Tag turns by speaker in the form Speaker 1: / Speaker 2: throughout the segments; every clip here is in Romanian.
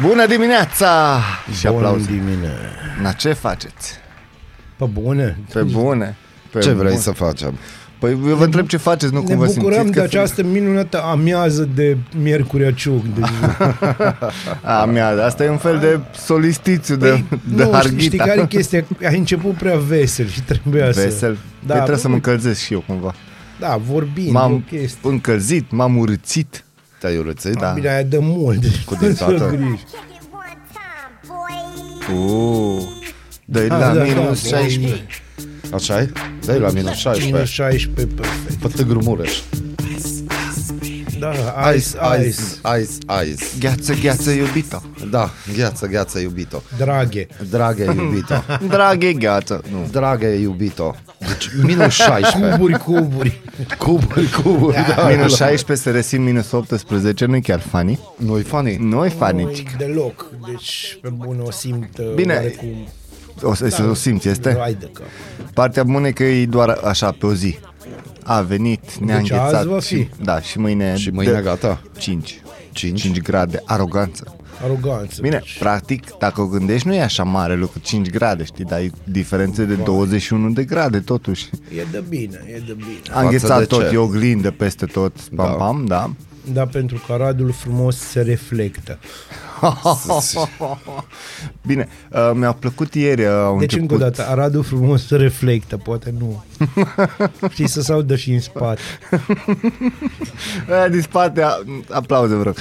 Speaker 1: Bună dimineața! Și
Speaker 2: Bun
Speaker 1: aplauze.
Speaker 2: dimine.
Speaker 1: Na, ce faceți?
Speaker 2: Pe bune.
Speaker 1: Pe bune. Pe
Speaker 3: Ce vrei
Speaker 1: bune.
Speaker 3: să facem?
Speaker 1: Păi eu vă întreb ce faceți, nu
Speaker 2: Ne
Speaker 1: cum vă
Speaker 2: bucurăm
Speaker 1: simțiți.
Speaker 2: de
Speaker 1: că-
Speaker 2: această minunată amiază de Miercurea Ciuc. Deci,
Speaker 1: A, mea, asta e un fel de solistițiu de, de
Speaker 2: Păi, nu, știi,
Speaker 1: harghita.
Speaker 2: știi care e chestia? Ai început prea vesel și trebuia să...
Speaker 1: Vesel. Da,
Speaker 2: Da,
Speaker 1: trebuie să mă
Speaker 2: bun.
Speaker 1: încălzesc și eu cumva.
Speaker 2: Da, vorbind, e o
Speaker 1: M-am
Speaker 2: chestie.
Speaker 1: încălzit, m-am urâțit.
Speaker 3: Te-ai urâțit?
Speaker 1: Da.
Speaker 2: Bine, aia de mult. Deci,
Speaker 3: Cu din toată.
Speaker 2: să griji.
Speaker 1: Uuu. Dă
Speaker 2: Ah,
Speaker 1: la
Speaker 2: da, da,
Speaker 1: minus
Speaker 2: da.
Speaker 1: 16.
Speaker 3: Așa e? Dai la minus
Speaker 2: Minus
Speaker 3: 16.
Speaker 2: 16, perfect.
Speaker 3: Pe Târgu Mureș.
Speaker 2: Da, ice, ice.
Speaker 3: ice, ice, ice.
Speaker 1: Gheață, gheață, iubito.
Speaker 3: Da, gheață, gheață, iubito.
Speaker 2: Draghe.
Speaker 3: Dragă iubito.
Speaker 1: Draghe gheață. Nu.
Speaker 2: Da,
Speaker 3: Dragă iubito. Deci minus 16.
Speaker 2: Cuburi, cuburi.
Speaker 3: Cuburi, cuburi. Da,
Speaker 1: Minus 16 se resim minus 18, nu-i chiar funny.
Speaker 3: Nu-i funny.
Speaker 1: Nu-i funny.
Speaker 2: Nu-i deloc. Deci, pe bune, o simt uh,
Speaker 1: Bine.
Speaker 2: oarecum.
Speaker 1: O să
Speaker 2: Da.
Speaker 1: să o simți, este?
Speaker 2: Vai de cap.
Speaker 1: Partea bună e că e doar așa, pe o zi. A venit, ne-a
Speaker 2: Deci
Speaker 1: înghețat.
Speaker 2: azi va fi.
Speaker 1: Și, da, și mâine...
Speaker 3: Și mâine
Speaker 1: dă
Speaker 3: gata.
Speaker 1: 5.
Speaker 3: 5.
Speaker 1: 5 grade, aroganță.
Speaker 2: Aroganță.
Speaker 1: Bine,
Speaker 2: deci.
Speaker 1: practic, dacă o gândești, nu e așa mare lucru, 5 grade, știi, dar e diferențe de 21 de grade, totuși.
Speaker 2: E de bine, e de bine.
Speaker 1: A
Speaker 3: de
Speaker 1: înghețat tot,
Speaker 3: ce?
Speaker 1: e oglindă peste tot, pam,
Speaker 3: Da.
Speaker 1: pam, da.
Speaker 2: Da, pentru că radul frumos se reflectă.
Speaker 1: Bine, uh, mi-a plăcut ieri, uh, au
Speaker 2: Deci, încă o
Speaker 1: început...
Speaker 2: dată, aradul frumos se reflectă, poate nu. Știi, să se audă și în spate.
Speaker 1: Aia Eh, din spate, a, aplauze vă rog.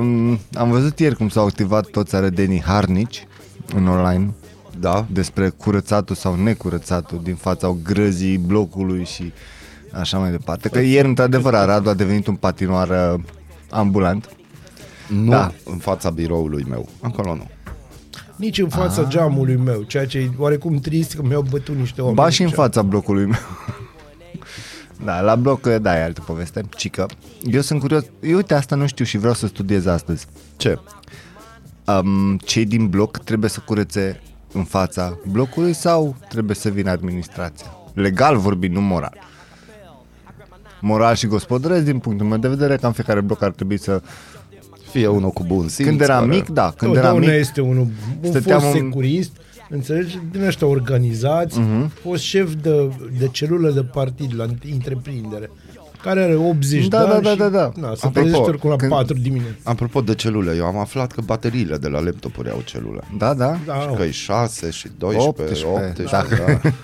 Speaker 1: Um, am văzut ieri cum s-au activat toți arădenii harnici în online
Speaker 3: Da?
Speaker 1: despre curățatul sau necurățatul din fața grăzii blocului și așa mai departe. Că
Speaker 3: Păi-
Speaker 1: ieri, într-adevăr, Aradu a devenit un patinoar uh, ambulant.
Speaker 3: Nu
Speaker 1: Da.
Speaker 3: în fața biroului meu. Acolo nu.
Speaker 2: Nici în
Speaker 1: Ah.
Speaker 2: fața geamului meu, ceea ce e oarecum trist că mi-au bătut niște oameni.
Speaker 1: Ba și în
Speaker 2: aici.
Speaker 1: fața blocului meu. Da, la bloc, uh, da, e altă poveste, cică. Eu sunt curios, eu uite asta nu știu și vreau să studiez astăzi.
Speaker 3: Ce?
Speaker 1: um, cei din bloc trebuie să curețe în fața blocului sau trebuie să vină administrația? Legal vorbind, nu moral. Moral și gospodăresc, din punctul meu de vedere, cam fiecare bloc ar trebui să...
Speaker 3: Fie unul cu bun simț.
Speaker 1: Când eram
Speaker 3: care-
Speaker 1: mic, da, când eram
Speaker 2: Totdeauna
Speaker 1: mic,
Speaker 2: este unul, un
Speaker 1: stăteam
Speaker 2: fost
Speaker 1: în-
Speaker 2: securist, înțelegi, din ăștia organizați,
Speaker 1: Mhm.
Speaker 2: fost șef de, de celulă de partid la întreprindere, care are 80
Speaker 1: Da,
Speaker 2: de
Speaker 1: da,
Speaker 2: ani
Speaker 1: da,
Speaker 2: și,
Speaker 1: da, da.
Speaker 2: Na, se
Speaker 3: Apropo,
Speaker 2: trezește oricum la
Speaker 1: când-
Speaker 2: 4 dimineața.
Speaker 3: Apropo de celule, eu am aflat că bateriile de la laptopuri au celule.
Speaker 1: da, da,
Speaker 2: Da,
Speaker 3: Și că e 6 și 12,
Speaker 1: 18,
Speaker 3: 18, 18 da.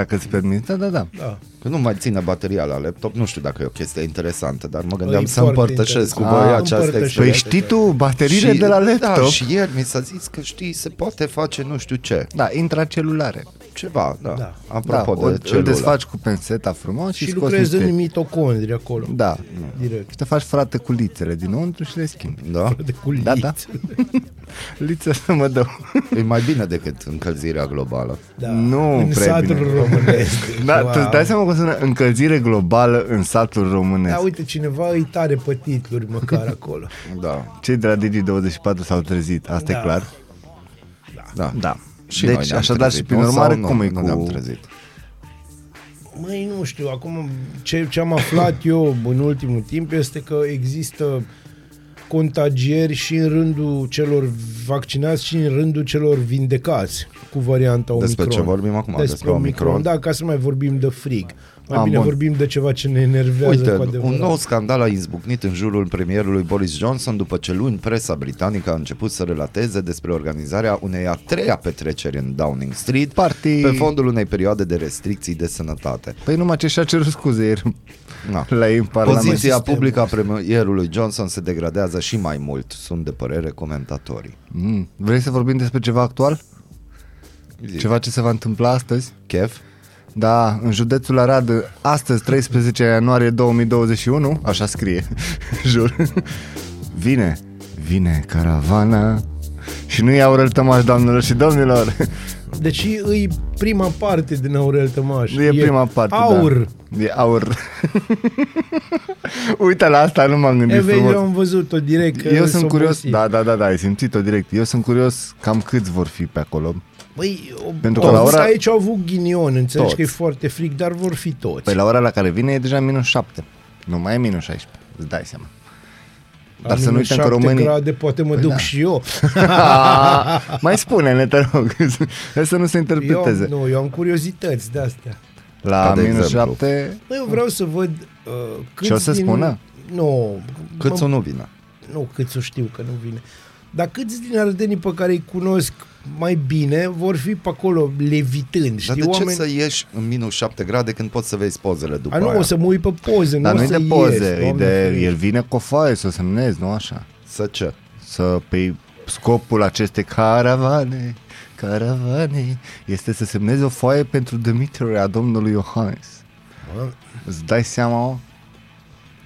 Speaker 1: dacă îți permiți, da, da, da.
Speaker 2: da.
Speaker 3: Că nu mai ține bateria la laptop, nu știu dacă e o chestie interesantă, dar mă gândeam
Speaker 2: E
Speaker 3: să
Speaker 2: foarte
Speaker 3: împărtășesc cu
Speaker 2: interesant.
Speaker 3: voi
Speaker 2: Ah,
Speaker 3: această
Speaker 2: împărtășește.
Speaker 1: Păi
Speaker 3: experiență.
Speaker 1: știi tu, bateriile de la laptop,
Speaker 3: deci, Da,
Speaker 1: da,
Speaker 3: și ieri mi s-a zis că știi, se poate face nu știu ce.
Speaker 1: intracelulare.
Speaker 3: Ceva, da.
Speaker 2: Da.
Speaker 3: da.
Speaker 1: Da,
Speaker 3: Apropo
Speaker 1: o,
Speaker 3: de
Speaker 1: îl
Speaker 3: celulă.
Speaker 1: desfaci cu penseta frumos și,
Speaker 2: Și
Speaker 1: scoți
Speaker 2: lucrezi
Speaker 1: niște-
Speaker 2: în mitocondri acolo,
Speaker 1: Da,
Speaker 2: direct.
Speaker 1: și te faci frate cu lițele dinăuntru și le schimbi.
Speaker 3: Da?
Speaker 2: De culit.
Speaker 1: Da, da. Liță să mă dă.
Speaker 3: E mai bine decât încălzirea globală.
Speaker 2: da.
Speaker 1: Nu
Speaker 2: în
Speaker 1: prea
Speaker 2: satul
Speaker 1: bine.
Speaker 2: românesc.
Speaker 1: Da,
Speaker 2: Wow.
Speaker 1: tu îți dai seama cum sună încălzire globală în satul românesc.
Speaker 2: Da, uite, cineva îi tare pe titluri măcar acolo.
Speaker 3: Da.
Speaker 1: Cei de la Digi24 s-au trezit, asta e
Speaker 2: Da.
Speaker 1: clar.
Speaker 3: Da.
Speaker 1: Da.
Speaker 3: Și noi
Speaker 1: deci,
Speaker 3: ne-am
Speaker 1: așadar,
Speaker 3: trezit,
Speaker 1: și prin
Speaker 3: nu?
Speaker 1: urmare,
Speaker 3: Sau nu?
Speaker 1: cum e
Speaker 3: nu
Speaker 1: cu...
Speaker 3: ne-am trezit.
Speaker 2: Măi, nu știu, acum ce, ce am aflat eu în ultimul timp este că există contagieri și în rândul celor vaccinați și în rândul celor vindecați cu varianta Omicron.
Speaker 3: Despre ce vorbim acum? Despre Omicron?
Speaker 2: Da, ca să mai vorbim de frig. Mai
Speaker 1: Ah,
Speaker 2: bine
Speaker 1: bun.
Speaker 2: vorbim de ceva ce ne enervează
Speaker 3: Uite,
Speaker 2: cu adevărat.
Speaker 3: un nou scandal a izbucnit în jurul premierului Boris Johnson după ce luni presa britanică a început să relateze despre organizarea unei a treia petreceri în Downing Street
Speaker 1: Party.
Speaker 3: pe fondul unei perioade de restricții de sănătate.
Speaker 1: Păi numai ce și-a cerut scuze ieri
Speaker 3: Na.
Speaker 1: la ei în Parlament.
Speaker 3: Poziția
Speaker 2: sistemul.
Speaker 3: publică a premierului Johnson se degradează și mai mult, sunt de părere comentatorii.
Speaker 1: Mm. Vrei să vorbim despre ceva actual? Ceva ce se va întâmpla astăzi?
Speaker 3: Chef?
Speaker 1: Da, în județul Arad, astăzi, 13 ianuarie 2021, așa scrie, jur, vine, vine caravana Și nu e Aurel Tămaș, doamnelor și domnilor.
Speaker 2: Deci îi prima parte din Aurel Tămaș.
Speaker 1: Nu e, prima parte,
Speaker 2: Aur.
Speaker 1: Da. E aur. Uite, la asta nu m-am gândit
Speaker 2: E, vezi, eu
Speaker 1: frumos.
Speaker 2: am văzut-o direct. că
Speaker 1: Eu
Speaker 2: s-o
Speaker 1: sunt curios,
Speaker 2: posti.
Speaker 1: da, da, da, da, ai simțit-o direct. Eu sunt curios cam câți vor fi pe acolo.
Speaker 2: Băi, o-
Speaker 1: Pentru că
Speaker 2: toți
Speaker 1: la ora-
Speaker 2: aici au avut ghinion, înțelegi
Speaker 1: Toți.
Speaker 2: că e foarte fric, dar vor fi toți.
Speaker 1: Păi la ora la care vine e deja minus 7. Nu mai e minus 16, îți dai seama. Dar
Speaker 2: La
Speaker 1: să nu
Speaker 2: minus
Speaker 1: uităm că
Speaker 2: șapte
Speaker 1: românii...
Speaker 2: grade poate mă duc
Speaker 1: da.
Speaker 2: și eu.
Speaker 1: mai spune-ne, te rog. Hai să nu se
Speaker 2: eu
Speaker 1: interpreteze.
Speaker 2: am, nu, eu am curiozități de astea.
Speaker 1: La
Speaker 3: Da, de
Speaker 1: minus
Speaker 3: exemplu.
Speaker 1: 7...
Speaker 2: Băi, eu vreau să văd uh, câți
Speaker 1: Ce o să
Speaker 2: din...
Speaker 1: spună?
Speaker 2: Nu,
Speaker 3: Cât să
Speaker 2: mă-
Speaker 3: nu vină.
Speaker 2: Nu, cât să știu că nu vine. Dar câți din ardenii pe care îi cunosc mai bine vor fi pe acolo levitând, știi?
Speaker 3: Dar de ce
Speaker 2: oameni...
Speaker 3: să ieși în minus 7 grade când poți să vezi pozele după
Speaker 2: A, nu,
Speaker 3: aia?
Speaker 2: o să mă uit pe poze,
Speaker 1: Dar
Speaker 2: nu
Speaker 1: nu-i
Speaker 2: o să
Speaker 1: de
Speaker 2: ies,
Speaker 1: poze, e
Speaker 2: Doamne
Speaker 1: de,
Speaker 2: ferește.
Speaker 1: el vine cu o foaie să o semnezi, nu așa?
Speaker 3: Să ce?
Speaker 1: Să, pe scopul acestei caravane, caravane, este să semnezi o foaie pentru demiterea a domnului Iohannes.
Speaker 2: Mă,
Speaker 1: Îți dai seama, o?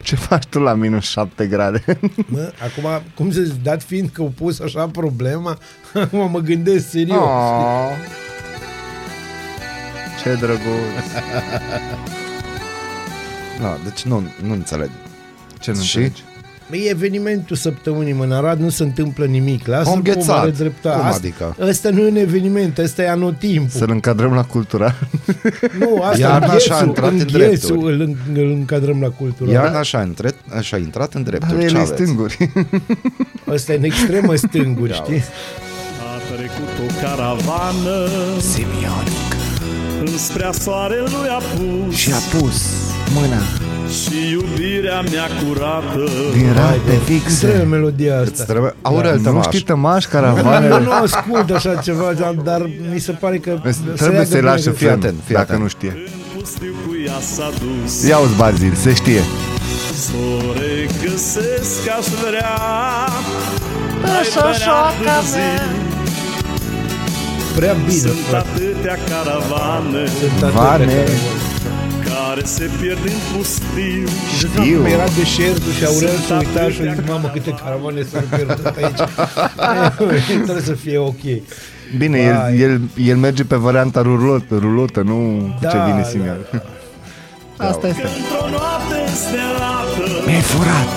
Speaker 1: Ce faci tu la minus 7 grade?
Speaker 2: Mă, acum, cum să zic, dat fiind că au pus așa problema, acum mă gândesc serios.
Speaker 3: Ah.
Speaker 2: Oh.
Speaker 1: Aw. Ce drăguț!
Speaker 3: Da, deci nu, nu înțeleg.
Speaker 1: Ce nu
Speaker 3: Și?
Speaker 1: înțelegi?
Speaker 2: E evenimentul săptămânii mă, în Arad, nu se întâmplă nimic. Lasă
Speaker 3: Am
Speaker 2: cum
Speaker 3: ghețat.
Speaker 2: are dreptate.
Speaker 3: Cum
Speaker 2: Asta-
Speaker 3: adică?
Speaker 2: Asta nu e un eveniment, asta e anotimpul.
Speaker 1: Să-l încadrăm la cultura.
Speaker 2: Nu, asta
Speaker 3: Iarna
Speaker 2: Iarna
Speaker 3: așa a intrat în drepturi.
Speaker 2: îl, în- îl încadrăm la cultură.
Speaker 3: Iar
Speaker 2: Iarna...
Speaker 3: așa, intre, așa a intrat în
Speaker 1: Dar
Speaker 3: drepturi.
Speaker 1: el
Speaker 3: Ce
Speaker 1: e
Speaker 3: aveți?
Speaker 1: stânguri.
Speaker 2: Asta e în extremă stânguri, știi?
Speaker 4: A trecut o caravană
Speaker 5: Semionic.
Speaker 4: Înspre soarelui a pus
Speaker 1: Și a pus mâna
Speaker 4: Și iubirea mea curată
Speaker 1: din rate
Speaker 2: Trebuie
Speaker 1: fixe.
Speaker 2: melodia
Speaker 3: Îți
Speaker 2: asta.
Speaker 3: trebuie... Aurel
Speaker 1: Nu
Speaker 3: Tămaș,
Speaker 1: știi tămaș
Speaker 2: Eu
Speaker 1: caravanele?
Speaker 2: nu ascult așa ceva, dar, dar mi se pare că... se
Speaker 1: Trebuie
Speaker 2: leagă
Speaker 1: să-i lași să
Speaker 2: bine de-
Speaker 1: fie
Speaker 3: atent,
Speaker 1: atent,
Speaker 3: fii
Speaker 1: dacă
Speaker 3: atent.
Speaker 1: nu știe.
Speaker 4: În pustiu cu ea s-a dus
Speaker 1: Ia uzi Bazil, se știe.
Speaker 4: Să o regăsesc aș vrea Așa, așa, ca
Speaker 2: Prea bine,
Speaker 4: Sunt
Speaker 2: frate.
Speaker 4: atâtea caravane
Speaker 2: Sunt atâtea
Speaker 1: Vane.
Speaker 2: care
Speaker 4: Care se pierd în pustiu
Speaker 1: Știu.
Speaker 2: Cum era deșertul și Aurel
Speaker 4: Sunt
Speaker 2: se uita și a zis,
Speaker 4: atâtea
Speaker 2: mamă, câte caravane s-au pierdut aici. Eh, Trebuie să fie ok.
Speaker 1: Bine, el,
Speaker 2: Vai.
Speaker 1: el, el merge pe varianta rulotă, rulotă nu da,
Speaker 2: Da,
Speaker 1: ce vine
Speaker 2: da,
Speaker 1: singur. Asta
Speaker 4: Că
Speaker 1: este.
Speaker 4: într-o noapte stelată
Speaker 1: Mi-ai furat.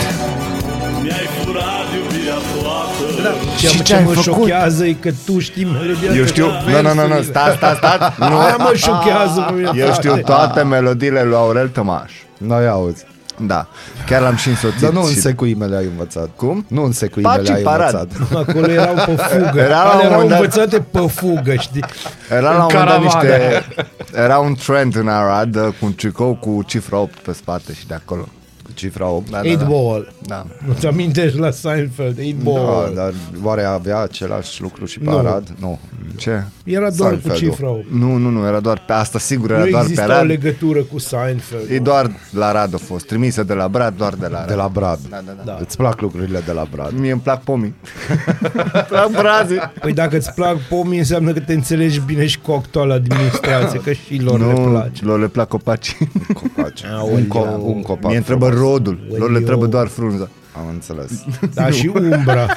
Speaker 4: Mi-ai furat iubirea toată
Speaker 2: Da,
Speaker 1: Și
Speaker 2: ce,
Speaker 1: ce
Speaker 2: ce
Speaker 1: ai
Speaker 2: mă
Speaker 1: făcut?
Speaker 2: șochează e că tu știi melodia
Speaker 1: Eu știu.
Speaker 2: asta.
Speaker 1: Nu, nu, nu, nu, stai, stai, stai.
Speaker 2: Aia
Speaker 1: Nu.
Speaker 2: mă șochează pe mine.
Speaker 1: Eu știu
Speaker 2: frate.
Speaker 1: toate melodiile lui Aurel Tămaș.
Speaker 3: n-ai auzi. Deci
Speaker 1: Da. Chiar l-am și însoțit.
Speaker 3: Dar nu în
Speaker 1: și-
Speaker 3: secuimele ai învățat.
Speaker 1: Cum?
Speaker 3: Nu în secuimele
Speaker 1: Paci
Speaker 3: ai
Speaker 1: parad.
Speaker 3: învățat.
Speaker 2: Acolo erau pe fugă.
Speaker 1: Era la un
Speaker 2: Alea erau
Speaker 1: moment dat- Da.
Speaker 2: învățate pe fugă, știi?
Speaker 1: Era la un moment
Speaker 3: În
Speaker 1: dat
Speaker 3: caravană.
Speaker 1: niște... Era un trend în Arad uh, cu un tricou cu cifra 8 pe spate și de acolo.
Speaker 3: Cifra 8.
Speaker 1: Da, da,
Speaker 2: Eight
Speaker 1: da.
Speaker 2: ball.
Speaker 1: da.
Speaker 2: Nu-ți amintești la Seinfeld, eight
Speaker 3: Da,
Speaker 2: ball.
Speaker 3: dar
Speaker 1: Păi
Speaker 3: oare avea același lucru și
Speaker 2: Nu.
Speaker 3: parad? Nu. nu.
Speaker 1: Ce?
Speaker 2: Era doar cu
Speaker 3: Seinfeldul.
Speaker 2: cifra 8.
Speaker 1: Nu, nu, nu, era doar pe asta, sigur, era
Speaker 2: Nu
Speaker 1: doar pe
Speaker 2: exista o
Speaker 1: Arad.
Speaker 2: legătură cu Seinfeld.
Speaker 1: E doar la Rad a fost, trimisă de la Brad, doar de la Rad.
Speaker 3: De la Brad.
Speaker 1: Da, da, da.
Speaker 2: Da.
Speaker 3: Îți plac lucrurile de la Brad.
Speaker 1: Mie îmi plac pomii. Îmi plac brazii.
Speaker 2: Păi dacă îți plac pomii înseamnă că te înțelegi bine și cu actuala administrație, că și lor nu. le
Speaker 1: Nu,
Speaker 2: place.
Speaker 1: lor le plac copacii.
Speaker 3: Copaci.
Speaker 2: Aoleu.
Speaker 3: Un, co- un copac.
Speaker 1: Mie îmi trebuie
Speaker 3: frumos.
Speaker 1: rodul, lor le
Speaker 2: Uliu.
Speaker 1: trebuie doar frunza.
Speaker 3: Am înțeles.
Speaker 2: Da, și umbra.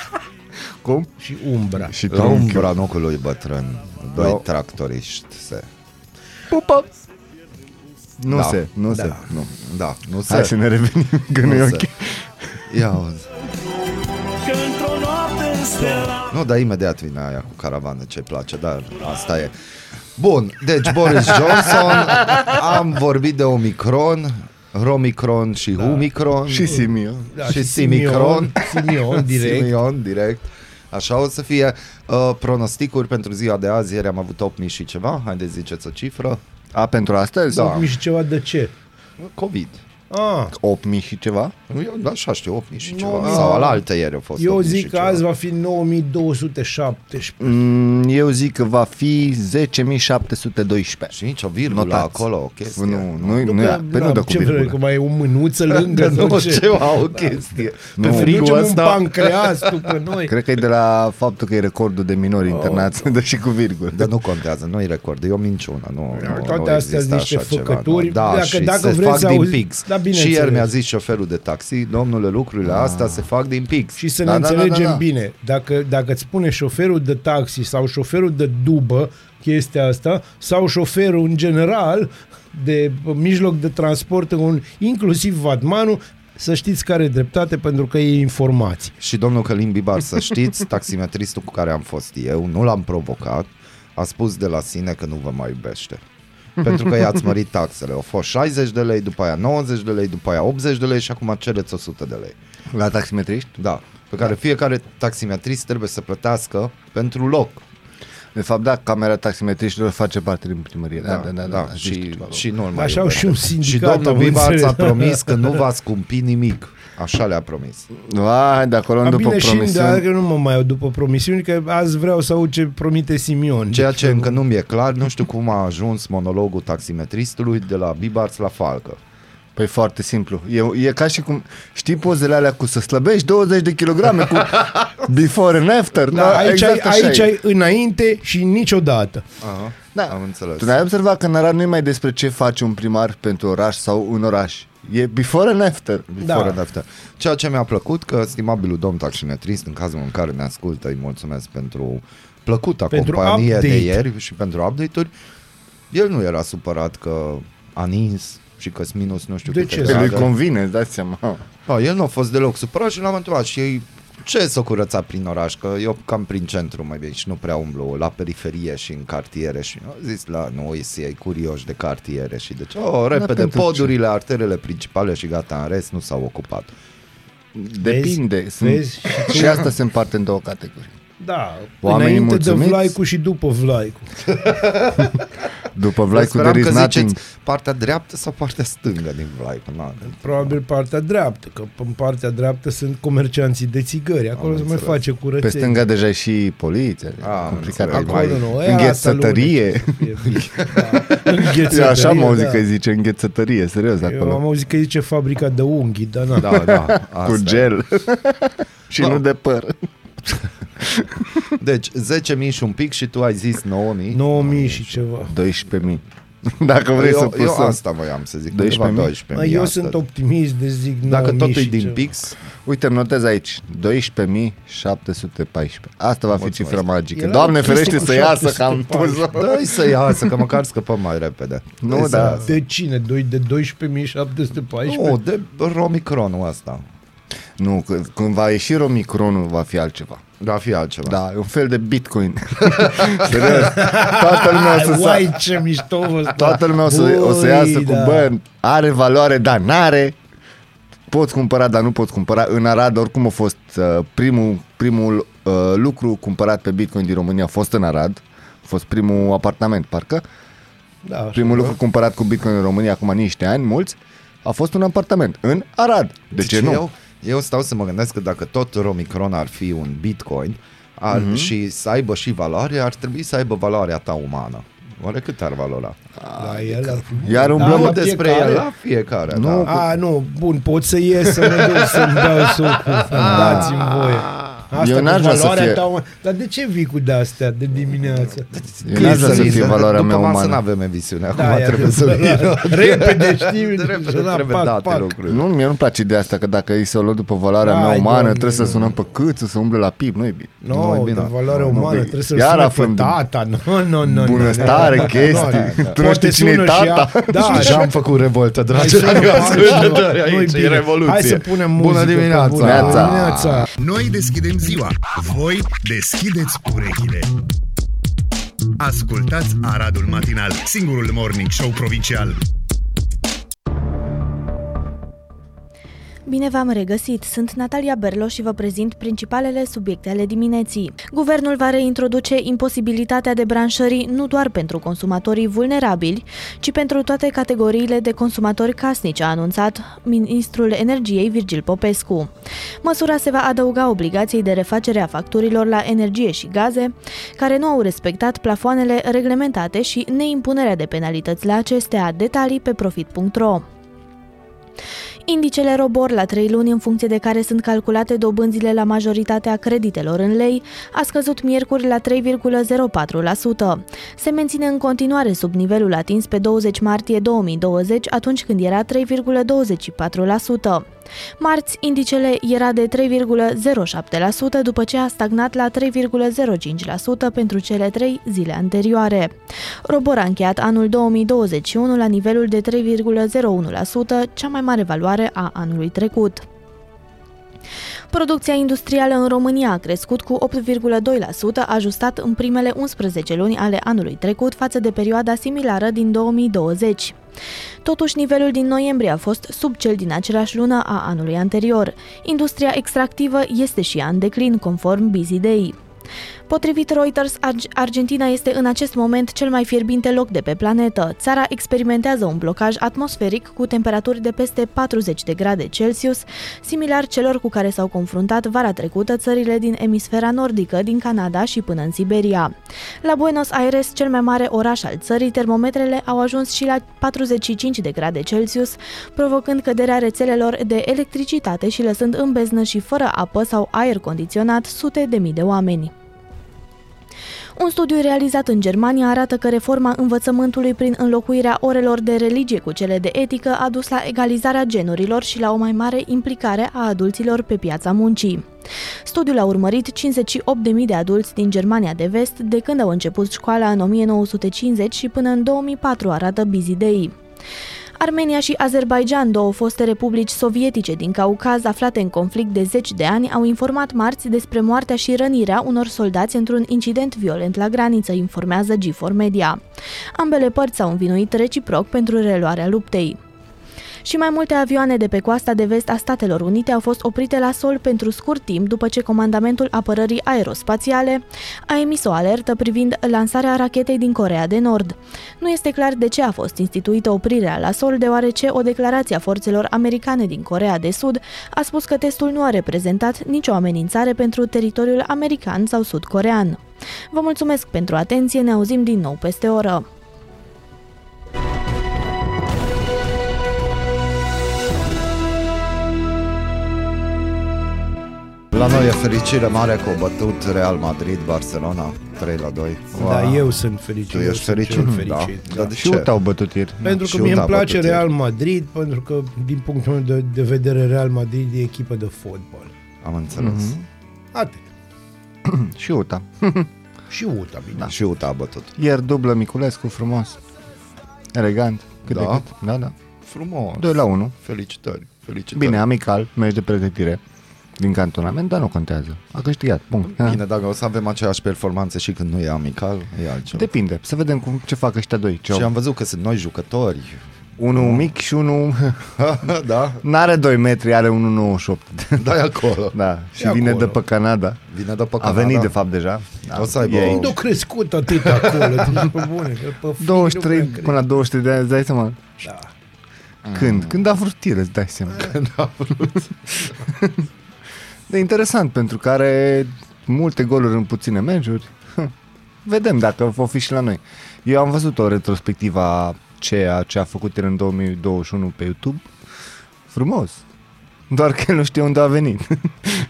Speaker 1: Cum?
Speaker 2: Și umbra.
Speaker 1: Și
Speaker 3: La
Speaker 1: trunchiul.
Speaker 3: umbra nucului bătrân, doi
Speaker 1: Da.
Speaker 3: tractoriști se...
Speaker 1: Nu
Speaker 3: Da.
Speaker 1: se, nu se, nu.
Speaker 3: Da, nu se...
Speaker 1: Hai să ne revenim, că nu,
Speaker 3: Nu
Speaker 1: e
Speaker 3: se.
Speaker 1: ok.
Speaker 3: Ia auzi.
Speaker 4: Că într-o noapte
Speaker 1: Da.
Speaker 4: stelată
Speaker 3: Nu, dar imediat vine aia cu caravană ce place, dar asta e. Bun, deci Boris Johnson, am vorbit de Omicron, Romicron și da. Umicron
Speaker 1: Și Simio.
Speaker 2: Da,
Speaker 3: și Simicron.
Speaker 2: Simion, direct.
Speaker 3: Simion, direct. Așa o să fie. Uh, pronosticuri pentru ziua de azi, ieri am avut 8000 și ceva, haideți ziceți o cifră.
Speaker 1: A, pentru astăzi?
Speaker 3: Da.
Speaker 2: Mi și ceva de ce?
Speaker 3: COVID.
Speaker 2: Ah,
Speaker 1: 8000 și ceva?
Speaker 3: Eu așa știu, 8000 și ceva.
Speaker 2: Nu,
Speaker 3: Sau la alte ieri au fost
Speaker 2: eu
Speaker 3: 8000 și
Speaker 2: zic că
Speaker 3: ceva.
Speaker 2: azi va fi 9217.
Speaker 1: Mm, eu zic că va fi 10.712.
Speaker 3: Și nici o virgulă
Speaker 1: Notați.
Speaker 3: acolo, o chestie.
Speaker 1: Nu, nu, nu,
Speaker 2: că-
Speaker 1: e- păi nu dă cu
Speaker 2: ce vrei, că
Speaker 1: virgulă.
Speaker 2: mai e o mânuță lângă
Speaker 3: Nu,
Speaker 2: nu, ce?
Speaker 3: ceva, o chestie.
Speaker 1: Nu.
Speaker 3: da. Pe
Speaker 2: Ducem
Speaker 3: frigul
Speaker 2: un
Speaker 3: ăsta...
Speaker 2: pancreas după noi.
Speaker 1: Cred că e de la faptul că e recordul de minori internați, dă și cu virgulă.
Speaker 3: Dar nu contează, nu-i record, e o minciună. Nu, nu,
Speaker 2: Toate
Speaker 3: nu
Speaker 2: astea sunt
Speaker 3: există
Speaker 2: niște
Speaker 3: așa ceva,
Speaker 2: făcături.
Speaker 3: nu. Da,
Speaker 2: dacă,
Speaker 3: și
Speaker 2: dacă
Speaker 3: se
Speaker 2: vreți
Speaker 3: fac
Speaker 2: să
Speaker 3: din
Speaker 2: auzi,
Speaker 3: pix.
Speaker 2: Da, bine
Speaker 3: și ieri
Speaker 2: înțeles.
Speaker 3: mi-a zis șoferul de taxi, domnule, lucrurile astea se fac din pix.
Speaker 2: Și să ne da, înțelegem da, da, da. bine, dacă, dacă îți spune șoferul de taxi sau șoferul de dubă chestia asta, sau șoferul în general de mijloc de transport, un, inclusiv Vatmanul, să știți care e dreptate pentru că e informați.
Speaker 3: Și domnul Călin Bibar, să știți, taximetristul cu care am fost eu, nu l-am provocat, a spus de la sine că nu vă mai iubește. Pentru că i-ați mărit taxele. Au fost 60 de lei, după aia 90 de lei, după aia 80 de lei și acum cereți 100 de lei.
Speaker 1: La taximetriști?
Speaker 3: Da, pe care fiecare taximetrist trebuie să plătească pentru loc.
Speaker 1: De fapt, da, camera taximetriștilor face parte din primărie. Da, da, da. da, da.
Speaker 3: și,
Speaker 1: Și...
Speaker 3: și nu mai
Speaker 2: Așa au
Speaker 3: iubește.
Speaker 2: și un sindicat,
Speaker 3: Și domnul
Speaker 2: am
Speaker 3: Bibar
Speaker 2: înțeles.
Speaker 3: ți-a promis că nu va scumpi nimic. Așa le-a promis.
Speaker 1: Vai, de acolo
Speaker 2: După
Speaker 1: după
Speaker 2: bine și
Speaker 1: promisiuni.
Speaker 2: dacă nu mă mai aud după promisiuni, că azi vreau să aud ce promite Simion.
Speaker 3: Ceea ce încă nu mi-e clar, nu știu cum a ajuns monologul taximetristului de la Bibarț la Falcă.
Speaker 1: Păi foarte simplu. E, e ca și cum, știi pozele alea cu să slăbești 20 de kilograme cu before and after? Da,
Speaker 2: Da, aici,
Speaker 1: exact
Speaker 2: ai,
Speaker 1: așa
Speaker 2: aici
Speaker 1: e.
Speaker 2: ai înainte și niciodată.
Speaker 3: Aha,
Speaker 1: Da.
Speaker 3: Am înțeles.
Speaker 1: Tu n-ai observat că în Arad nu e mai despre ce face un primar pentru oraș sau un oraș. E before and after.
Speaker 2: Da.
Speaker 3: Fără daftă. Ceea ce mi-a plăcut, că stimabilul domn taximetrist, în cazul în care ne ascultă, îi mulțumesc pentru plăcuta
Speaker 2: Pentru
Speaker 3: companie de
Speaker 2: update.
Speaker 3: ieri și pentru update-uri, el nu era supărat că a nins și că minus nu știu
Speaker 2: De
Speaker 3: câte
Speaker 2: ce?
Speaker 1: Da,
Speaker 3: grade.
Speaker 1: Lui convine, îți dai seama.
Speaker 3: Da, el nu a fost deloc supărat și l-am întrebat și ei ce s-o curăța prin oraș, că eu cam prin centru mai bine și nu prea umblu la periferie și în cartiere și au zis la noi să ai curioși de cartiere și deci oh, repede,
Speaker 1: Da, pentru
Speaker 3: podurile, arterele principale și gata, în rest nu s-au ocupat.
Speaker 1: Depinde.
Speaker 2: Vezi?
Speaker 1: sunt,
Speaker 2: Vezi?
Speaker 1: și, și asta se împarte în două categorii.
Speaker 2: Da,
Speaker 1: Oamenii
Speaker 2: înainte de
Speaker 1: mulțumiți?
Speaker 2: Vlaicu și după Vlaicu.
Speaker 1: După Vlaicu
Speaker 3: Speram
Speaker 1: there is
Speaker 3: că
Speaker 1: nothing.
Speaker 3: ziceți partea dreaptă sau partea stângă din Vlaicu. Na,
Speaker 2: Probabil partea dreaptă, că în partea dreaptă sunt comercianții de țigări. Acolo se mai
Speaker 3: înțeles.
Speaker 2: face
Speaker 1: Pe
Speaker 2: curățenie.
Speaker 1: stânga deja e și poliția.
Speaker 3: am
Speaker 1: Ah, complicat.
Speaker 3: înțeles.
Speaker 1: Acolo
Speaker 2: Acolo
Speaker 3: mai
Speaker 2: nu.
Speaker 1: Înghețătărie.
Speaker 2: Da.
Speaker 1: Eu așa
Speaker 3: da.
Speaker 1: mă auzi că zice înghețătărie, serios,
Speaker 2: Eu am
Speaker 1: acolo.
Speaker 2: auzit că zice fabrica de unghii, dar na. Da.
Speaker 3: Da, da,
Speaker 1: Cu
Speaker 3: asta e.
Speaker 1: gel. și nu de păr.
Speaker 3: Deci 10.000 și un pic și tu ai zis 9.000.
Speaker 2: 9000 și ceva.
Speaker 1: 12.000. Dacă vrei să
Speaker 3: eu,
Speaker 1: pui
Speaker 3: eu
Speaker 1: să...
Speaker 3: asta voiam să zic. 12.000.
Speaker 1: 12.000.
Speaker 3: 12.000
Speaker 2: Mă, Eu
Speaker 3: asta.
Speaker 2: sunt optimist de zic
Speaker 3: Dacă
Speaker 2: 9000
Speaker 3: totul e
Speaker 2: și
Speaker 3: din
Speaker 2: ceva.
Speaker 3: pix,
Speaker 1: Uite, îmi notez aici. 12.714. Asta va fi
Speaker 3: Mulțumesc.
Speaker 1: cifra magică.
Speaker 2: Era
Speaker 1: Doamne
Speaker 2: o
Speaker 1: ferește
Speaker 2: chestie
Speaker 1: să
Speaker 2: cu
Speaker 1: iasă că am
Speaker 2: 714.
Speaker 1: pus-o.
Speaker 3: dă-i să iasă, că măcar scăpăm mai repede.
Speaker 1: Nu,
Speaker 3: Dă-i să
Speaker 1: da.
Speaker 3: iasă.
Speaker 2: De cine? Doi- De 12714?
Speaker 3: Nu, de Romicronul ăsta.
Speaker 1: Nu, că- când va ieși Romicronul va fi altceva.
Speaker 3: Va fi altceva.
Speaker 1: Da, e un fel de Bitcoin. Serios. Toată lumea o să,
Speaker 2: Ai,
Speaker 1: sa-
Speaker 2: uai, ce mișto ăsta.
Speaker 1: toată lumea o să, o să iasă
Speaker 2: Băi,
Speaker 1: cu
Speaker 2: da.
Speaker 1: bani. Are valoare, dar n-are. Poți cumpăra, dar nu poți cumpăra. În Arad, oricum a fost uh, primul, primul uh, lucru cumpărat pe Bitcoin din România. A fost în Arad. A fost primul apartament, parcă.
Speaker 2: Da, așa.
Speaker 1: Primul lucru cumpărat cu Bitcoin în România acum niște ani, mulți, a fost un apartament în Arad. De ce
Speaker 3: Deci
Speaker 1: nu?
Speaker 3: Eu, eu stau să mă gândesc că dacă tot Romicron ar fi un bitcoin ar,
Speaker 1: Mhm.
Speaker 3: mm-hmm. și să aibă și valoare, ar trebui să aibă valoarea ta umană. Oare cât ar valora?
Speaker 2: Da, el ar fi...
Speaker 1: Iar
Speaker 2: Da,
Speaker 1: umblăm
Speaker 3: nu
Speaker 2: la
Speaker 3: despre
Speaker 2: fiecare.
Speaker 3: el, la fiecare.
Speaker 1: Nu.
Speaker 3: Da.
Speaker 2: A, nu, bun, pot să ies să mă duc să-mi dau sucul, dați-mi voie. Asta
Speaker 1: Ah. Eu
Speaker 2: cu
Speaker 1: n-aș vrea să
Speaker 2: valoarea
Speaker 1: fie-
Speaker 2: ta, mă. Dar de ce vii cu de-astea de dimineață?
Speaker 1: Eu n-aș vrea să
Speaker 3: Lisa,
Speaker 1: fie valoarea mea
Speaker 3: după masă
Speaker 1: umană.
Speaker 3: n-avem emisiune, acum
Speaker 2: Da,
Speaker 3: da,
Speaker 2: e
Speaker 3: trebuie să vină.
Speaker 2: adevărat. Repede, știi?
Speaker 3: Trebuie,
Speaker 2: și la
Speaker 3: trebuie
Speaker 2: pac,
Speaker 3: date
Speaker 2: pac.
Speaker 3: lucruri.
Speaker 1: Nu, mie nu-mi place de asta, că dacă îi se o luă după valoarea
Speaker 2: Ai,
Speaker 1: mea umană,
Speaker 2: Doamne,
Speaker 1: trebuie să
Speaker 2: nu.
Speaker 1: sunăm pe câțu, să umble la pip, nu e bine.
Speaker 2: Nu,
Speaker 3: Nu, e
Speaker 2: no,
Speaker 3: bine.
Speaker 2: de valoare
Speaker 3: Nu, nu,
Speaker 2: umană,
Speaker 1: bine.
Speaker 2: trebuie să-l
Speaker 1: Iar
Speaker 2: Iar
Speaker 1: aflăm
Speaker 2: suni
Speaker 1: de-
Speaker 2: pe tata. Nu, nu, nu.
Speaker 1: Bunăstare, chestii. Tu nu știi cine-i tata?
Speaker 2: Da,
Speaker 3: Deja am făcut revoltă, dragi ascultători, aici e revoluție.
Speaker 2: Hai să punem
Speaker 3: Bună
Speaker 2: muzică.
Speaker 3: dimineața.
Speaker 2: Bună
Speaker 1: Neața.
Speaker 2: dimineața.
Speaker 6: Noi deschidem ziua, voi deschideți urechile. Ascultați Aradul Matinal, singurul morning show provincial.
Speaker 7: Bine v-am regăsit! Sunt Natalia Berlo și vă prezint principalele subiecte ale dimineții. Guvernul va reintroduce imposibilitatea de branșării nu doar pentru consumatorii vulnerabili, ci pentru toate categoriile de consumatori casnici, a anunțat ministrul energiei Virgil Popescu. Măsura se va adăuga obligației de refacere a facturilor la energie și gaze, care nu au respectat plafoanele reglementate și neimpunerea de penalități la acestea. Detalii pe profit.ro Indicele robor la 3 luni în funcție de care sunt calculate dobânzile la majoritatea creditelor în lei a scăzut miercuri la 3,04%. Se menține în continuare sub nivelul atins pe 20 martie 2020 atunci când era 3,24%. Marți, indicele era de 3,07% după ce a stagnat la 3,05% pentru cele trei zile anterioare. Robor a încheiat anul 2021 la nivelul de 3,01%, cea mai mare valoare a anului trecut. Producția industrială în România a crescut cu 8,2% ajustat în primele 11 luni ale anului trecut față de perioada similară din 2020. Totuși, nivelul din noiembrie a fost sub cel din același lună a anului anterior. Industria extractivă este și ea în declin, conform Busy Day. Potrivit Reuters, Arg- Argentina este în acest moment cel mai fierbinte loc de pe planetă. Țara experimentează un blocaj atmosferic cu temperaturi de peste 40 de grade Celsius, similar celor cu care s-au confruntat vara trecută țările din emisfera nordică, din Canada și până în Siberia. La Buenos Aires, cel mai mare oraș al țării, termometrele au ajuns și la 45 de grade Celsius, provocând căderea rețelelor de electricitate și lăsând în beznă și fără apă sau aer condiționat sute de mii de oameni. Un studiu realizat în Germania arată că reforma învățământului prin înlocuirea orelor de religie cu cele de etică a dus la egalizarea genurilor și la o mai mare implicare a adulților pe piața muncii. Studiul a urmărit 58.000 de adulți din Germania de vest de când au început școala în 1950 și până în 2004, arată Busy Day. Armenia și Azerbaijan, două foste republici sovietice din Caucaz aflate în conflict de zeci de ani, au informat marți despre moartea și rănirea unor soldați într-un incident violent la graniță, informează G4 Media. Ambele părți s-au învinuit reciproc pentru reluarea luptei. Și mai multe avioane de pe coasta de vest a Statelor Unite au fost oprite la sol pentru scurt timp după ce Comandamentul Apărării Aerospațiale a emis o alertă privind lansarea rachetei din Corea de Nord. Nu este clar de ce a fost instituită oprirea la sol, deoarece o declarație a forțelor americane din Corea de Sud a spus că testul nu a reprezentat nicio amenințare pentru teritoriul american sau sud-corean. Vă mulțumesc pentru atenție, ne auzim din nou peste o oră.
Speaker 3: La noi e fericire mare că au bătut Real Madrid, Barcelona 3 la 2.
Speaker 2: Da, eu sunt fericit.
Speaker 3: Tu
Speaker 2: eu
Speaker 3: ești
Speaker 2: sunt
Speaker 3: fericit,
Speaker 2: cel
Speaker 3: da.
Speaker 2: fericit.
Speaker 3: Dar de
Speaker 1: Și
Speaker 3: ce?
Speaker 1: uite au bătut ieri.
Speaker 2: Pentru
Speaker 3: Da, Și
Speaker 2: că mie
Speaker 3: eu
Speaker 2: îmi
Speaker 3: n-am
Speaker 2: place
Speaker 3: bătut
Speaker 2: Real Madrid, pentru că, din punctul meu de, de vedere, Real Madrid e echipă de fotbal.
Speaker 3: Am înțeles.
Speaker 1: Mhm.
Speaker 3: Mm-hmm.
Speaker 2: Atât.
Speaker 1: Mm, Și uita.
Speaker 2: Și Uta, bine.
Speaker 3: Da. Și Uta a bătut.
Speaker 1: Ieri dublă Miculescu, frumos. Elegant. Cât de
Speaker 3: Da.
Speaker 1: cât. Da, da.
Speaker 3: Frumos.
Speaker 1: 2 la 1.
Speaker 3: Felicitări. Felicitări.
Speaker 1: Bine, amical, meci de pregătire din cantonament, dar nu contează. A câștigat, punct. Ha.
Speaker 3: Bine, dacă o să avem aceeași performanță și când nu e amical, e altceva. De-
Speaker 1: Depinde, să vedem cum, ce fac ăștia doi. Ce
Speaker 3: și
Speaker 1: au.
Speaker 3: am văzut că sunt noi jucători.
Speaker 1: Unul mic și unul...
Speaker 3: da?
Speaker 1: N-are 2 metri, are 1,98.
Speaker 3: Da, e acolo.
Speaker 1: da, și
Speaker 2: E
Speaker 1: vine
Speaker 2: acolo.
Speaker 1: de pe Canada.
Speaker 3: Vine după
Speaker 1: A
Speaker 3: Canada.
Speaker 1: venit, de fapt, deja. Da.
Speaker 3: O să aibă
Speaker 1: Ei,
Speaker 3: o-
Speaker 2: Indo crescut atât acolo, deci, pe bune, că pe fii
Speaker 1: 23,
Speaker 2: nu prea
Speaker 1: până la 23 de ani, îți dai seama?
Speaker 2: cred. Da.
Speaker 1: Când? Când a vrut el, îți dai seama. Când Mm. Da, a vrut. e interesant, pentru că are multe goluri în puține meciuri. Hm. Vedem dacă va fi și la noi. Eu am văzut o retrospectivă a ceea ce a făcut el în 2021 pe YouTube. Frumos. Doar că el nu știe unde a venit.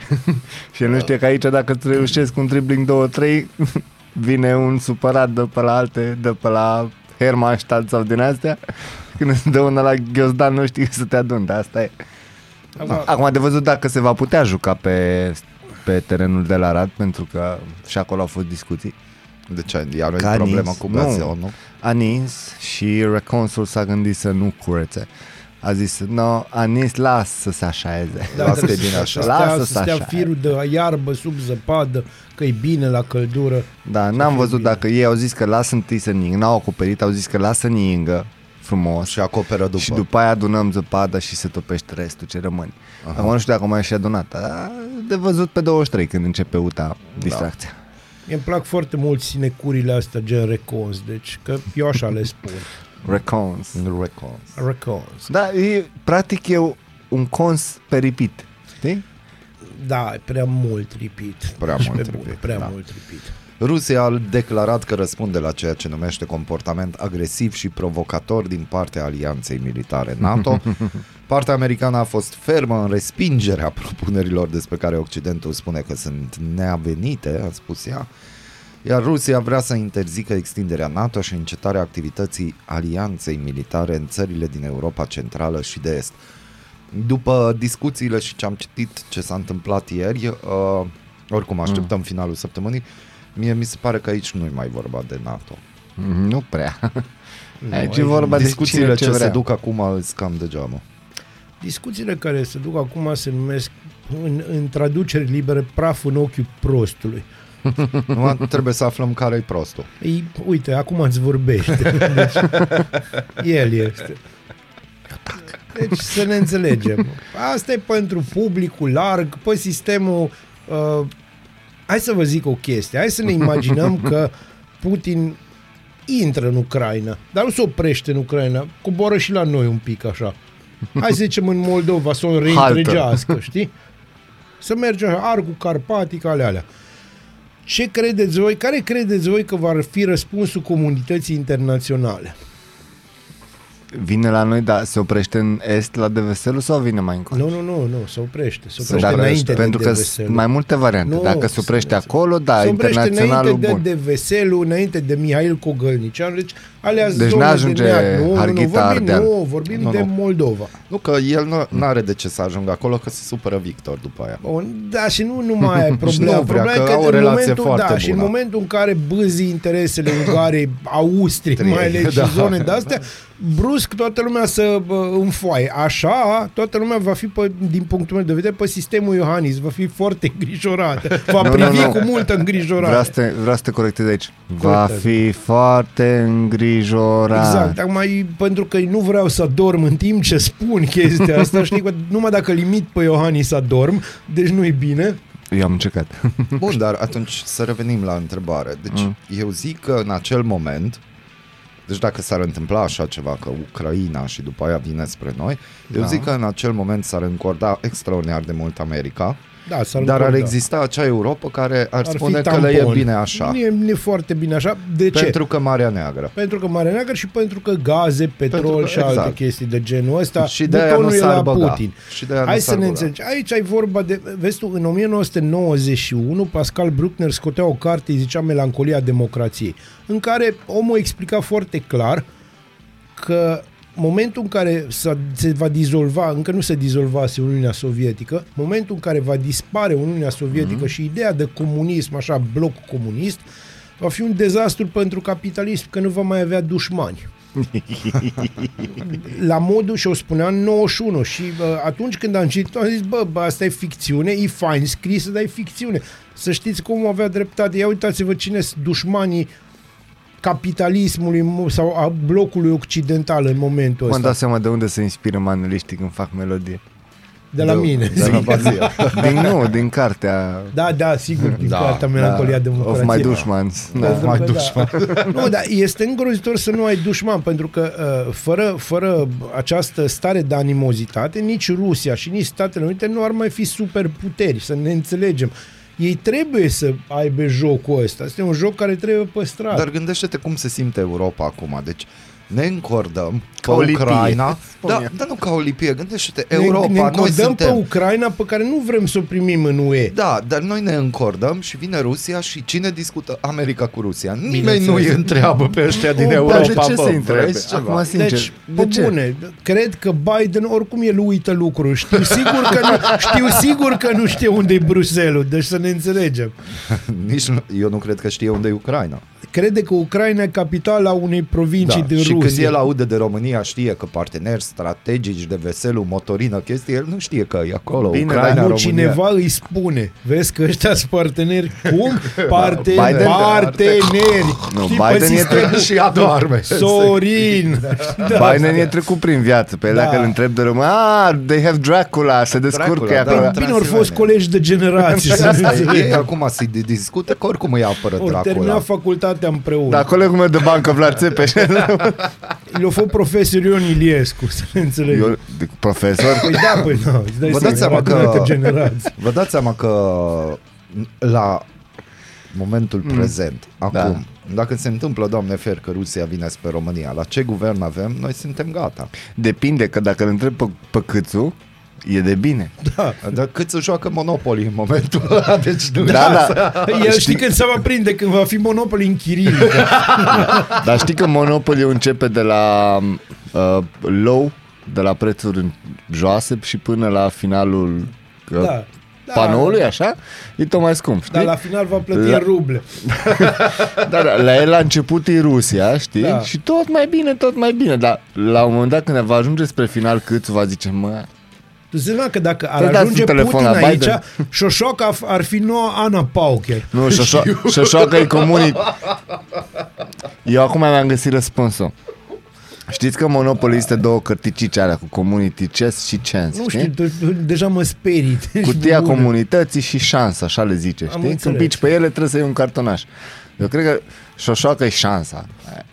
Speaker 1: și el nu știe că aici dacă îți reușesc cu un dribbling 2-3, vine un supărat de pe la alte, de pe la Hermannstadt sau din astea. Când îți dă una la Ghiozdan, nu știi să te adun, dar asta e. Ah,
Speaker 2: Acum,
Speaker 1: Acum de văzut dacă se va putea juca pe, pe terenul de la Rad, pentru că și acolo au fost discuții.
Speaker 3: De ce? Deci, Iar nu e
Speaker 1: Canis,
Speaker 3: problemă cu
Speaker 1: nu.
Speaker 3: Brazil, nu?
Speaker 1: Anis și Reconsul s-a gândit să nu curețe. A zis, no, Anis, lasă să se așaeze.
Speaker 2: da,
Speaker 3: Lasă
Speaker 2: trebuie
Speaker 3: din
Speaker 2: să-
Speaker 3: așa.
Speaker 2: să stea,
Speaker 1: Lasă
Speaker 2: să
Speaker 1: să
Speaker 2: stea
Speaker 1: așa.
Speaker 2: firul de iarbă sub zăpadă, că e bine la căldură.
Speaker 1: Da, n-am văzut dacă ei au zis că lasă întâi să ningă, n-au acoperit, au zis că lasă ningă frumos
Speaker 3: Și acoperă după.
Speaker 1: și după aia adunăm zăpada și se topește restul ce rămâne. Acum nu știu dacă mai e și adunat, dar de văzut pe 23 când începe UTA distracția.
Speaker 2: Mie îmi plac foarte mult sinecurile astea gen recons, deci că eu așa le spun.
Speaker 1: Recons.
Speaker 3: Records.
Speaker 2: Recons.
Speaker 1: Da, e, practic e un cons peripit, știi?
Speaker 2: Da, e prea mult repeat.
Speaker 3: Prea
Speaker 2: Deci,
Speaker 3: mult
Speaker 2: pe bune,
Speaker 3: repeat,
Speaker 2: Prea
Speaker 3: da.
Speaker 2: mult repeat.
Speaker 3: Rusia a declarat că răspunde la ceea ce numește comportament agresiv și provocator din partea alianței militare NATO. Partea americană a fost fermă în respingerea propunerilor despre care Occidentul spune că sunt neavenite, a spus ea, iar Rusia vrea să interzică extinderea NATO și încetarea activității alianței militare în țările din Europa Centrală și de Est. După discuțiile și ce am citit ce s-a întâmplat ieri, uh, oricum așteptăm mm. finalul săptămânii, mie mi se pare că aici nu-i mai vorba de NATO.
Speaker 1: Mhm, Nu prea. Aici e
Speaker 2: aici
Speaker 1: vorba de
Speaker 3: Discuțiile
Speaker 1: cine
Speaker 3: ce,
Speaker 1: ce vrea.
Speaker 3: se duc acum îs cam degeaba.
Speaker 2: Discuțiile care se duc acum se numesc, în, în traduceri libere, praf în ochiul prostului.
Speaker 3: Numai trebuie să aflăm care e prostul.
Speaker 2: Ei, uite, acum îți vorbește. Deci, el este. Deci să ne înțelegem. Asta e pentru publicul larg, pe sistemul... Uh, hai să vă zic o chestie. Hai să ne imaginăm că Putin intră în Ucraina, dar nu se oprește în Ucraina, coboară și la noi un pic așa. Hai să zicem în Moldova să o reîntregească, știi? Să mergem așa, arcul carpatic, ale alea. Ce credeți voi? Care credeți voi că va fi răspunsul comunității internaționale?
Speaker 1: Vine la noi, dar se oprește în est la deveselul sau vine mai încolo?
Speaker 2: Nu, nu, nu, nu, se oprește. Se oprește
Speaker 1: Dacă-
Speaker 2: înainte
Speaker 1: pentru
Speaker 2: de
Speaker 1: că
Speaker 2: deveselul.
Speaker 1: sunt mai multe variante.
Speaker 2: Nu,
Speaker 1: Dacă se oprește acolo, da,
Speaker 2: se oprește
Speaker 1: internaționalul
Speaker 2: înainte
Speaker 1: bun.
Speaker 2: de deveselul, înainte de Mihail Cogălnician, deci alea
Speaker 1: Deci n-ajunge
Speaker 2: de neac. nu, nu, nu,
Speaker 1: Harghita
Speaker 2: vorbim,
Speaker 1: Ardeal.
Speaker 2: nu, vorbim
Speaker 3: Nu,
Speaker 2: de
Speaker 3: nu.
Speaker 2: Moldova.
Speaker 3: Nu că el nu are de ce să ajungă acolo, că se supără Victor după aia.
Speaker 2: Bun, da, și nu numai e
Speaker 3: Și
Speaker 2: problema.
Speaker 3: nu vrea,
Speaker 2: problema e
Speaker 3: că au o
Speaker 2: în
Speaker 3: relație
Speaker 2: momentul,
Speaker 3: foarte
Speaker 2: da, Și în
Speaker 3: bună.
Speaker 2: momentul în care bâzi interesele Ungare, Austrii,
Speaker 3: Trei,
Speaker 2: mai ales
Speaker 3: da.
Speaker 2: și zone de astea, brusc toată lumea să bă, înfoaie. Așa, toată lumea va fi, pe, din punctul meu de vedere, pe sistemul Iohannis. Va fi foarte îngrijorată. Va
Speaker 1: Nu, nu,
Speaker 2: privi
Speaker 1: nu.
Speaker 2: cu multă îngrijorare.
Speaker 1: Vreau să, te, vreau să te corectez aici. Va
Speaker 2: Corectează.
Speaker 1: fi foarte
Speaker 3: da.
Speaker 1: îngrijorat.
Speaker 2: Exact, acum e- pentru că nu vreau să dorm în timp ce spun chestia asta, știi, că numai dacă limit pe Iohannis să dorm, deci nu-i bine.
Speaker 1: Eu am încercat.
Speaker 3: Bun, dar atunci să revenim la întrebare. Deci mm. eu zic că în acel moment, deci dacă s-ar întâmpla așa ceva, că Ucraina și după aia vine spre noi, da. eu zic că în acel moment s-ar încorda extraordinar de mult America,
Speaker 2: Da, s-ar
Speaker 3: dar ar
Speaker 2: încorda.
Speaker 3: exista acea Europa care ar, ar
Speaker 2: fi
Speaker 3: spune că
Speaker 2: tampon.
Speaker 3: le e bine așa.
Speaker 2: Nu e, nu e foarte bine așa. De ce?
Speaker 3: Pentru că Marea Neagră.
Speaker 2: Pentru că Marea Neagră și pentru că gaze, petrol
Speaker 3: Pentru că-
Speaker 2: și alte
Speaker 3: exact.
Speaker 2: chestii de genul ăsta,
Speaker 3: Și de-aia
Speaker 2: butonul
Speaker 3: nu
Speaker 2: e
Speaker 3: s-ar
Speaker 2: la
Speaker 3: băga.
Speaker 2: Putin.
Speaker 3: Și de-aia nu
Speaker 2: Hai să
Speaker 3: s-ar
Speaker 2: ne
Speaker 3: băga.
Speaker 2: înțelegem. Aici ai vorba de... Vezi tu, în 1991 Pascal Bruckner scotea o carte, îi zicea Melancolia democrației, în care omul explica foarte clar că momentul în care s-a- se va dizolva, încă nu se dizolvase Uniunea Sovietică, momentul în care va dispare Uniunea
Speaker 3: Mhm.
Speaker 2: Sovietică mm-hmm. și ideea de comunism, așa, bloc comunist, va fi un dezastru pentru capitalism, că nu va mai avea dușmani. La modul, și o spunea în 91 și bă, atunci când am citit am zis, bă, bă, asta e ficțiune, e fain scrisă, dar e ficțiune. Să știți cum avea dreptate. Ia uitați-vă cine sunt dușmanii capitalismului mo- sau a blocului occidental în momentul
Speaker 1: M-am
Speaker 2: ăsta.
Speaker 1: dat seama de unde se inspiră maneliștii când fac melodie.
Speaker 2: De la mine.
Speaker 3: De la Bazia.
Speaker 1: Din nou, din cartea
Speaker 2: Da, da, sigur, din da,
Speaker 3: Da,
Speaker 2: cartea
Speaker 3: da.
Speaker 2: Melancolia
Speaker 1: Of
Speaker 2: Democrației.
Speaker 1: My Dushmans. Da.
Speaker 2: Pentru
Speaker 3: mai
Speaker 2: că
Speaker 3: dușman.
Speaker 2: Da. Nu, dar este îngrozitor să nu ai dușman, pentru că uh, fără, fără această stare de animozitate, nici Rusia și nici Statele Unite nu ar mai fi superputeri, să ne înțelegem. Ei trebuie să aibă jocul ăsta. Este un joc care trebuie păstrat.
Speaker 3: Dar gândește-te cum se simte Europa acum. Deci ne încordăm
Speaker 1: Ca
Speaker 3: pe
Speaker 1: o lipie.
Speaker 3: Ucraina. Da,
Speaker 1: Spune.
Speaker 3: dar nu ca o lipie. Gândește-te,
Speaker 2: Ne-
Speaker 3: Europa,
Speaker 2: ne
Speaker 3: noi
Speaker 2: încordăm pe
Speaker 3: suntem...
Speaker 2: Ucraina pe care nu vrem să o primim în UE.
Speaker 3: Da, dar noi ne încordăm și vine Rusia și cine discută America cu Rusia? Nimeni
Speaker 2: Bineînțeles.
Speaker 3: nu Oh, îi întreabă pe ăștia din
Speaker 2: Bun,
Speaker 3: Europa.
Speaker 1: Dar de ce
Speaker 3: bă,
Speaker 1: se întrebe?
Speaker 3: vrei ceva?
Speaker 1: Acum, sincer,
Speaker 2: Deci,
Speaker 1: de
Speaker 2: pe
Speaker 1: ce?
Speaker 2: bune, cred că Biden oricum el uită lucruri. Știu sigur că nu, știu sigur că nu știe unde e Bruselul, deci să ne înțelegem.
Speaker 3: Nici nu, eu nu cred că știe unde e Ucraina. Da.
Speaker 2: crede că Ucraina e capitala unei provincii din
Speaker 3: și
Speaker 2: Rusia.
Speaker 3: când el aude de România, știe că parteneri strategici de veselul, motorină, chestii, el nu știe că e acolo,
Speaker 1: Bine,
Speaker 3: Ucraina,
Speaker 1: dar
Speaker 2: nu,
Speaker 3: România.
Speaker 2: cineva îi spune, vezi că ăștia sunt parteneri, cum?
Speaker 3: Da,
Speaker 2: Parte,
Speaker 1: Biden-
Speaker 2: parteneri.
Speaker 1: Nu,
Speaker 2: Știi, pe
Speaker 1: Biden e
Speaker 2: sistemul-
Speaker 1: trecut
Speaker 3: și adorme.
Speaker 2: Sorin. Păi,
Speaker 1: Da, Biden e trecut prin viață. Pe el
Speaker 2: Da.
Speaker 1: dacă îl întreb de român, ah, they have Dracula, se descurcă
Speaker 3: Dracula, da.
Speaker 1: acolo.
Speaker 2: Bine, ori fost
Speaker 3: Transilvania.
Speaker 2: colegi de generație. să
Speaker 3: Asta e,
Speaker 2: înțelegem.
Speaker 3: ei acum se discută că oricum îi apără
Speaker 2: Ori
Speaker 3: Dracula. Da.
Speaker 2: termina facultatea societatea împreună.
Speaker 1: Dar Da, colegul meu de bancă, Vlad Țepeș,
Speaker 2: Le-a fost profesor Ion Iliescu, să ne înțelegem.
Speaker 1: eu, de- profesor,
Speaker 2: Păi da, păi nu, îți dai
Speaker 3: Vă
Speaker 2: seama,
Speaker 3: dați seama
Speaker 2: era
Speaker 3: că-
Speaker 2: din altă generație.
Speaker 3: Vă dați seama că la momentul mm. prezent, acum, da. dacă se întâmplă, doamne fer, că Rusia vine spre România, la ce guvern avem, noi suntem gata.
Speaker 1: depinde că dacă îl întreb pe, pe câțu, e de bine.
Speaker 3: Dar cât să joacă Monopoly în momentul ăla, deci nu
Speaker 1: Da, da,
Speaker 2: El știi când se va prinde, când va fi Monopoly în chirie.
Speaker 1: Dar știi că Monopoly începe de la uh, low, de la prețuri în- joase și până la finalul uh,
Speaker 2: Da. Da.
Speaker 1: panoului, așa, e tot mai scump, știi?
Speaker 2: Dar la final va plăti
Speaker 1: Deci- La-
Speaker 2: la... ruble.
Speaker 1: Da, da, la el la început e Rusia, știi? Da.
Speaker 2: Da.
Speaker 1: Și tot mai bine, tot mai bine, dar la un moment dat când va ajunge spre final câțu va zice, mă,
Speaker 2: Tu zici că dacă ar
Speaker 1: Te dați
Speaker 2: ajunge
Speaker 1: un telefon
Speaker 2: Putin
Speaker 1: la
Speaker 2: aici,
Speaker 1: Biden?
Speaker 2: Șoșoac af- ar fi noua Ana Paucher.
Speaker 1: nu, șoșo- șoșoacă-i comunic. Eu acum mi-am găsit răspunsul. Știți că Monopoly este două cărticice alea cu Community Chess și Chance,
Speaker 2: Nu
Speaker 1: știi?
Speaker 2: știu, tu, tu, deja mă sperii. Deci,
Speaker 1: Cutia
Speaker 2: bună.
Speaker 1: comunității și șansa, așa le zice, știi? Când
Speaker 2: înțeles.
Speaker 1: pici pe ele trebuie să iei un cartonaș. Eu cred că șoșoacă e șansa.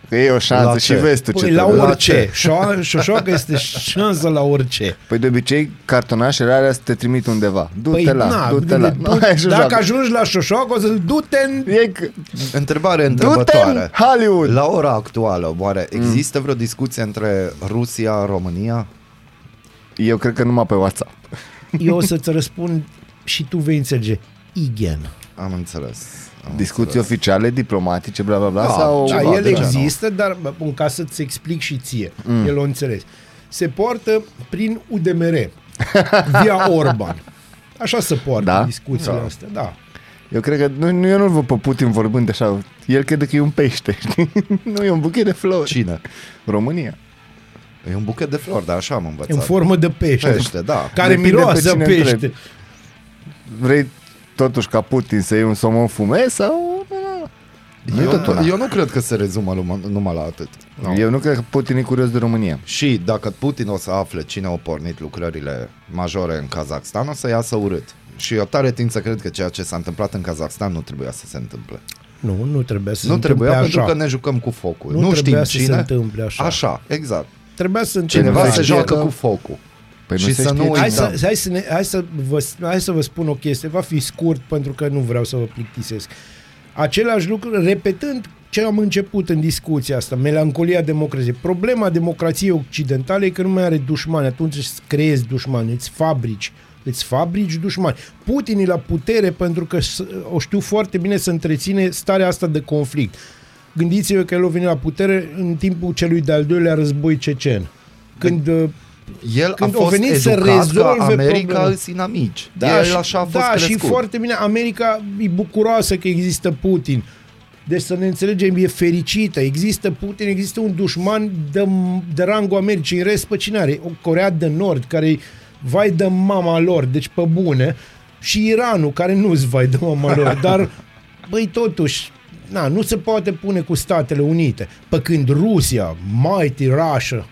Speaker 1: Că e o șansă
Speaker 3: La
Speaker 1: și
Speaker 3: ce?
Speaker 1: vezi tu ce
Speaker 2: Păi, la
Speaker 1: trebuie.
Speaker 2: orice. Șoa- Șoșoacă este șansă la orice.
Speaker 1: Păi de obicei, cartonașele alea să te trimit undeva. Du-te
Speaker 2: Păi,
Speaker 1: la,
Speaker 2: na,
Speaker 1: du-te la. Nu, hai,
Speaker 2: dacă
Speaker 1: șoșoacă.
Speaker 2: ajungi la Șoșoacă, o să du-te în...
Speaker 1: E că-
Speaker 3: Întrebare
Speaker 1: Du-te în Mm.
Speaker 3: întrebătoare.
Speaker 1: Hollywood!
Speaker 3: La ora actuală, oare există vreo discuție între Rusia, România?
Speaker 1: Eu cred că numai pe WhatsApp.
Speaker 2: Eu o să-ți răspund și tu vei înțelege. Igen.
Speaker 3: Am înțeles. Am
Speaker 1: Discuții oficiale, diplomatice, bla bla bla,
Speaker 3: Da,
Speaker 1: sau...
Speaker 3: ce-
Speaker 2: Da,
Speaker 3: ceva
Speaker 2: el
Speaker 3: de genul.
Speaker 2: există, dar bă, bun, ca să-ți explic și ție, mm. el o înțelegi. Se poartă prin UDMR, via Orban. Așa se poartă
Speaker 1: Da?
Speaker 2: da? discuțiile da. astea, da.
Speaker 1: Eu cred că... Nu, nu, eu nu-l văd pe Putin vorbând așa. El crede că e un pește, știi? Nu, e un buchet de flori.
Speaker 3: Cine?
Speaker 1: România.
Speaker 3: E un buchet de flori, dar așa am învățat.
Speaker 2: În formă de pește.
Speaker 3: Exact. Pește, da.
Speaker 2: Care
Speaker 1: Depinde pe
Speaker 2: miroase a
Speaker 1: cine
Speaker 2: pește.
Speaker 1: întrebi. Vrei totuși ca Putin să iei un somon fume sau...
Speaker 3: Eu, nu, eu nu cred că se rezumă lumea- numai la atât.
Speaker 1: No. Eu nu cred că Putin e curios de România.
Speaker 3: Și dacă Putin o să afle cine au pornit lucrările majore în Kazakhstan, o să iasă urât. Și eu tare tind să cred că ceea ce s-a întâmplat în Kazakhstan nu trebuia să se întâmple.
Speaker 2: Nu, nu trebuie să
Speaker 3: nu
Speaker 2: se
Speaker 3: trebuia
Speaker 2: întâmple
Speaker 3: pentru
Speaker 2: așa.
Speaker 3: că ne jucăm cu focul.
Speaker 2: Nu
Speaker 3: Nu,
Speaker 2: trebuia să
Speaker 3: știm
Speaker 2: se
Speaker 3: cine.
Speaker 2: întâmple așa.
Speaker 3: Așa, exact.
Speaker 2: Trebuia să
Speaker 3: Cineva
Speaker 1: Păi nu se
Speaker 3: se
Speaker 1: știe
Speaker 3: joacă
Speaker 1: că-
Speaker 3: cu focul.
Speaker 1: Păi nu
Speaker 3: Și
Speaker 1: se
Speaker 3: să
Speaker 1: știe
Speaker 3: nu
Speaker 1: ce-
Speaker 2: Hai
Speaker 3: uităm.
Speaker 2: să, hai, să ne, hai, să vă, hai să vă spun o chestie, va fi scurt pentru că nu vreau să vă plictisesc. Același lucru, repetând ce am început în discuția asta, melancolia democrației. Problema democrației occidentale e că nu mai are dușmani, atunci îți creezi dușmani, îți fabrici, îți fabrici dușmani. Putin e la putere pentru că s- o știu foarte bine să întreține starea asta de conflict. Gândiți-vă că el a venit la putere în timpul celui de-al doilea război cecen. Când uh,
Speaker 3: El
Speaker 2: Când
Speaker 3: a
Speaker 2: au
Speaker 3: fost
Speaker 2: venit să
Speaker 3: educat că
Speaker 2: rezolve
Speaker 3: America
Speaker 2: problema.
Speaker 3: îți inamici.
Speaker 2: da,
Speaker 3: El
Speaker 2: și-
Speaker 3: așa a fost
Speaker 2: da și
Speaker 3: crescut.
Speaker 2: foarte bine, America e bucuroasă că există Putin. Deci să ne înțelegem, e fericită. Există Putin, există un dușman de, de rangul Americii. În rest, pe cine are? O Corea de Nord, care e vai de mama lor, deci pe bune. Și Iranul, care nu-s vai de mama lor, dar, băi, totuși, na, nu se poate pune cu Statele Unite. Pe când Rusia, mighty Russia,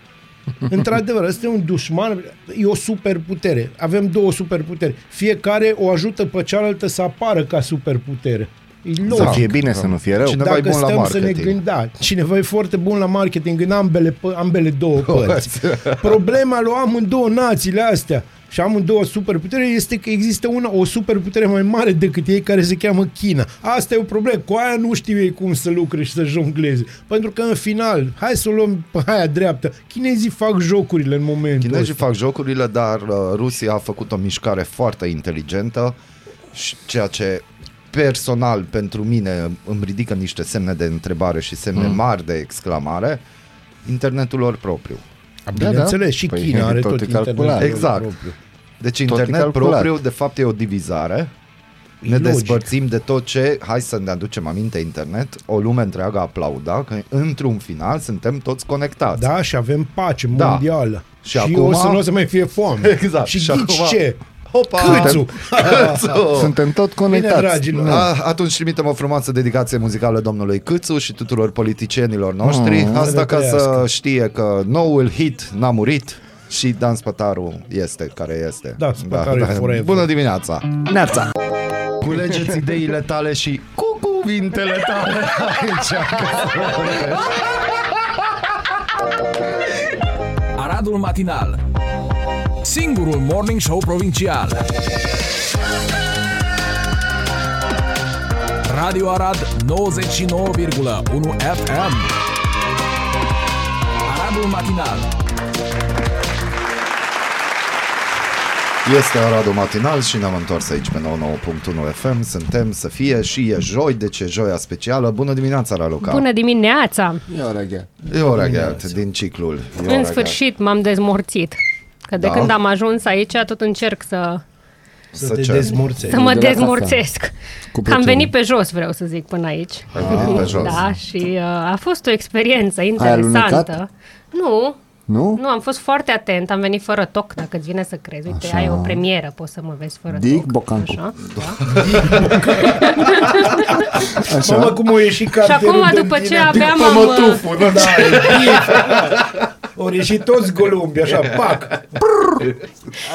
Speaker 2: Într-adevăr, ăsta e un dușman, e o superputere. Avem două superputeri. Fiecare o ajută pe cealaltă să apară ca superputere. E
Speaker 1: Să
Speaker 2: logic.
Speaker 1: fie bine, să nu fie rău.
Speaker 3: Cineva e
Speaker 2: Dacă
Speaker 3: bun la
Speaker 2: stăm să ne
Speaker 3: marketing.
Speaker 2: gândim, da, cineva e foarte bun la marketing în ambele, pă- ambele două părți. Problema lui amândouă națiile astea și amândouă superputere este că există una, o superputere mai mare decât ei care se cheamă China. Asta e o problemă. Cu aia nu știu ei cum să lucre și să jongleze. Pentru că în final, hai să o luăm pe aia dreaptă, chinezii fac jocurile în momentul
Speaker 3: Chinezii
Speaker 2: ăsta.
Speaker 3: fac jocurile, dar uh, Rusia a făcut o mișcare foarte inteligentă și ceea ce personal pentru mine îmi ridică niște semne de întrebare și semne mm. mari de exclamare, internetul lor propriu. Da,
Speaker 2: Bineînțeles, și
Speaker 1: Păi,
Speaker 2: China are
Speaker 1: tot
Speaker 2: tot,
Speaker 1: e
Speaker 2: tot internetul
Speaker 1: calculat.
Speaker 3: Exact.
Speaker 2: propriu.
Speaker 3: Deci
Speaker 1: Tot e
Speaker 3: internet
Speaker 1: calculat.
Speaker 3: propriu de fapt e o divizare.
Speaker 2: E
Speaker 3: Ne
Speaker 2: logic.
Speaker 3: despărțim de tot ce, hai să ne aducem aminte internet, o lume întreagă aplauda că într-un final suntem toți conectați.
Speaker 2: Da, și avem pace
Speaker 3: Da.
Speaker 2: mondială.
Speaker 3: Și
Speaker 2: Și,
Speaker 3: acum-
Speaker 2: o să nu o să mai fie foame.
Speaker 3: Exact.
Speaker 2: Și,
Speaker 3: Și
Speaker 2: și ghici
Speaker 3: acum-
Speaker 2: ce?
Speaker 3: Hopa!
Speaker 2: Câțu!
Speaker 1: Suntem tot
Speaker 2: Bine,
Speaker 1: conectați.
Speaker 2: dragii mei.
Speaker 3: A, atunci trimitem o frumoasă dedicație muzicală domnului Câțu și tuturor politicienilor noștri. Mm, Asta
Speaker 2: să
Speaker 3: ca să
Speaker 2: trăiască.
Speaker 3: știe că noul hit n-a murit și Dan Spătaru este care este.
Speaker 2: Da, Spătaru e forever.
Speaker 3: Bună dimineața!
Speaker 1: Neața.
Speaker 3: Culegeți ideile tale și cucu!
Speaker 1: cuvintele tale aici.
Speaker 5: Aradul Matinal Singurul Morning Show Provincial Radio Arad 99,1 FM Aradul Matinal
Speaker 3: Este Aradul Matinal și ne-am întors aici pe 99.1 FM. Suntem să fie și e joi, deci e joia specială. Bună dimineața, Raluca!
Speaker 8: Bună dimineața!
Speaker 3: E ora gheat din ciclul. E ora
Speaker 8: În
Speaker 3: gheat.
Speaker 8: sfârșit m-am dezmorțit. Că de
Speaker 3: Da.
Speaker 8: când am ajuns aici, tot încerc să,
Speaker 3: Să
Speaker 2: Să te
Speaker 3: cer.
Speaker 2: dezmurțești.
Speaker 8: să mă dezmorțesc. Că am venit pe jos, vreau să zic, până aici.
Speaker 3: Ai venit pe jos.
Speaker 8: Da, și uh, a fost o experiență interesantă. Nu,
Speaker 1: Nu?
Speaker 8: nu, am fost foarte atent, am venit fără toc, dacă îți vine să crezi. Uite, ai o premieră, poți să mă vezi fără
Speaker 1: Dic
Speaker 8: toc.
Speaker 1: Bocancu.
Speaker 8: Așa, da.
Speaker 2: Mamă, cum o ieși
Speaker 8: Și
Speaker 2: cartierul
Speaker 8: acum,
Speaker 2: din
Speaker 8: după
Speaker 2: tine.
Speaker 8: ce abia m-am... uh,
Speaker 2: Da, e bine. Ori ieși toți golumbi, așa,
Speaker 3: Exact.
Speaker 2: pac.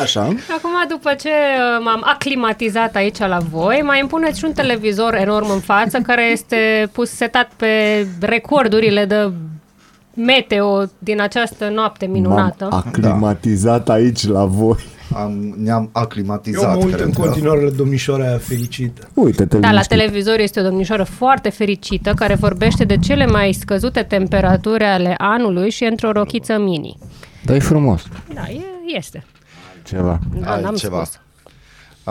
Speaker 1: Așa.
Speaker 8: Acum, după ce uh, m-am aclimatizat aici la voi, mai îmi puneți și un televizor enorm în față care este pus setat pe recordurile de meteo din această noapte minunată.
Speaker 1: M-am aclimatizat da. aici la voi.
Speaker 3: Am, ne-am aclimatizat,
Speaker 2: Eu mă uit
Speaker 3: cred
Speaker 2: în
Speaker 3: că.
Speaker 2: continuare la domnișoara aia fericită.
Speaker 1: Uite-te
Speaker 8: Da, la
Speaker 1: liniștit.
Speaker 8: televizor este o domnișoară foarte fericită care vorbește de cele mai scăzute temperaturi ale anului și e într-o rochiță mini.
Speaker 1: Da, e frumos.
Speaker 8: Da, e, este.
Speaker 1: Ceva.
Speaker 8: Da,
Speaker 3: Ai
Speaker 8: n-am
Speaker 3: ceva.
Speaker 8: spus.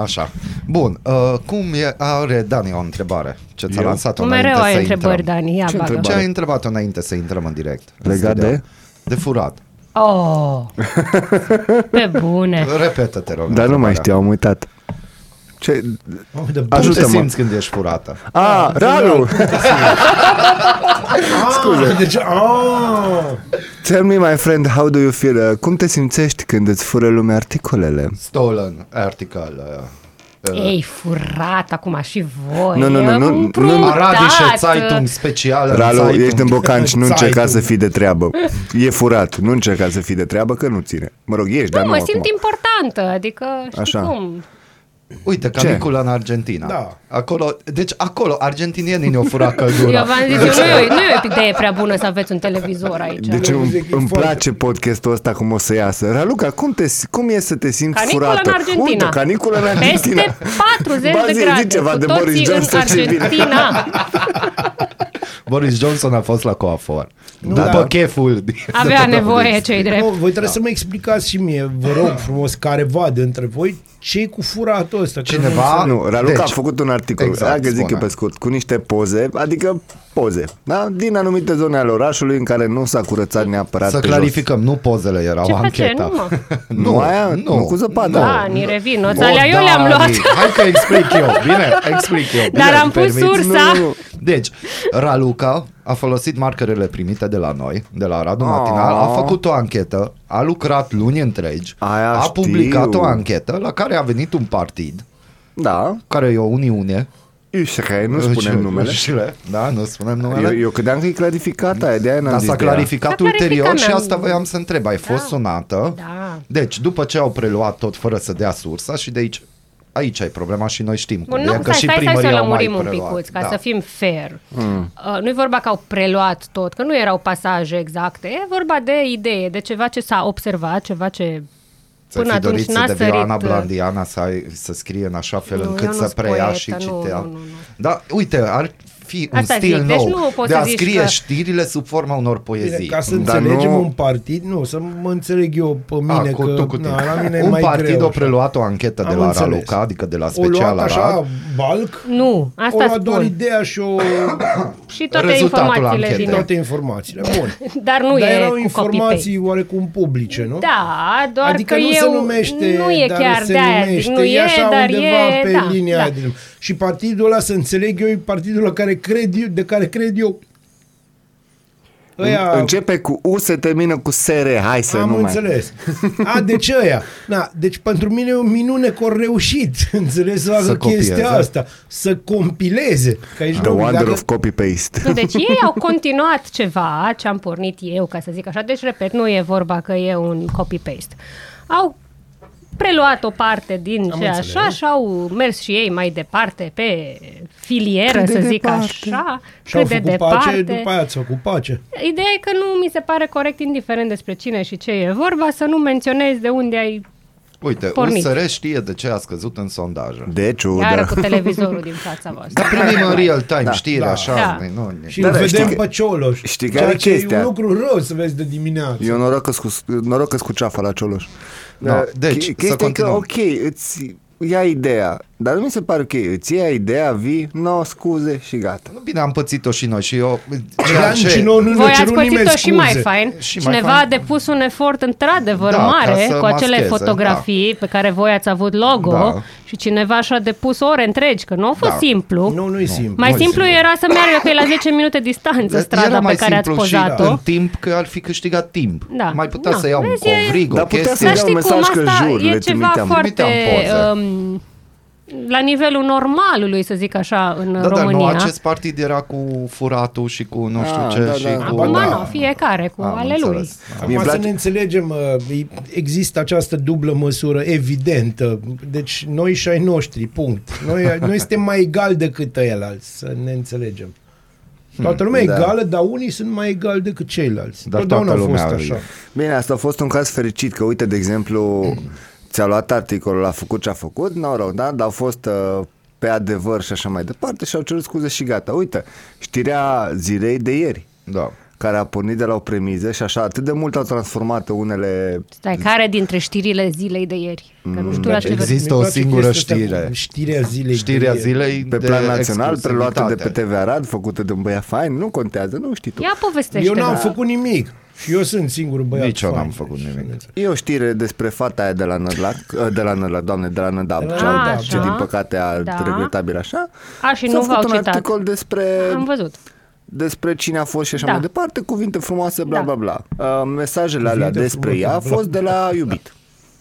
Speaker 3: Așa. Bun. Uh, cum e, are Dani o întrebare? Ce ți-a lansat-o
Speaker 8: Mereu
Speaker 3: înainte
Speaker 8: ai
Speaker 3: să
Speaker 8: întrebări,
Speaker 3: intrăm?
Speaker 8: Dani, ia
Speaker 1: Ce
Speaker 8: bagă.
Speaker 1: întrebare?
Speaker 3: Ce ai întrebat înainte să intrăm în direct? în
Speaker 1: Legat
Speaker 3: studio?
Speaker 1: de?
Speaker 3: De furat.
Speaker 8: Oh, pe bune.
Speaker 3: Repetă-te, rog.
Speaker 1: Dar nu mai
Speaker 3: întrebarea.
Speaker 1: știu, am uitat. Ce?
Speaker 2: Mamă, de
Speaker 3: Cum te
Speaker 1: Ajută-mă.
Speaker 3: simți când ești furată?
Speaker 1: A, Ralu!
Speaker 2: scuze. Deci, ah! aaa.
Speaker 1: Tell me, my friend, how do you feel? Uh, Cum te simțești când îți fură lumea articolele?
Speaker 3: Stolen article. Uh, uh,
Speaker 8: Ei, furat acum și voi.
Speaker 1: Nu, nu, nu, nu, nu.
Speaker 8: împrumutat.
Speaker 3: Aradișe Zeitung special.
Speaker 1: Ralu,
Speaker 3: Zeitung.
Speaker 1: ești în bocanci, nu încerca
Speaker 3: Zeitung.
Speaker 1: să fii de treabă. E furat, nu încerca să fii de treabă, că nu ține. Mă rog, ești, dar
Speaker 8: Nu,
Speaker 1: nu
Speaker 8: mă
Speaker 1: acum.
Speaker 8: simt importantă, adică știi
Speaker 1: Așa.
Speaker 8: Așa. cum.
Speaker 3: Uite, canicula în Argentina.
Speaker 2: Da.
Speaker 3: Acolo, deci acolo, argentinienii ne-au furat căldura.
Speaker 8: Eu
Speaker 1: da.
Speaker 8: v-am zis, eu nu, e, o- nu e o idee prea bună să aveți un televizor aici.
Speaker 1: Deci
Speaker 2: Nu,
Speaker 1: îmi,
Speaker 2: zic, e
Speaker 1: îmi
Speaker 2: foarte-
Speaker 1: place podcastul ăsta cum o să iasă. Raluca, cum, te, cum e să te simți
Speaker 8: Canicula
Speaker 1: furată?
Speaker 8: în Argentina.
Speaker 1: Uite, canicula în Argentina.
Speaker 8: Peste 40
Speaker 1: Ba,
Speaker 8: de
Speaker 1: zi-
Speaker 8: grade,
Speaker 1: Zi ceva
Speaker 8: cu
Speaker 1: de
Speaker 8: toții
Speaker 1: Boris Johnson,
Speaker 8: în
Speaker 1: ce bine.
Speaker 8: Argentina.
Speaker 3: Boris Johnson a fost la coafor.
Speaker 2: Da.
Speaker 3: După cheful.
Speaker 8: Avea nevoie cei
Speaker 2: Nu,
Speaker 8: drept.
Speaker 1: Oh.
Speaker 2: voi
Speaker 3: Da.
Speaker 2: trebuie să mă explicați și mie, vă rog frumos, careva dintre voi, ce cu furatul ăsta? Că
Speaker 3: Cineva-
Speaker 2: nu înțeleg.
Speaker 1: Nu, Raluca deci,
Speaker 3: Deci,
Speaker 1: a făcut un articol,
Speaker 3: exact,
Speaker 1: exact, că zic eu
Speaker 3: spune.
Speaker 1: pe scurt, cu niște poze, adică poze, da? din anumite zone ale orașului în care nu s-a curățat neapărat
Speaker 3: Să
Speaker 1: pe
Speaker 3: clarificăm, nu pozele erau
Speaker 8: Ce face,
Speaker 3: ancheta.
Speaker 8: nu mă?
Speaker 1: Jos. Nu, aia, nu, nu cu zăpada.
Speaker 8: Da, ni revin. Oțalea
Speaker 3: O,
Speaker 8: eu le-am
Speaker 3: Dani,
Speaker 8: luat.
Speaker 3: Hai că explic eu, bine, explic eu. Bine,
Speaker 8: Dar am
Speaker 3: îmi
Speaker 8: pus
Speaker 3: permiți?
Speaker 8: sursa.
Speaker 1: Nu, nu, nu.
Speaker 3: Deci, Raluca a folosit markerele primite de la noi, de la Radu
Speaker 1: Aaa.
Speaker 3: Matinal, a făcut o anchetă, a lucrat luni întregi,
Speaker 1: Ah. Aia
Speaker 3: a
Speaker 1: știu.
Speaker 3: publicat o anchetă la care a venit un partid,
Speaker 1: Da,
Speaker 3: care e o uniune.
Speaker 1: Israel, nu spunem
Speaker 3: Și-
Speaker 1: numele.
Speaker 3: șile, Da, nu spunem numele.
Speaker 1: Eu, eu credeam că e clarificat aia, de aia n-am
Speaker 3: Dar
Speaker 1: zis
Speaker 3: s-a
Speaker 1: de ea.
Speaker 3: clarificat
Speaker 8: S-a
Speaker 3: ulterior
Speaker 8: clarificat,
Speaker 3: și
Speaker 8: n-am-
Speaker 3: asta voiam să întreb. Ai fost sunată?
Speaker 8: Da.
Speaker 3: Deci, după ce au preluat tot fără să dea sursa și de aici aici ai problema și noi știm
Speaker 8: Bun,
Speaker 3: cum
Speaker 8: nu,
Speaker 3: e, că
Speaker 8: stai,
Speaker 3: și
Speaker 8: stai, stai să
Speaker 3: primăria au mai
Speaker 8: lămurim un
Speaker 3: preluat.
Speaker 8: picuț, ca
Speaker 3: da.
Speaker 8: da. să fim fair. Mm. Uh, nu-i vorba că au preluat tot, că nu erau pasaje exacte, e vorba de idee, de ceva ce s-a observat, ceva ce
Speaker 3: Ți-ai
Speaker 8: până
Speaker 3: fi dorit
Speaker 8: atunci n-a
Speaker 3: să devii
Speaker 8: sărit. uh,
Speaker 3: Ana Blandiana să, ai, să scrie în așa fel
Speaker 8: Nu, eu
Speaker 3: încât
Speaker 8: nu-s
Speaker 3: să preia
Speaker 8: poetă,
Speaker 3: și
Speaker 8: nu,
Speaker 3: citea.
Speaker 8: nu, nu, nu.
Speaker 3: Da, uite, ar fi un
Speaker 8: Asta
Speaker 3: stil
Speaker 8: zic, deci
Speaker 3: nou
Speaker 8: nu poți
Speaker 3: de
Speaker 8: să
Speaker 3: a
Speaker 8: zici
Speaker 3: scrie
Speaker 8: că-
Speaker 3: știrile sub forma unor poezii.
Speaker 2: Bine, ca să
Speaker 1: Dar
Speaker 2: înțelegem
Speaker 1: nu-
Speaker 2: un partid, nu, să mă înțeleg eu pe mine,
Speaker 3: A, cu,
Speaker 2: că
Speaker 3: tu, cu tine.
Speaker 2: na, la mine e
Speaker 3: un
Speaker 2: mai
Speaker 3: partid
Speaker 2: greu.
Speaker 3: a preluat o anchetă de
Speaker 2: Am
Speaker 3: la
Speaker 2: înțeles.
Speaker 3: Raluca, adică de la
Speaker 2: o luat
Speaker 3: Special Arad.
Speaker 2: așa, balc,
Speaker 8: Nu,
Speaker 2: o
Speaker 8: asta
Speaker 2: luat doar
Speaker 8: spun.
Speaker 2: ideea și o...
Speaker 8: Și toate
Speaker 3: Rezultatul
Speaker 8: informațiile
Speaker 3: anchetei.
Speaker 8: din...
Speaker 2: toate informațiile. Bun.
Speaker 8: Dar nu
Speaker 2: Dar
Speaker 8: e
Speaker 2: erau
Speaker 8: cu copy-paste.
Speaker 2: informații oarecum publice, nu?
Speaker 8: Da, doar
Speaker 2: adică
Speaker 8: că
Speaker 2: nu
Speaker 8: eu
Speaker 2: se numește,
Speaker 8: nu e
Speaker 2: dar
Speaker 8: chiar
Speaker 2: se
Speaker 8: de aia,
Speaker 2: numește,
Speaker 8: zic, nu e,
Speaker 2: așa
Speaker 8: dar
Speaker 2: undeva
Speaker 8: e,
Speaker 2: pe
Speaker 8: da,
Speaker 2: linia
Speaker 8: da.
Speaker 2: aia din... Și partidul ăla, să înțeleg eu, e partidul la care cred eu, de care cred eu. Ăia,
Speaker 1: În- Începe cu U, se termină cu SR, hai să
Speaker 2: am
Speaker 1: nu mai...
Speaker 2: înțeles. A, deci ăia. Na, deci pentru mine e o minune că au reușit, înțeles, să facă
Speaker 3: copieze.
Speaker 2: chestia asta, să compileze. Că aici
Speaker 1: The
Speaker 2: nu,
Speaker 1: wonder
Speaker 2: dacă-
Speaker 1: of copy-paste.
Speaker 8: Nu, deci ei au continuat ceva ce am pornit eu, ca să zic așa. Deci, repet, nu e vorba că e un copy-paste. Au preluat o parte din
Speaker 2: Am
Speaker 8: ce
Speaker 2: înțeles.
Speaker 8: așa și au mers și ei mai departe pe filieră, să zic așa,
Speaker 2: Și au
Speaker 8: cât de
Speaker 2: făcut
Speaker 8: departe.
Speaker 2: pace, după aia ți-au făcut pace.
Speaker 8: Ideea e că nu mi se pare corect, indiferent despre cine și ce e vorba, să nu menționezi de unde ai
Speaker 3: Uite,
Speaker 8: Pornit.
Speaker 3: USR știe de ce a scăzut în sondaje.
Speaker 1: Deci,
Speaker 8: iară
Speaker 1: udă.
Speaker 8: cu televizorul din fața voastră.
Speaker 3: Dar primim în real time da, știri
Speaker 2: da.
Speaker 3: așa.
Speaker 8: Da.
Speaker 3: Da. Nu, nu,
Speaker 2: Și
Speaker 1: Da,
Speaker 2: îl
Speaker 1: da,
Speaker 2: vedem
Speaker 1: știi că-
Speaker 2: pe Cioloș.
Speaker 1: știi care
Speaker 2: Ceea
Speaker 1: e
Speaker 2: ce e
Speaker 1: chestia?
Speaker 2: un lucru rău să vezi de dimineață.
Speaker 1: Eu norocăs cu, norocăs cu ceafa la Cioloș.
Speaker 3: Da,
Speaker 1: Dar
Speaker 3: deci,
Speaker 1: che-
Speaker 3: să
Speaker 1: chestia e
Speaker 3: continuăm.
Speaker 1: Că, ok, îți ia ideea, dar nu mi se pare ok. Îți ia ideea, vii, nu, scuze și gata.
Speaker 3: Bine, am pățit-o și noi și eu. Ceea
Speaker 2: Dan
Speaker 3: ce...
Speaker 2: Cinou nu ne-a
Speaker 8: Voi ați
Speaker 2: cerut nimeni
Speaker 8: pățit-o și mai
Speaker 2: scuze.
Speaker 8: fain.
Speaker 3: Și mai
Speaker 8: Cineva
Speaker 3: fain.
Speaker 8: a depus un efort într-adevăr
Speaker 3: Da, ca
Speaker 8: mare
Speaker 3: să
Speaker 8: cu acele
Speaker 3: mascheze,
Speaker 8: fotografii pe care voi ați avut logo
Speaker 3: Da.
Speaker 8: și cineva și-a depus ore întregi, că nu a fost
Speaker 3: Da.
Speaker 8: simplu.
Speaker 2: Nu, nu-i simplu.
Speaker 8: mai
Speaker 3: nu e
Speaker 8: simplu
Speaker 3: simplu.
Speaker 8: era să meargă că e la 10 minute distanță strada
Speaker 3: Era mai
Speaker 8: pe care ați
Speaker 3: simplu și da.
Speaker 8: pozat-o.
Speaker 3: în timp că ar fi câștigat timp.
Speaker 8: Da.
Speaker 3: Mai putea
Speaker 8: Da.
Speaker 3: să iau un
Speaker 8: Vezi, e-
Speaker 3: covrig, o
Speaker 1: Dar putea să-i
Speaker 3: chestie.
Speaker 8: Dar
Speaker 1: dau
Speaker 8: știi cum
Speaker 1: mesaj că
Speaker 8: asta
Speaker 1: jur,
Speaker 8: e
Speaker 1: le
Speaker 8: ceva
Speaker 1: trimiteam.
Speaker 8: foarte
Speaker 3: Trimiteam
Speaker 8: um, la nivelul normalului, să zic așa, în
Speaker 3: Da, dar nu,
Speaker 8: România.
Speaker 3: acest partid era cu furatul și cu nu știu
Speaker 1: Ah,
Speaker 3: ce
Speaker 1: da,
Speaker 3: și
Speaker 1: da.
Speaker 3: cu...
Speaker 8: Acum
Speaker 3: da.
Speaker 8: nu, fiecare cu
Speaker 3: Am
Speaker 8: ale lui.
Speaker 3: înțeles.
Speaker 1: Mie
Speaker 2: Acum
Speaker 1: îmi
Speaker 2: să
Speaker 1: place-
Speaker 2: ne înțelegem, uh, e- există această dublă măsură evidentă. Deci noi și ai noștri, punct. Noi, noi suntem mai egali decât ăilalți, să ne înțelegem. Toată lumea e
Speaker 1: da.
Speaker 2: egală, dar unii sunt mai egali decât ceilalți.
Speaker 3: Hmm, Dar
Speaker 2: Totdeauna
Speaker 3: toată
Speaker 2: a fost
Speaker 3: lumea
Speaker 2: așa.
Speaker 3: e.
Speaker 1: Bine, asta a fost un caz fericit, că uite, de exemplu, ți-a luat articolul, a făcut ce a făcut, n-au rău, da? dar au fost uh, pe adevăr și așa mai departe și au cerut scuze și gata. Uite, știrea zilei de ieri,
Speaker 3: Da.
Speaker 1: care a pornit de la o premiză și așa atât de mult au transformat unele...
Speaker 8: Stai, care dintre știrile zilei de ieri? Că
Speaker 3: Mm,
Speaker 8: nu știu la ce vă-
Speaker 3: Există
Speaker 2: Mi-e
Speaker 3: o
Speaker 2: place
Speaker 3: singură
Speaker 2: chestia asta
Speaker 3: știre.
Speaker 2: cu Știrea zilei.
Speaker 3: Știrea
Speaker 2: de-
Speaker 3: zilei
Speaker 1: Pe
Speaker 3: de
Speaker 1: plan național, preluată de pe
Speaker 3: exclusivitate.
Speaker 1: TV Arad, făcută de un băiat fain, nu contează, nu știi tu.
Speaker 8: Ia povestește
Speaker 2: Eu n-am făcut nimic. Și eu sunt singurul băiat.
Speaker 3: Nici eu
Speaker 2: fain.
Speaker 3: n-am făcut nimic.
Speaker 1: E o știre despre fata aia de la Nădlac, eh, de la Nădlac, doamne, de la Nădab,
Speaker 2: la
Speaker 1: cea,
Speaker 8: Nădab.
Speaker 1: ce din păcate a
Speaker 8: Da.
Speaker 1: regretabil așa.
Speaker 8: A, și
Speaker 1: S-a
Speaker 8: nu
Speaker 1: făcut
Speaker 8: v-au
Speaker 1: un
Speaker 8: citat.
Speaker 1: articol despre
Speaker 8: Am văzut.
Speaker 1: despre cine a fost și așa
Speaker 8: Da.
Speaker 1: da. mai departe, cuvinte frumoase, bla,
Speaker 8: Da.
Speaker 1: da. bla, bla. Uh, mesajele alea
Speaker 2: Cuvinte
Speaker 1: despre ea
Speaker 2: frumoase,
Speaker 1: a
Speaker 2: bla,
Speaker 1: fost de la iubit,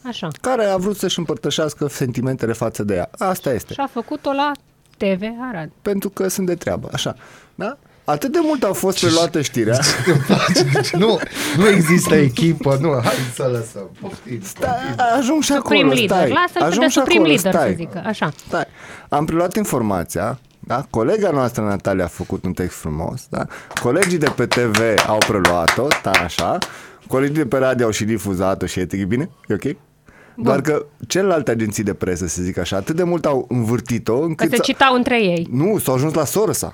Speaker 8: Așa.
Speaker 1: care a vrut să-și împărtășească sentimentele față de ea. Asta este.
Speaker 8: Și a făcut-o la TV Arad.
Speaker 1: Pentru că sunt de treabă, așa. Da? Atât de mult a fost preluată știrea.
Speaker 3: nu, nu există echipă, nu, hai să lăsăm. Poftim.
Speaker 1: Da, ajung și acolo,
Speaker 8: Prim
Speaker 1: stai.
Speaker 8: lider. Lasă-l
Speaker 1: ajung
Speaker 8: pe
Speaker 1: și
Speaker 8: suprim
Speaker 1: acolo,
Speaker 8: lider,
Speaker 1: stai.
Speaker 8: să zică. Așa.
Speaker 1: Stai. Am preluat informația, da? Colega noastră, Natalia, a făcut un text frumos, da? Colegii de pe TV au preluat-o, stai așa. Colegii de pe radio au și difuzat-o și etic, e bine? E ok? Bun. Doar că celelalte agenții de presă, să zic așa, atât de mult au învârtit-o
Speaker 8: Că
Speaker 1: încât...
Speaker 8: se
Speaker 1: s-a-
Speaker 8: citau între ei.
Speaker 2: Mm.
Speaker 1: Nu, s-au ajuns la Sorosa.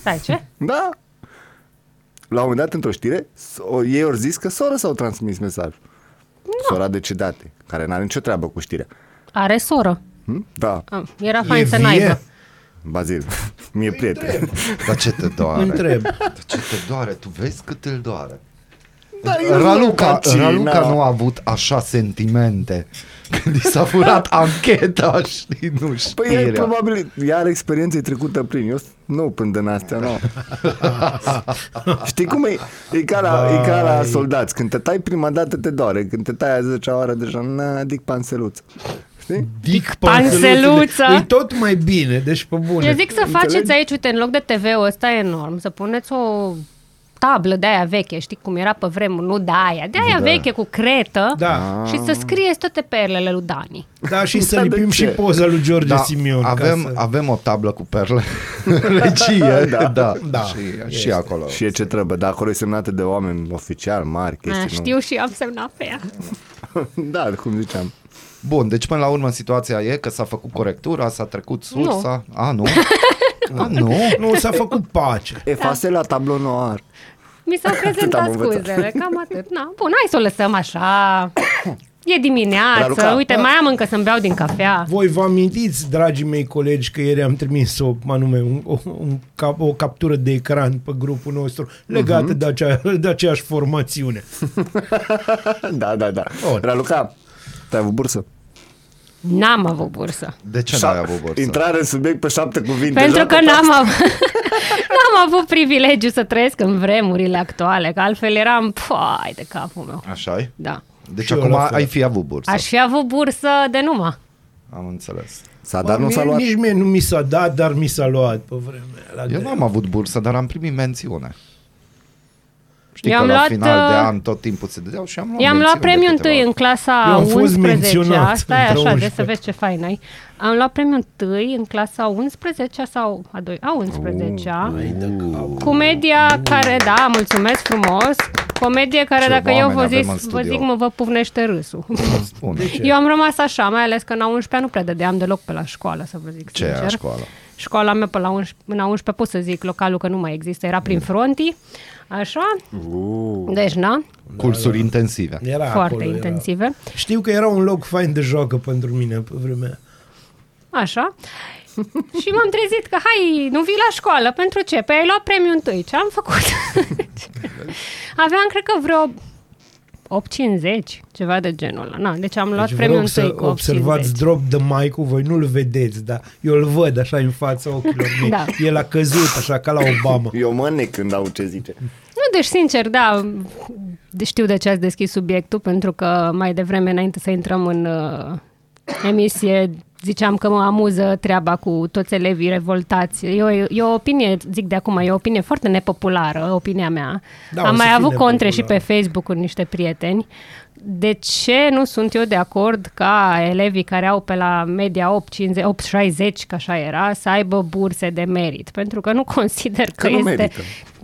Speaker 8: Stai, ce?
Speaker 1: Da? La un moment dat, într-o știre, s- o- ei au zis că sora s-au transmis mesajul.
Speaker 8: Da.
Speaker 1: Sora decedate, care n-are nicio treabă cu știrea.
Speaker 8: Are soră.
Speaker 1: Hm? Da,
Speaker 8: Ah, Era
Speaker 2: E
Speaker 8: fain să
Speaker 2: vie.
Speaker 8: naibă.
Speaker 1: Bazil, mi-e prieten.
Speaker 3: Dar ce te doare?
Speaker 2: Întreb.
Speaker 3: Dar ce te doare? Tu vezi cât îl doare?
Speaker 1: Da, eu
Speaker 3: Raluca,
Speaker 1: nu-
Speaker 3: Raluca
Speaker 1: na.
Speaker 3: nu a avut așa sentimente când i s-a furat ancheta și nu
Speaker 1: Păi e,
Speaker 3: știrea.
Speaker 1: probabil, ea are experiențe trecută prin eu, s- nu până din astea, nu. Știi cum e? E ca, la, e ca la soldați, când te tai prima dată te doare, când te tai a 10 oară deja, na, dic panseluță. Știi?
Speaker 2: Dic
Speaker 8: Panseluță.
Speaker 2: E tot mai bine, deci pe bune.
Speaker 8: Eu zic să faceți aici, uite, în loc de TV-ul ăsta enorm, să puneți o tablă de aia veche, știi cum era pe vremuri, nu de aia, de aia veche cu cretă
Speaker 3: Ah.
Speaker 2: Da.
Speaker 8: și să scrieți toate perlele lui Dani.
Speaker 2: Da, și să
Speaker 1: Da, de
Speaker 2: lipim
Speaker 1: ce?
Speaker 2: și poza lui George Simion. ca
Speaker 3: Da, avem,
Speaker 2: să-
Speaker 3: avem o tablă cu perle în regie, da, da,
Speaker 2: Da,
Speaker 3: și, și acolo.
Speaker 1: Și e ce trebuie, dar acolo e semnată de oameni oficial mari, chestii,
Speaker 8: A,
Speaker 1: nu?
Speaker 8: Ah, știu și am semnat pe ea.
Speaker 1: Da, cum ziceam.
Speaker 3: Bun, deci până la urmă situația e că s-a făcut corectura, s-a trecut sursa. A, nu? A, nu?
Speaker 2: Nu, s-a făcut pace.
Speaker 8: Da.
Speaker 1: E fase la tablou noir.
Speaker 8: Mi s-au prezentat
Speaker 1: învățat.
Speaker 8: scuzele, cam atât. Na, bun, hai să o lăsăm așa. E dimineață,
Speaker 1: Raluca, da.
Speaker 8: uite, mai am încă să-mi beau din cafea.
Speaker 2: Voi vă amintiți, dragii mei colegi, că ieri am trimis o, anume, un, o, un, cap, o captură de ecran pe grupul nostru
Speaker 3: Mhm.
Speaker 2: legată uh-huh. de, acea, de aceeași formațiune.
Speaker 1: Da, da, da.
Speaker 2: Bun.
Speaker 1: Raluca, te-ai avut bursă?
Speaker 8: N-am avut bursă.
Speaker 3: De ce n-ai avut bursă?
Speaker 1: Intrare în subiect pe șapte cuvinte.
Speaker 8: Pentru
Speaker 1: Deja
Speaker 8: că
Speaker 1: te
Speaker 8: n-am, av- n-am avut privilegiu să trăiesc în vremurile actuale, că altfel eram, păi, de capul meu.
Speaker 3: așa e?
Speaker 8: Da.
Speaker 3: Deci
Speaker 2: Și eu
Speaker 3: acum
Speaker 2: la fel.
Speaker 3: ai fi avut bursă.
Speaker 8: Aș fi avut bursă de numai.
Speaker 3: Am înțeles.
Speaker 1: S-a dat, nu s-a
Speaker 2: Mie-
Speaker 1: luat.
Speaker 2: Nici mie nu mi s-a dat, dar mi s-a luat pe vremea la
Speaker 3: Eu
Speaker 2: greu.
Speaker 3: n-am avut bursă, dar am primit mențiune. Știi
Speaker 8: Eu
Speaker 3: că
Speaker 8: am
Speaker 3: la
Speaker 8: luat,
Speaker 3: final de
Speaker 8: uh,
Speaker 3: an tot timpul se dădeau și am luat
Speaker 8: Eu am luat
Speaker 3: mențiuni de
Speaker 8: premiul
Speaker 3: câteva
Speaker 8: întâi
Speaker 3: ori.
Speaker 8: în
Speaker 2: Eu
Speaker 8: clasa
Speaker 2: am fost
Speaker 8: 11
Speaker 2: menționat
Speaker 8: Asta e
Speaker 2: între
Speaker 8: așa, de
Speaker 2: 11.
Speaker 8: să vezi ce fain ai. Am luat premiul întâi în clasa 11 sau a 2 a 11
Speaker 3: Oh,
Speaker 8: Comedia care, da, mulțumesc frumos, comedie care
Speaker 3: Ce
Speaker 8: dacă eu
Speaker 3: oameni
Speaker 8: vă
Speaker 3: avem
Speaker 8: zic,
Speaker 3: în
Speaker 8: vă
Speaker 3: studio.
Speaker 8: zic, mă vă pufnește râsul.
Speaker 3: Spune.
Speaker 8: Eu am rămas așa, mai ales că în a 11 nu prea dădeam deloc pe la școală, să vă zic
Speaker 3: Ce
Speaker 8: sincer.
Speaker 3: era școala?
Speaker 8: Școala mea pe la 11, în a 11 pot să zic localul că nu mai există, era prin frontii, așa.
Speaker 3: Uh.
Speaker 8: Deci, na,
Speaker 3: Cursuri intensive.
Speaker 2: Era
Speaker 8: foarte
Speaker 2: acolo,
Speaker 8: intensive.
Speaker 2: Era. Știu că era un loc fain de joacă pentru mine pe vremea aia.
Speaker 8: Așa. și m-am trezit că, hai, nu vii la școală, pentru ce? Păi ai luat premiul întâi, ce am făcut? Aveam, cred că, vreo 850, ceva de genul ăla. Na, deci am luat
Speaker 2: Deci vă
Speaker 8: premiul
Speaker 2: rog
Speaker 8: întâi
Speaker 2: să
Speaker 8: cu
Speaker 2: observați
Speaker 8: 850.
Speaker 2: drop de mic voi nu-l vedeți, dar eu îl văd așa în fața ochilor mei.
Speaker 8: Da.
Speaker 2: El a căzut așa ca la Obama.
Speaker 1: Eu mă nec când au ce zice.
Speaker 8: Nu, deci, sincer, da, știu de ce ați deschis subiectul, pentru că mai devreme, înainte să intrăm în uh, emisie, ziceam că mă amuză treaba cu toți elevii revoltați. E o, e o opinie, zic de acum, e o opinie foarte nepopulară, opinia mea.
Speaker 2: Da,
Speaker 8: Da,
Speaker 2: o să
Speaker 8: Am mai
Speaker 2: fie
Speaker 8: avut contre și pe
Speaker 2: nepopulară.
Speaker 8: Facebook cu niște prieteni. De ce nu sunt eu de acord ca elevii care au pe la media 8, 50, 8 60, că așa era, să aibă burse de merit? Pentru că nu consider că,
Speaker 1: nu
Speaker 8: este
Speaker 1: merită.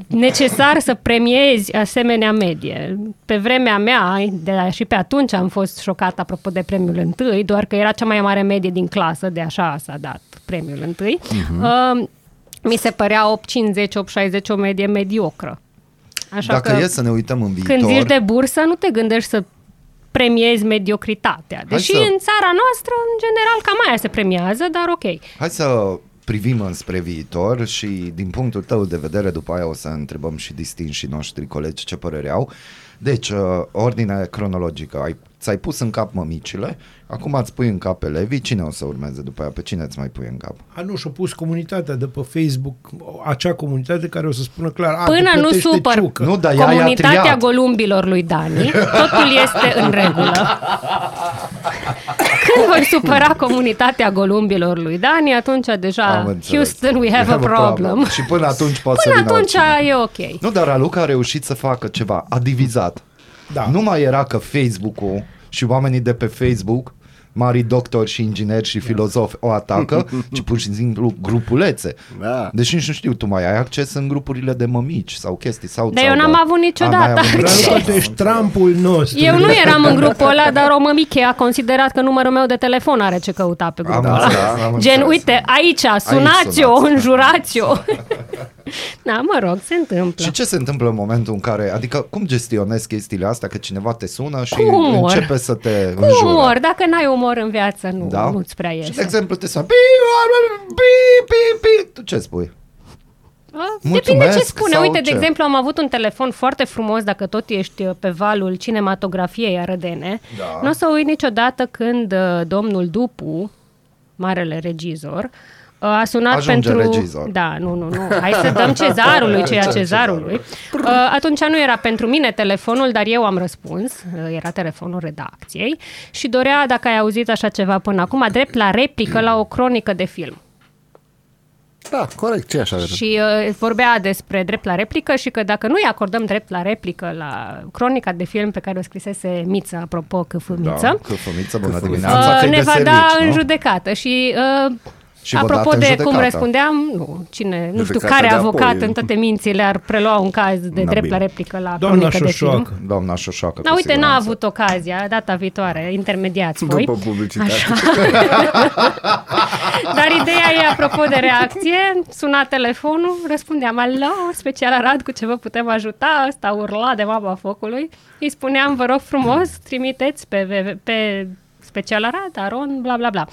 Speaker 8: necesar să premiezi asemenea medie. Pe vremea mea, de la, și pe atunci am fost șocată apropo de premiul întâi, doar că era cea mai mare medie din clasă, de așa s-a dat premiul întâi. Uh-huh. Uh, mi se părea 8,50, 8,60 o medie mediocră. Așa
Speaker 3: Dacă
Speaker 8: că
Speaker 3: e să ne uităm în viitor,
Speaker 8: când zici de bursă, nu te gândești să premiezi mediocritatea. Deși
Speaker 3: să-
Speaker 8: să... în țara noastră, în general, cam aia se premiază, dar ok.
Speaker 3: hai să privim înspre viitor și din punctul tău de vedere, după aia o să întrebăm și distinșii noștri colegi ce părere au. Deci, uh, ordinea cronologică, ai, ți-ai pus în cap mămicile, acum îți pui în cap elevii, cine o să urmeze după aia, pe cine îți mai pui în cap?
Speaker 2: A, nu, și-a pus comunitatea de pe Facebook, acea comunitate care o să spună clar, a,
Speaker 8: Până
Speaker 2: te
Speaker 8: nu
Speaker 2: plătește
Speaker 8: supăr
Speaker 2: ciucă.
Speaker 3: Nu, dar ea i-a
Speaker 8: comunitatea
Speaker 3: triat.
Speaker 8: golumbilor lui Dani, totul este în regulă. Când voi supăra comunitatea golumbilor lui Dani, atunci
Speaker 3: Am
Speaker 8: deja
Speaker 3: înțeles.
Speaker 8: Houston, we have a problem.
Speaker 3: Și până atunci poate să
Speaker 8: Până
Speaker 3: vină
Speaker 8: atunci
Speaker 3: oricine.
Speaker 8: e ok.
Speaker 3: Nu, dar Raluca a reușit să facă ceva, a divizat.
Speaker 2: Da.
Speaker 3: Nu mai era că Facebook-ul și oamenii de pe Facebook, mari doctori și ingineri și filozofi o atacă, ci pur și simplu grupulețe.
Speaker 1: Da.
Speaker 3: Deci nici nu știu, tu mai ai acces în grupurile de mămici sau chestii sau
Speaker 8: Dar
Speaker 3: sau, da.
Speaker 8: eu n-am avut niciodată
Speaker 3: A, n-ai avut
Speaker 8: acces.
Speaker 3: niciodată.
Speaker 2: Raluca, tu ești trampul nostru.
Speaker 8: Eu nu eram în grupul ăla, dar o mămiche a considerat că numărul meu de telefon are ce căuta pe grupul
Speaker 3: Am
Speaker 8: ăla.
Speaker 3: înțeles, am
Speaker 8: Gen,
Speaker 3: înțeles.
Speaker 8: uite, aici, sunați-o,
Speaker 3: sunați.
Speaker 8: înjurați-o. Da, mă rog, se întâmplă.
Speaker 3: Și ce se întâmplă în momentul în care, adică cum gestionezi chestiile astea că cineva te sună și
Speaker 8: Cu umor.
Speaker 3: începe să te
Speaker 8: Cu
Speaker 3: înjure?
Speaker 8: umor, dacă n-ai umor în viață, nu,
Speaker 3: Da?
Speaker 8: da? nu-ți prea
Speaker 3: Și de
Speaker 8: iese.
Speaker 3: exemplu te sună, pi, pi, pi, pi, tu ce spui?
Speaker 8: A, Depinde
Speaker 3: mulțumesc
Speaker 8: ce spune.
Speaker 3: sau
Speaker 8: Uite,
Speaker 3: ce?
Speaker 8: de exemplu, am avut un telefon foarte frumos, dacă tot ești uh, pe valul cinematografiei arădene. Da. Nu o să uit niciodată când uh, domnul Dupu, marele regizor, uh, a sunat
Speaker 3: Ajunge
Speaker 8: pentru...
Speaker 3: regizor. Da,
Speaker 8: Da, nu, nu, nu. Hai să dăm cezarului ceea cezarului. Uh, Atunci nu era pentru mine telefonul, dar eu am răspuns. Uh, Era telefonul redacției și dorea, dacă ai auzit așa ceva până acum, drept la replică la o cronică de film.
Speaker 1: Da, corect, ce așa era?
Speaker 8: Și uh, vorbea despre drept la replică și că dacă nu-i acordăm drept la replică la cronica de film pe care o scrisese Miță, apropo, Câfâmiță,
Speaker 3: Da, Că fămiță, bună
Speaker 8: da.
Speaker 3: dimineața,
Speaker 8: uh,
Speaker 3: că
Speaker 8: ne va
Speaker 3: servici,
Speaker 8: da
Speaker 3: nu?
Speaker 8: în judecată. Și, uh,
Speaker 3: Și vă
Speaker 8: apropo
Speaker 3: dați
Speaker 8: de
Speaker 3: în
Speaker 8: cum
Speaker 3: judecată.
Speaker 8: răspundeam, nu, cine, nu știu
Speaker 1: Judecata
Speaker 8: care
Speaker 1: de
Speaker 8: avocat
Speaker 1: apoi.
Speaker 8: în toate mințile ar prelua un caz de
Speaker 1: Na,
Speaker 8: drept
Speaker 1: bine.
Speaker 8: la replică la
Speaker 2: Doamna
Speaker 8: cronică de film.
Speaker 2: Șoșoacă.
Speaker 3: Doamna Șoșoacă,
Speaker 8: Da,
Speaker 3: cu
Speaker 8: uite, n-a
Speaker 3: siguranță.
Speaker 8: avut ocazia, data viitoare, intermediați voi.
Speaker 1: După publicitate.
Speaker 8: Așa. Dar ideea e, apropo de reacție, suna telefonul, răspundeam, alo, special Arad, cu ce vă putem ajuta? Asta urla de mama focului. Îi spuneam, vă rog frumos, trimiteți pe, www- pe special Arad, Aron, bla bla bla.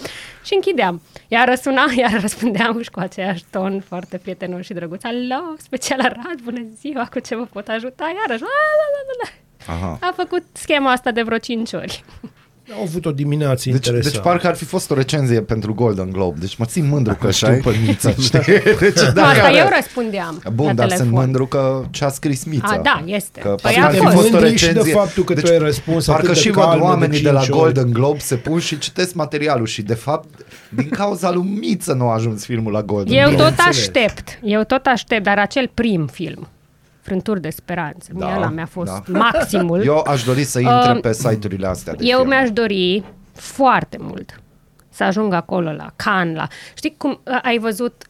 Speaker 8: Și închideam. Iar răsuna, iar răspundeam și cu aceeași ton foarte prietenos și drăguț. Alo, special Arad, bună ziua, cu ce vă pot ajuta? Iarăși, da, la la la la la.
Speaker 3: Aha. Deci-
Speaker 8: A făcut schema asta de vreo 5 ori.
Speaker 2: Au avut o dimineață
Speaker 3: Deci,
Speaker 2: interesantă.
Speaker 3: deci parcă ar fi fost o recenzie pentru Golden Globe. Deci mă țin mândru că
Speaker 1: Așa e?
Speaker 3: știu pe Miță, știi? Deci,
Speaker 8: Da, asta
Speaker 3: are-
Speaker 8: eu răspundeam
Speaker 3: Bun,
Speaker 8: la
Speaker 3: dar
Speaker 8: telefon.
Speaker 3: sunt mândru că ce-a scris Miță.
Speaker 8: A, da, este.
Speaker 3: Că
Speaker 8: Păi
Speaker 3: parcă
Speaker 8: a
Speaker 3: ar fi
Speaker 8: fost.
Speaker 3: fost o
Speaker 2: Mândri și de
Speaker 3: recenzie. Deci,
Speaker 2: faptul că tu ai răspuns atât
Speaker 3: Parcă
Speaker 2: de
Speaker 3: și
Speaker 2: calm,
Speaker 3: văd
Speaker 2: de
Speaker 3: oamenii de, la
Speaker 2: cinci ori.
Speaker 3: Golden Globe se pun și citesc materialul și de fapt din cauza lui Miță nu a ajuns filmul la Golden
Speaker 8: Eu
Speaker 3: Globe.
Speaker 8: tot aștept, eu tot aștept, dar acel prim film frânturi de speranță.
Speaker 3: Da,
Speaker 8: Da, Ăla mi-a fost
Speaker 3: da.
Speaker 8: da. maximul.
Speaker 3: Eu aș dori să intre
Speaker 8: Um,
Speaker 3: pe site-urile astea de
Speaker 8: Eu
Speaker 3: filme.
Speaker 8: mi-aș dori foarte mult să ajung acolo la Cannes, la... Știi cum uh, ai văzut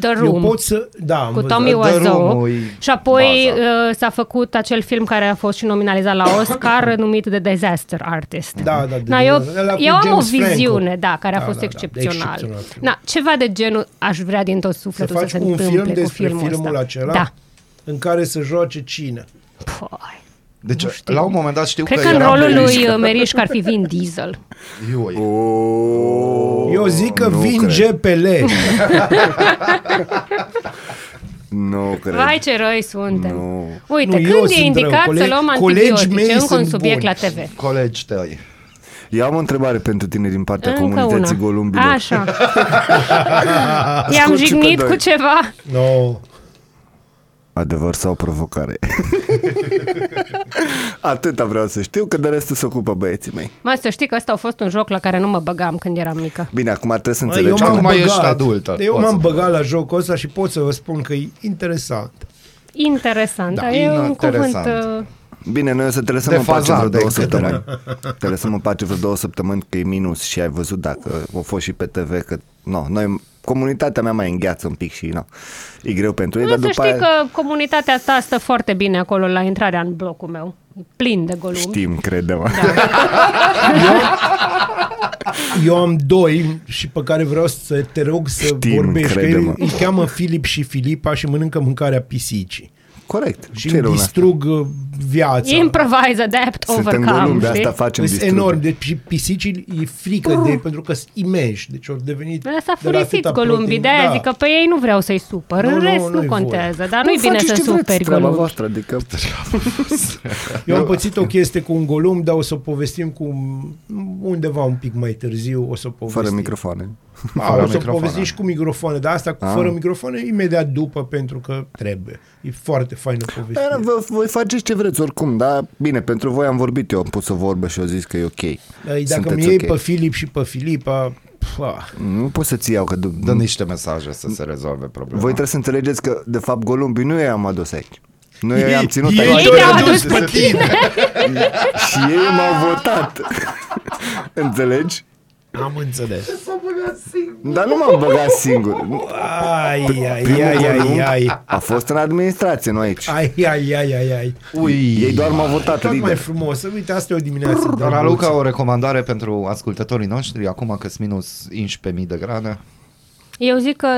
Speaker 8: The
Speaker 2: Eu
Speaker 8: Room?
Speaker 2: pot să... Da, am
Speaker 8: cu
Speaker 2: văzut.
Speaker 8: Tommy
Speaker 3: The
Speaker 8: Wiseau
Speaker 3: Room-ul e
Speaker 8: și apoi
Speaker 3: baza.
Speaker 8: uh, s-a făcut acel film care a fost și nominalizat la Oscar numit The Disaster Artist.
Speaker 2: Da, da, de-
Speaker 8: Na, eu
Speaker 2: ăla cu
Speaker 8: eu am o
Speaker 2: James Franco.
Speaker 8: viziune, da, care a
Speaker 2: Da,
Speaker 8: fost
Speaker 2: da, da,
Speaker 8: excepțional.
Speaker 2: excepțional film.
Speaker 8: Na, ceva de genul aș vrea din tot
Speaker 2: Să
Speaker 8: sufletul să,
Speaker 2: faci
Speaker 8: se
Speaker 2: cu un
Speaker 8: întâmple
Speaker 2: film
Speaker 8: cu
Speaker 2: despre
Speaker 8: filmul,
Speaker 2: filmul,
Speaker 8: ăsta.
Speaker 2: acela
Speaker 8: Da.
Speaker 2: în care să joace cine.
Speaker 8: Păi.
Speaker 3: Deci,
Speaker 8: Nu știu.
Speaker 3: la un moment dat știu
Speaker 8: Cred
Speaker 3: că,
Speaker 8: că în
Speaker 3: era
Speaker 8: rolul
Speaker 3: Merișcă.
Speaker 8: lui uh, Merișcă ar fi Vin Diesel.
Speaker 3: Ioi.
Speaker 1: Oh,
Speaker 2: Eu zic că
Speaker 1: nu
Speaker 2: vin
Speaker 1: cred.
Speaker 2: GPL.
Speaker 1: Nu cred.
Speaker 8: Vai ce răi suntem.
Speaker 1: Nu.
Speaker 8: Uite,
Speaker 2: Nu, eu
Speaker 8: când
Speaker 2: sunt
Speaker 8: e
Speaker 2: rău.
Speaker 8: indicat
Speaker 2: Colegi-
Speaker 8: să luăm
Speaker 2: colegii mei
Speaker 8: antibiotice încă un
Speaker 2: sunt
Speaker 8: subiect
Speaker 2: buni.
Speaker 8: la TV.
Speaker 3: Colegi tăi.
Speaker 1: Eu am o întrebare pentru tine din partea
Speaker 8: Încă
Speaker 1: comunității
Speaker 8: una.
Speaker 1: golumbilor.
Speaker 8: Așa. I-am
Speaker 1: Ascult și pe
Speaker 8: jignit
Speaker 1: doi.
Speaker 8: cu ceva.
Speaker 2: No.
Speaker 1: Adevăr sau provocare? Atâta vreau să știu, că de restul se ocupă băieții mei.
Speaker 8: Mă, să știi că ăsta a fost un joc la care nu mă băgam când eram mică.
Speaker 1: Bine, acum trebuie să
Speaker 2: Mă, eu
Speaker 1: înțelegi.
Speaker 2: m-am
Speaker 1: că-
Speaker 3: acum ești
Speaker 2: băgat.
Speaker 3: adultă.
Speaker 2: Eu
Speaker 3: Poți
Speaker 2: m-am
Speaker 3: să-
Speaker 2: băgat la jocul ăsta și pot să vă spun că e interesant.
Speaker 8: Interesant.
Speaker 3: Da,
Speaker 8: Da, e un cuvânt...
Speaker 3: interesant.
Speaker 8: uh,
Speaker 1: Bine, noi o să trebuie să mă
Speaker 3: Defazant,
Speaker 1: pace vreo două
Speaker 3: etc.
Speaker 2: exact.
Speaker 1: săptămâni. Trebuie să mă pace vreo două săptămâni că e minus și ai văzut dacă au fost și pe TV că no, noi comunitatea mea mai îngheață un pic și no, e greu pentru ei,
Speaker 8: Nu,
Speaker 1: Păi, dar
Speaker 8: să
Speaker 1: după
Speaker 8: știi
Speaker 1: aia
Speaker 8: că comunitatea ta stă foarte bine acolo la intrarea în blocul meu. E plin de golumi.
Speaker 1: știm, credem.
Speaker 8: Da.
Speaker 2: Eu am doi și pe care vreau să te rog să
Speaker 1: Știm,
Speaker 2: vorbești. Că
Speaker 1: crede-mă.
Speaker 2: ei- îi cheamă Filip și Filipa și mănâncă mâncarea pisicii.
Speaker 1: Corect.
Speaker 2: Și
Speaker 1: Ce e
Speaker 2: îmi
Speaker 1: rău în asta?
Speaker 2: distrug uh, viața.
Speaker 8: Improvise, adapt,
Speaker 1: Suntem
Speaker 8: overcome,
Speaker 1: golumbi, de asta
Speaker 8: știi?
Speaker 1: facem
Speaker 2: Sunt
Speaker 1: distrugere.
Speaker 2: enorm. Deci și pisicii îi frică de, pentru că sunt imensi. Deci au devenit...
Speaker 8: Dar S-a
Speaker 2: de la
Speaker 8: furisit
Speaker 2: atâta
Speaker 8: golumbii,
Speaker 2: protein-
Speaker 8: de-aia
Speaker 2: da.
Speaker 8: zic că pe ei nu vreau să-i supăr.
Speaker 2: Nu,
Speaker 8: În
Speaker 2: nu,
Speaker 8: rest nu
Speaker 2: nu-i
Speaker 8: contează, dar
Speaker 1: Nu
Speaker 8: nu-i bine
Speaker 1: faceți
Speaker 8: să
Speaker 1: ce vreți,
Speaker 8: superi
Speaker 1: treaba
Speaker 8: golumbii.
Speaker 1: voastră, adică...
Speaker 2: Păi, Eu am pățit o chestie cu un golum, dar o să o povestim cu undeva un pic mai târziu, o să o povestim.
Speaker 1: Fără microfoane.
Speaker 2: A,
Speaker 3: Fără
Speaker 2: o să o
Speaker 3: microfoane.
Speaker 1: da.
Speaker 2: povestim și cu microfoane, dar asta cu
Speaker 1: Ah.
Speaker 2: fără microfoane imediat după, pentru că trebuie. E foarte faină
Speaker 1: Dar
Speaker 2: povestire.
Speaker 1: vă, voi faceți ce vreți oricum, dar bine, pentru voi am vorbit, eu am pus o vorbă și eu zis că e ok.
Speaker 2: Dar Păi, Dacă mi
Speaker 1: Sunteți
Speaker 2: iei
Speaker 1: ok.
Speaker 2: pe Filip și pe Filipa, pf, ah,
Speaker 1: Nu pot să-ți iau, că de,
Speaker 3: Dă niște mesaje să se rezolve problema.
Speaker 1: voi trebuie să înțelegeți că, de fapt, golumbii nu i-am adus aici. Noi i-am ținut
Speaker 2: ei
Speaker 1: aici
Speaker 8: Ei te-au
Speaker 2: te-au
Speaker 8: adus
Speaker 2: dus
Speaker 8: pe
Speaker 2: pe
Speaker 8: tine.
Speaker 1: și ei m-au votat. Înțelegi?
Speaker 2: am înțeles.
Speaker 1: Dar nu m-am băgat singur.
Speaker 2: Ai, ai, ai,
Speaker 1: Primul
Speaker 2: ai, ai,
Speaker 1: volum
Speaker 2: ai.
Speaker 1: A fost în administrație, nu aici.
Speaker 2: Ai, ai, ai, ai, ai.
Speaker 3: Ui,
Speaker 1: Ei doar m-au votat
Speaker 2: Tot mai
Speaker 1: lider.
Speaker 2: frumos. Uite, asta e o dimineață.
Speaker 3: Dar
Speaker 2: drăguță.
Speaker 3: Raluca, o recomandare pentru ascultătorii noștri, acum că sunt minus 11.000 de grade.
Speaker 8: Eu zic că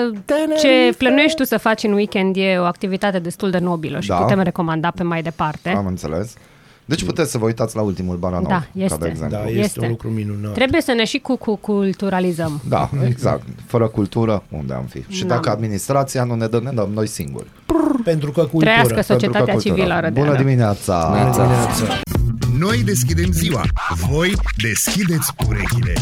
Speaker 8: ce plănuiești tu să faci în weekend e o activitate destul de nobilă și
Speaker 3: Da.
Speaker 8: putem recomanda pe mai departe.
Speaker 3: Am înțeles. Deci puteți să vă uitați la ultimul Bananov,
Speaker 8: Eh? Da,
Speaker 3: ca
Speaker 8: este.
Speaker 3: de exemplu.
Speaker 2: Da, este,
Speaker 8: Este.
Speaker 2: un lucru minunat.
Speaker 8: Trebuie să ne și cu, cu culturalizăm.
Speaker 3: Da, exact. Fără cultură, unde am fi?
Speaker 8: Da.
Speaker 3: Și dacă administrația nu ne dă, ne dăm noi singuri.
Speaker 2: Pentru că cultură.
Speaker 8: Trăiască
Speaker 3: Pentru că
Speaker 8: societatea
Speaker 3: cultura.
Speaker 8: civilă da.
Speaker 3: Bună
Speaker 8: rădeană.
Speaker 3: dimineața!
Speaker 2: Dimineața.
Speaker 6: Noi deschidem ziua, voi deschideți urechile.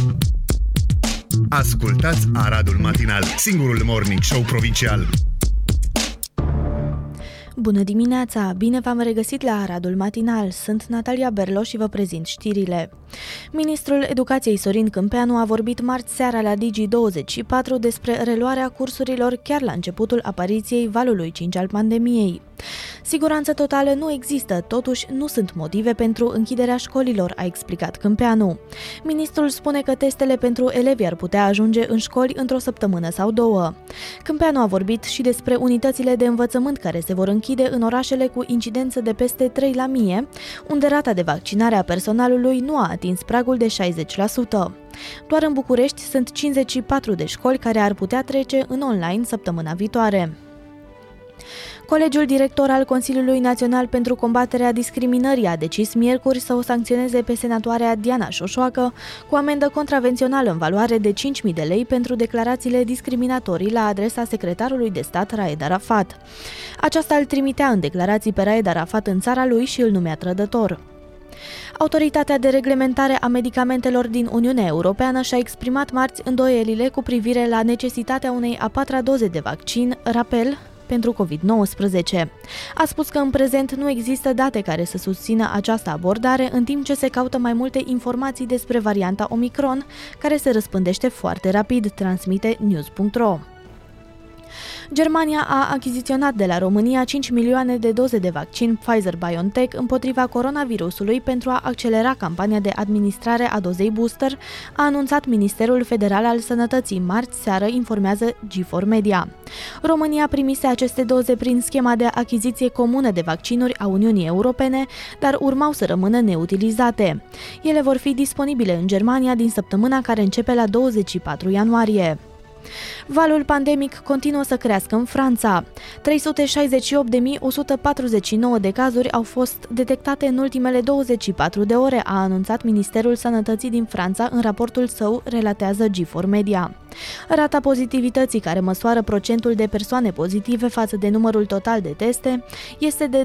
Speaker 6: Ascultați Aradul Matinal, singurul morning show provincial.
Speaker 7: Bună dimineața! Bine v-am regăsit la Aradul Matinal. Sunt Natalia Berlo și vă prezint știrile. Ministrul Educației Sorin Câmpeanu a vorbit marți seara la Digi24 despre reluarea cursurilor chiar la începutul apariției valului 5 al pandemiei. Siguranță totală nu există, totuși nu sunt motive pentru închiderea școlilor, a explicat Câmpeanu. Ministrul spune că testele pentru elevi ar putea ajunge în școli într-o săptămână sau două. Câmpeanu a vorbit și despre unitățile de învățământ care se vor închide în orașele cu incidență de peste 3 la mie, unde rata de vaccinare a personalului nu a atins pragul de 60%. Doar în București sunt 54 de școli care ar putea trece în online săptămâna viitoare. Colegiul director al Consiliului Național pentru Combaterea Discriminării a decis miercuri să o sancționeze pe senatoarea Diana Șoșoacă cu amendă contravențională în valoare de 5.000 de lei pentru declarațiile discriminatorii la adresa secretarului de stat Raed Arafat. Aceasta îl trimitea în declarații pe Raed Arafat în țara lui și îl numea trădător. Autoritatea de reglementare a medicamentelor din Uniunea Europeană și-a exprimat marți îndoielile cu privire la necesitatea unei a patra doze de vaccin, rapel, pentru COVID-19. A spus că în prezent nu există date care să susțină această abordare, în timp ce se caută mai multe informații despre varianta Omicron, care se răspândește foarte rapid, transmite news.ro. Germania a achiziționat de la România 5 milioane de doze de vaccin Pfizer-BioNTech împotriva coronavirusului pentru a accelera campania de administrare a dozei booster, a anunțat Ministerul Federal al Sănătății marți seară, informează G4 Media. România primise aceste doze prin schema de achiziție comună de vaccinuri a Uniunii Europene, dar urmau să rămână neutilizate. Ele vor fi disponibile în Germania din săptămâna care începe la 24 ianuarie. Valul pandemic continuă să crească în Franța. 368.149 de cazuri au fost detectate în ultimele 24 de ore, a anunțat Ministerul Sănătății din Franța în raportul său, relatează G4 Media. Rata pozitivității, care măsoară procentul de persoane pozitive față de numărul total de teste, este de 20%.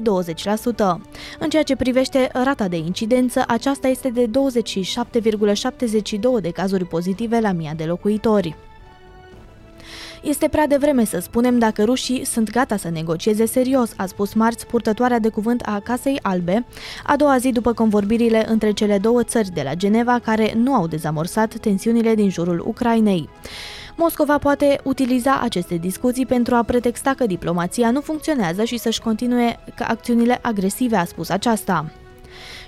Speaker 7: În ceea ce privește rata de incidență, aceasta este de 27,72 de cazuri pozitive la 1000 de locuitori. Este prea devreme să spunem dacă rușii sunt gata să negocieze serios, a spus marți purtătoarea de cuvânt a Casei Albe, a doua zi după convorbirile între cele două țări de la Geneva care nu au dezamorsat tensiunile din jurul Ucrainei. Moscova poate utiliza aceste discuții pentru a pretexta că diplomația nu funcționează și să-și continue ca acțiunile agresive, a spus aceasta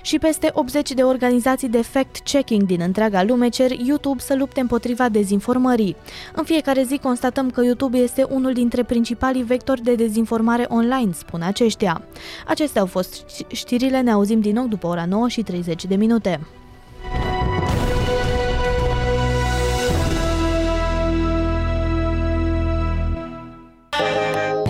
Speaker 7: și peste 80 de organizații de fact-checking din întreaga lume cer YouTube să lupte împotriva dezinformării. În fiecare zi constatăm că YouTube este unul dintre principalii vectori de dezinformare online, spun aceștia. Acestea au fost știrile, ne auzim din nou după ora 9 și 30 de minute.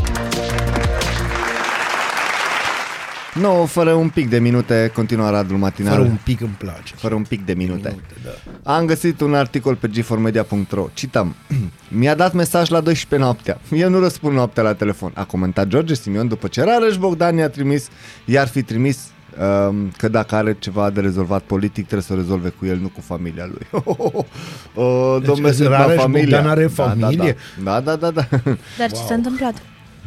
Speaker 1: No, fără un pic de minute, continuă Radul Matinal.
Speaker 2: Fără un pic îmi place.
Speaker 1: fără un pic de minute.
Speaker 2: Minute,
Speaker 1: da. Am găsit un articol pe g4media.ro. Citam. Mi-a dat mesaj la 12 noaptea. Eu nu răspund noaptea la telefon. A comentat George Simion după ce Rareș Bogdan i-a trimis, i-ar fi trimis um, că dacă are ceva de rezolvat politic trebuie să o rezolve cu el, nu cu familia lui. Oh, O,
Speaker 2: Deci,
Speaker 1: Dumnezeu, oh, la
Speaker 2: Rareș
Speaker 1: familia.
Speaker 2: Bogdan are familie?
Speaker 1: Da, da, da. da, da, da.
Speaker 7: Dar wow. ce s-a întâmplat?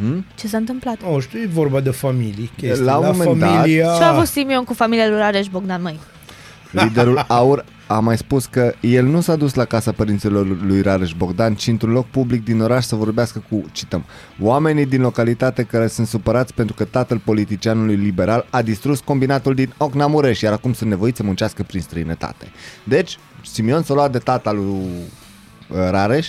Speaker 7: Hmm? Ce s-a întâmplat?
Speaker 2: Nu știu, e vorba de familie. Chestii.
Speaker 1: La
Speaker 2: La,
Speaker 1: un
Speaker 2: la
Speaker 1: moment dat-
Speaker 2: familia...
Speaker 7: Ce a avut Simion cu familia lui Rareș Bogdan, măi?
Speaker 1: Liderul AUR a mai spus că el nu s-a dus la casa părinților lui Rareș Bogdan, ci într-un loc public din oraș să vorbească cu, cităm, oamenii din localitate care sunt supărați pentru că tatăl politicianului liberal a distrus combinatul din Ocna Mureș, iar acum sunt nevoiți să muncească prin străinătate. Deci, Simion s-a luat de tata lui uh, Rareș,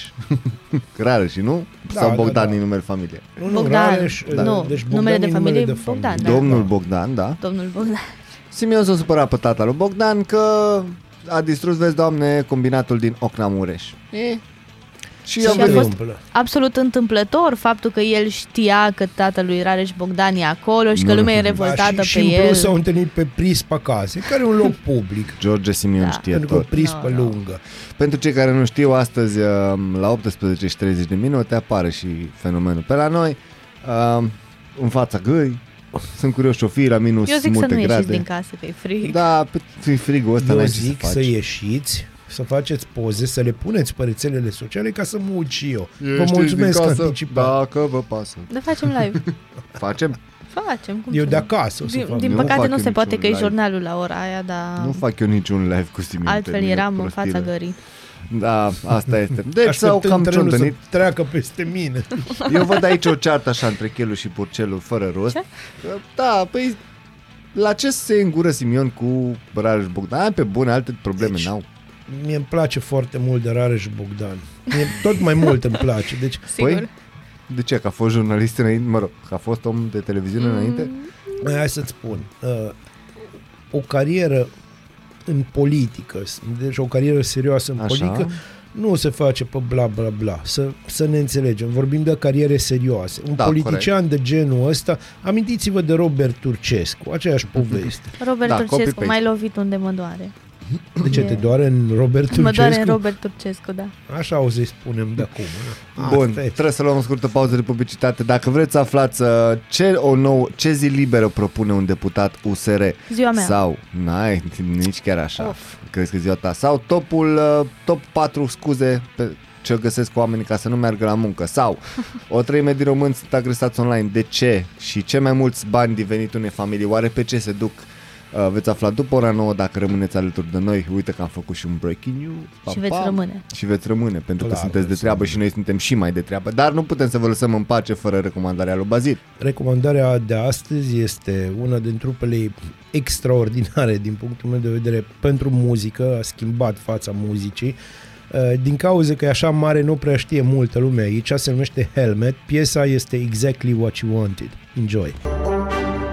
Speaker 1: Rareș, nu?
Speaker 2: Da,
Speaker 1: Sau
Speaker 2: da,
Speaker 1: Bogdan
Speaker 2: da.
Speaker 1: din numele familiei.
Speaker 2: Nu, nu,
Speaker 7: Bogdan.
Speaker 2: Rareș,
Speaker 7: Da. Nu,
Speaker 2: deci Bogdan
Speaker 7: numele de
Speaker 2: e
Speaker 7: familie
Speaker 2: numele de
Speaker 7: Bogdan,
Speaker 2: familie.
Speaker 7: da.
Speaker 1: Domnul Bogdan, da.
Speaker 7: Domnul Bogdan.
Speaker 1: Simeon s-a supărat pe tata lui Bogdan că a distrus, vezi, doamne, combinatul din Ocna Mureș. Și
Speaker 7: Și
Speaker 1: eu
Speaker 7: a
Speaker 1: am
Speaker 7: fost
Speaker 1: fost...
Speaker 2: Întâmplă.
Speaker 7: absolut întâmplător faptul că el știa că tatălui Rareș Bogdan e acolo și că
Speaker 1: Nu,
Speaker 7: lumea e
Speaker 1: nu,
Speaker 7: revoltată
Speaker 2: Da,
Speaker 7: pe
Speaker 2: și, și în
Speaker 7: el.
Speaker 2: plus s-au întâlnit pe prispa casei, care e un loc public,
Speaker 1: George Simeon da.
Speaker 7: Da.
Speaker 1: știe
Speaker 2: pentru că o
Speaker 1: tot.
Speaker 2: prispă
Speaker 7: No, no.
Speaker 2: lungă.
Speaker 1: Pentru cei care nu știu, astăzi um, la 18.30 de minute apare și fenomenul pe la noi. Um, În fața găi, sunt curios șofii la minus
Speaker 7: Eu zic să
Speaker 1: multe
Speaker 7: nu ieșiți
Speaker 1: grade.
Speaker 7: din casă, că e frig.
Speaker 1: Da, pe fi frigul ăsta
Speaker 2: Eu
Speaker 1: n-ai ce
Speaker 2: zic
Speaker 1: să faci.
Speaker 2: să ieșiți, să faceți poze, să le puneți pe rețelele sociale ca să mă uit și eu. Vă mulțumesc că anticipat.
Speaker 1: Dacă vă pasă.
Speaker 7: Da, facem live.
Speaker 1: Facem?
Speaker 7: Facem. Cum
Speaker 2: Eu
Speaker 7: să
Speaker 2: de
Speaker 7: nu?
Speaker 2: acasă o să
Speaker 7: Din,
Speaker 2: fac.
Speaker 7: din
Speaker 1: Nu
Speaker 7: păcate
Speaker 1: fac eu
Speaker 7: nu se poate
Speaker 1: niciun
Speaker 7: că e
Speaker 1: live.
Speaker 7: jurnalul la ora aia, dar
Speaker 1: Nu fac eu niciun live cu Simeon.
Speaker 7: altfel
Speaker 1: termină
Speaker 7: eram în
Speaker 1: prostiile.
Speaker 7: fața gării.
Speaker 1: Da, asta este. Deci s-au
Speaker 2: Așteptând
Speaker 1: cam
Speaker 2: trenul
Speaker 1: ciondănit.
Speaker 2: să treacă peste mine.
Speaker 1: Eu văd aici o ceartă așa între chelul și purcelul, fără rost.
Speaker 7: Ce?
Speaker 1: Da, păi la ce se îngură Simion cu Rareș Bogdan? Ai pe bune, alte probleme deci,
Speaker 2: Deci,
Speaker 1: n-au.
Speaker 2: Mie îmi place foarte mult de Rareș Bogdan. Mie tot mai mult îmi place. Deci,
Speaker 1: Păi, de ce? Că a fost jurnalist înainte? Mă rog, că a fost om de televiziune mm. înainte?
Speaker 2: hai să-ți spun. uh, O carieră în politică, deci o carieră serioasă în
Speaker 1: Așa.
Speaker 2: politică, nu se face pe bla bla bla. Să, să ne înțelegem. Vorbim de cariere serioase. Un
Speaker 1: Da,
Speaker 2: da, politician corect. de genul ăsta, amintiți-vă de Robert Turcescu, aceeași poveste.
Speaker 7: Robert
Speaker 1: Da,
Speaker 7: da, Turcescu
Speaker 1: copy-paste.
Speaker 7: mai lovit unde mă doare.
Speaker 2: De ce te doare în Robert
Speaker 7: Mă
Speaker 2: Turcescu?
Speaker 7: doare în Robert Turcescu, da.
Speaker 2: Așa o să-i spunem de acum. na.
Speaker 1: Bun,
Speaker 2: Asta e.
Speaker 1: trebuie să luăm o scurtă pauză de publicitate. Dacă vreți să aflați uh, ce, o nou, ce zi liberă propune un deputat USR
Speaker 7: Ziua mea.
Speaker 1: sau, n-ai, nici chiar așa, crezi că ziua ta, sau topul, uh, top 4 scuze pe ce găsesc oamenii ca să nu meargă la muncă sau o treime din români sunt agresați online, de ce și ce mai mulți bani din venit unei familii, oare pe ce se duc Uh, veți afla după ora 9 dacă rămâneți alături de noi. Uite că am făcut și un breaking news. Pam,
Speaker 7: Și veți
Speaker 1: pam.
Speaker 7: rămâne.
Speaker 1: Și veți rămâne, pentru că
Speaker 2: Clar,
Speaker 1: sunteți de treabă și noi suntem și mai de treabă. Dar nu putem să vă lăsăm în pace fără recomandarea lui Bazil.
Speaker 2: Recomandarea de astăzi este una din trupele extraordinare din punctul meu de vedere pentru muzică, a schimbat fața muzicii. Uh, Din cauza că e așa mare, nu prea știe multă lume aici, se numește Helmet, piesa este Exactly What You Wanted. Enjoy!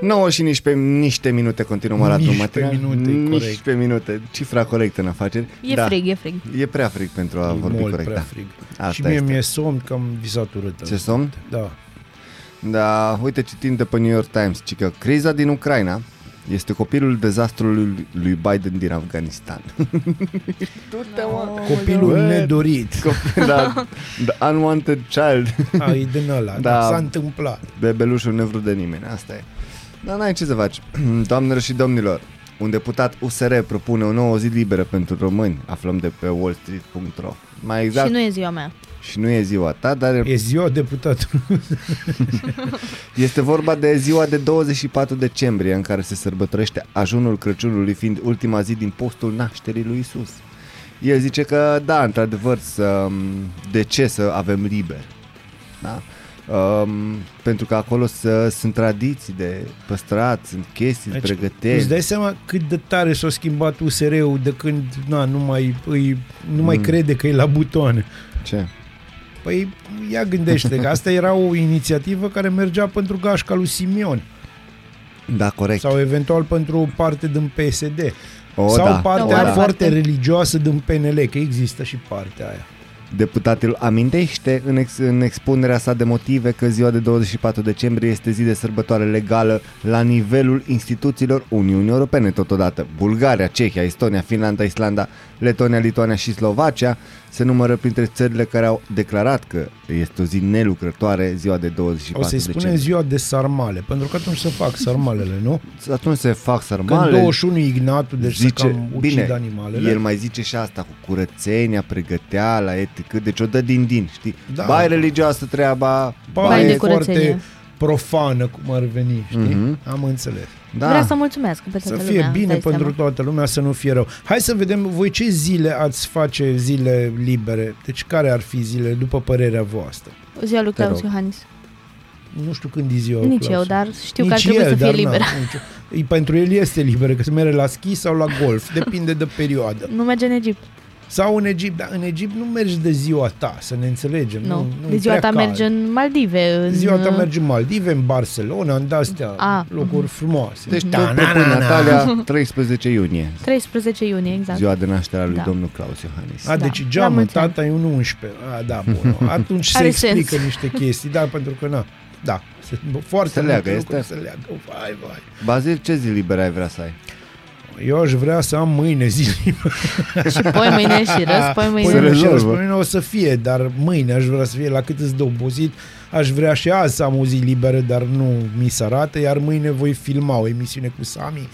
Speaker 1: Nouă și nici pe niște minute continuăm aratul
Speaker 2: 19
Speaker 1: matinal.
Speaker 2: minute, e corect.
Speaker 1: 19 minute, cifra corectă în afaceri.
Speaker 7: E da. frig, e frig.
Speaker 1: E prea frig pentru a
Speaker 2: E
Speaker 1: vorbi
Speaker 2: mult
Speaker 1: corect.
Speaker 2: prea
Speaker 1: Da.
Speaker 2: frig.
Speaker 1: Asta
Speaker 2: și mie
Speaker 1: este.
Speaker 2: mi-e somn că am visat urât.
Speaker 1: Ce somn?
Speaker 2: Da.
Speaker 1: Da, uite, citind de pe New York Times, ci că criza din Ucraina este copilul dezastrului lui Biden din Afganistan.
Speaker 7: Oh.
Speaker 2: Copilul
Speaker 1: Bă.
Speaker 2: nedorit.
Speaker 1: Copil, da, da, unwanted child.
Speaker 2: Ai din
Speaker 1: Da.
Speaker 2: ăla. da. S-a întâmplat.
Speaker 1: Bebelușul nevru de nimeni, asta e. Dar n-ai ce să faci. Doamnelor și domnilor, un deputat USR propune o nouă zi liberă pentru români. Aflăm de pe wallstreet.ro Mai exact,
Speaker 7: Și nu e ziua mea.
Speaker 1: și nu e ziua ta, dar
Speaker 2: E ziua deputatului.
Speaker 1: este vorba de ziua de 24 decembrie în care se sărbătorește ajunul Crăciunului fiind ultima zi din postul nașterii lui Isus. El zice că da, într-adevăr, să, de ce să avem liber? Da? Um, pentru că acolo să, sunt tradiții de păstrat, sunt chestii, deci, pregătiri.
Speaker 2: Îți dai seama cât de tare s-a schimbat USR-ul de când na, nu mai, îi, nu
Speaker 1: Mm.
Speaker 2: mai crede că e la butoane.
Speaker 1: Ce?
Speaker 2: Păi ia gândește că asta era o inițiativă care mergea pentru gașca lui Simion
Speaker 1: Da, corect.
Speaker 2: sau eventual pentru o parte din PSD
Speaker 1: o,
Speaker 2: sau
Speaker 1: da, o,
Speaker 2: partea
Speaker 1: da.
Speaker 2: foarte religioasă din PNL, că există și partea aia.
Speaker 1: Deputatul amintește în, ex- în expunerea sa de motive că ziua de 24 decembrie este zi de sărbătoare legală la nivelul instituțiilor Uniunii Europene totodată. Bulgaria, Cehia, Estonia, Finlanda, Islanda, Letonia, Lituania și Slovacia se numără printre țările care au declarat că este o zi nelucrătoare ziua de
Speaker 2: O
Speaker 1: 24
Speaker 2: să-i spunem
Speaker 1: decembrie.
Speaker 2: ziua de sarmale, pentru că atunci se fac sarmalele, nu?
Speaker 1: Atunci se fac
Speaker 2: Când
Speaker 1: sarmale.
Speaker 2: Male. 21 Ignatu, deci zice, să cam ucid
Speaker 1: bine,
Speaker 2: animalele.
Speaker 1: el mai zice și asta cu curățenia, pregăteala, etică, deci o dă din din, știi? Da.
Speaker 2: Da.
Speaker 1: Ba e religioasă treaba, ba,
Speaker 2: Ba,
Speaker 7: Bai
Speaker 1: e...
Speaker 7: de
Speaker 2: e foarte
Speaker 7: curățenie.
Speaker 2: profană cum ar veni, știi? Mm-hmm. Am înțeles.
Speaker 1: Da,
Speaker 7: Vreau să mulțumesc pe toată
Speaker 2: Să
Speaker 7: lumea.
Speaker 2: fie
Speaker 7: îți
Speaker 2: bine
Speaker 7: dai
Speaker 2: pentru
Speaker 7: seama.
Speaker 2: toată lumea, să nu fie rău. Hai să vedem voi ce zile ați face zile libere. Deci care ar fi zile după părerea voastră?
Speaker 7: Ziua lui Claus
Speaker 1: rog.
Speaker 7: Iohannis.
Speaker 2: Nu știu când e ziua
Speaker 7: Nici
Speaker 2: Claus.
Speaker 7: eu, dar știu că ar trebui să fie
Speaker 2: dar na,
Speaker 7: liber.
Speaker 2: nici- Ei, pentru el este liberă, că se merge la schi sau la golf, depinde de perioadă.
Speaker 7: Nu merge în Egipt.
Speaker 2: Sau în Egipt, dar în Egipt nu mergi de ziua ta, să ne înțelegem.
Speaker 7: Nu.
Speaker 2: nu
Speaker 7: de
Speaker 2: e
Speaker 7: ziua
Speaker 2: prea
Speaker 7: ta
Speaker 2: cald.
Speaker 7: merge în Maldive. În...
Speaker 2: Ziua ta merge în Maldive, în Barcelona, în astea
Speaker 7: A. Mhm.
Speaker 2: locuri frumoase.
Speaker 1: deci tu propui Natalia 13 iunie,
Speaker 7: 13 iunie, exact.
Speaker 1: ziua de naștere a lui da.
Speaker 7: Da.
Speaker 1: domnul Claus Iohannis.
Speaker 2: A,
Speaker 7: Da.
Speaker 2: deci
Speaker 7: La
Speaker 2: geamă,
Speaker 7: mulți ani.
Speaker 2: tata e un 11. A, da, bun. Atunci se
Speaker 7: Are
Speaker 2: explică
Speaker 7: sens.
Speaker 2: niște chestii, da, pentru că, na, da, se, bă, foarte
Speaker 1: Se leagă,
Speaker 2: multe lucruri
Speaker 1: este?
Speaker 2: Se leagă, vai, vai.
Speaker 1: Bazil, ce zi liberă ai vrea să ai?
Speaker 2: Eu aș vrea să am mâine zi liberă.
Speaker 7: Poi mâine și răs, poi
Speaker 1: Se
Speaker 7: mâine.
Speaker 1: răs.
Speaker 2: Până și
Speaker 1: rezolvă.
Speaker 2: aș spune, o să fie, dar mâine aș vrea să fie, la cât îți de obosit, aș vrea și azi să am o zi liberă, dar nu mi se arată, iar mâine voi filma o emisiune cu Sami.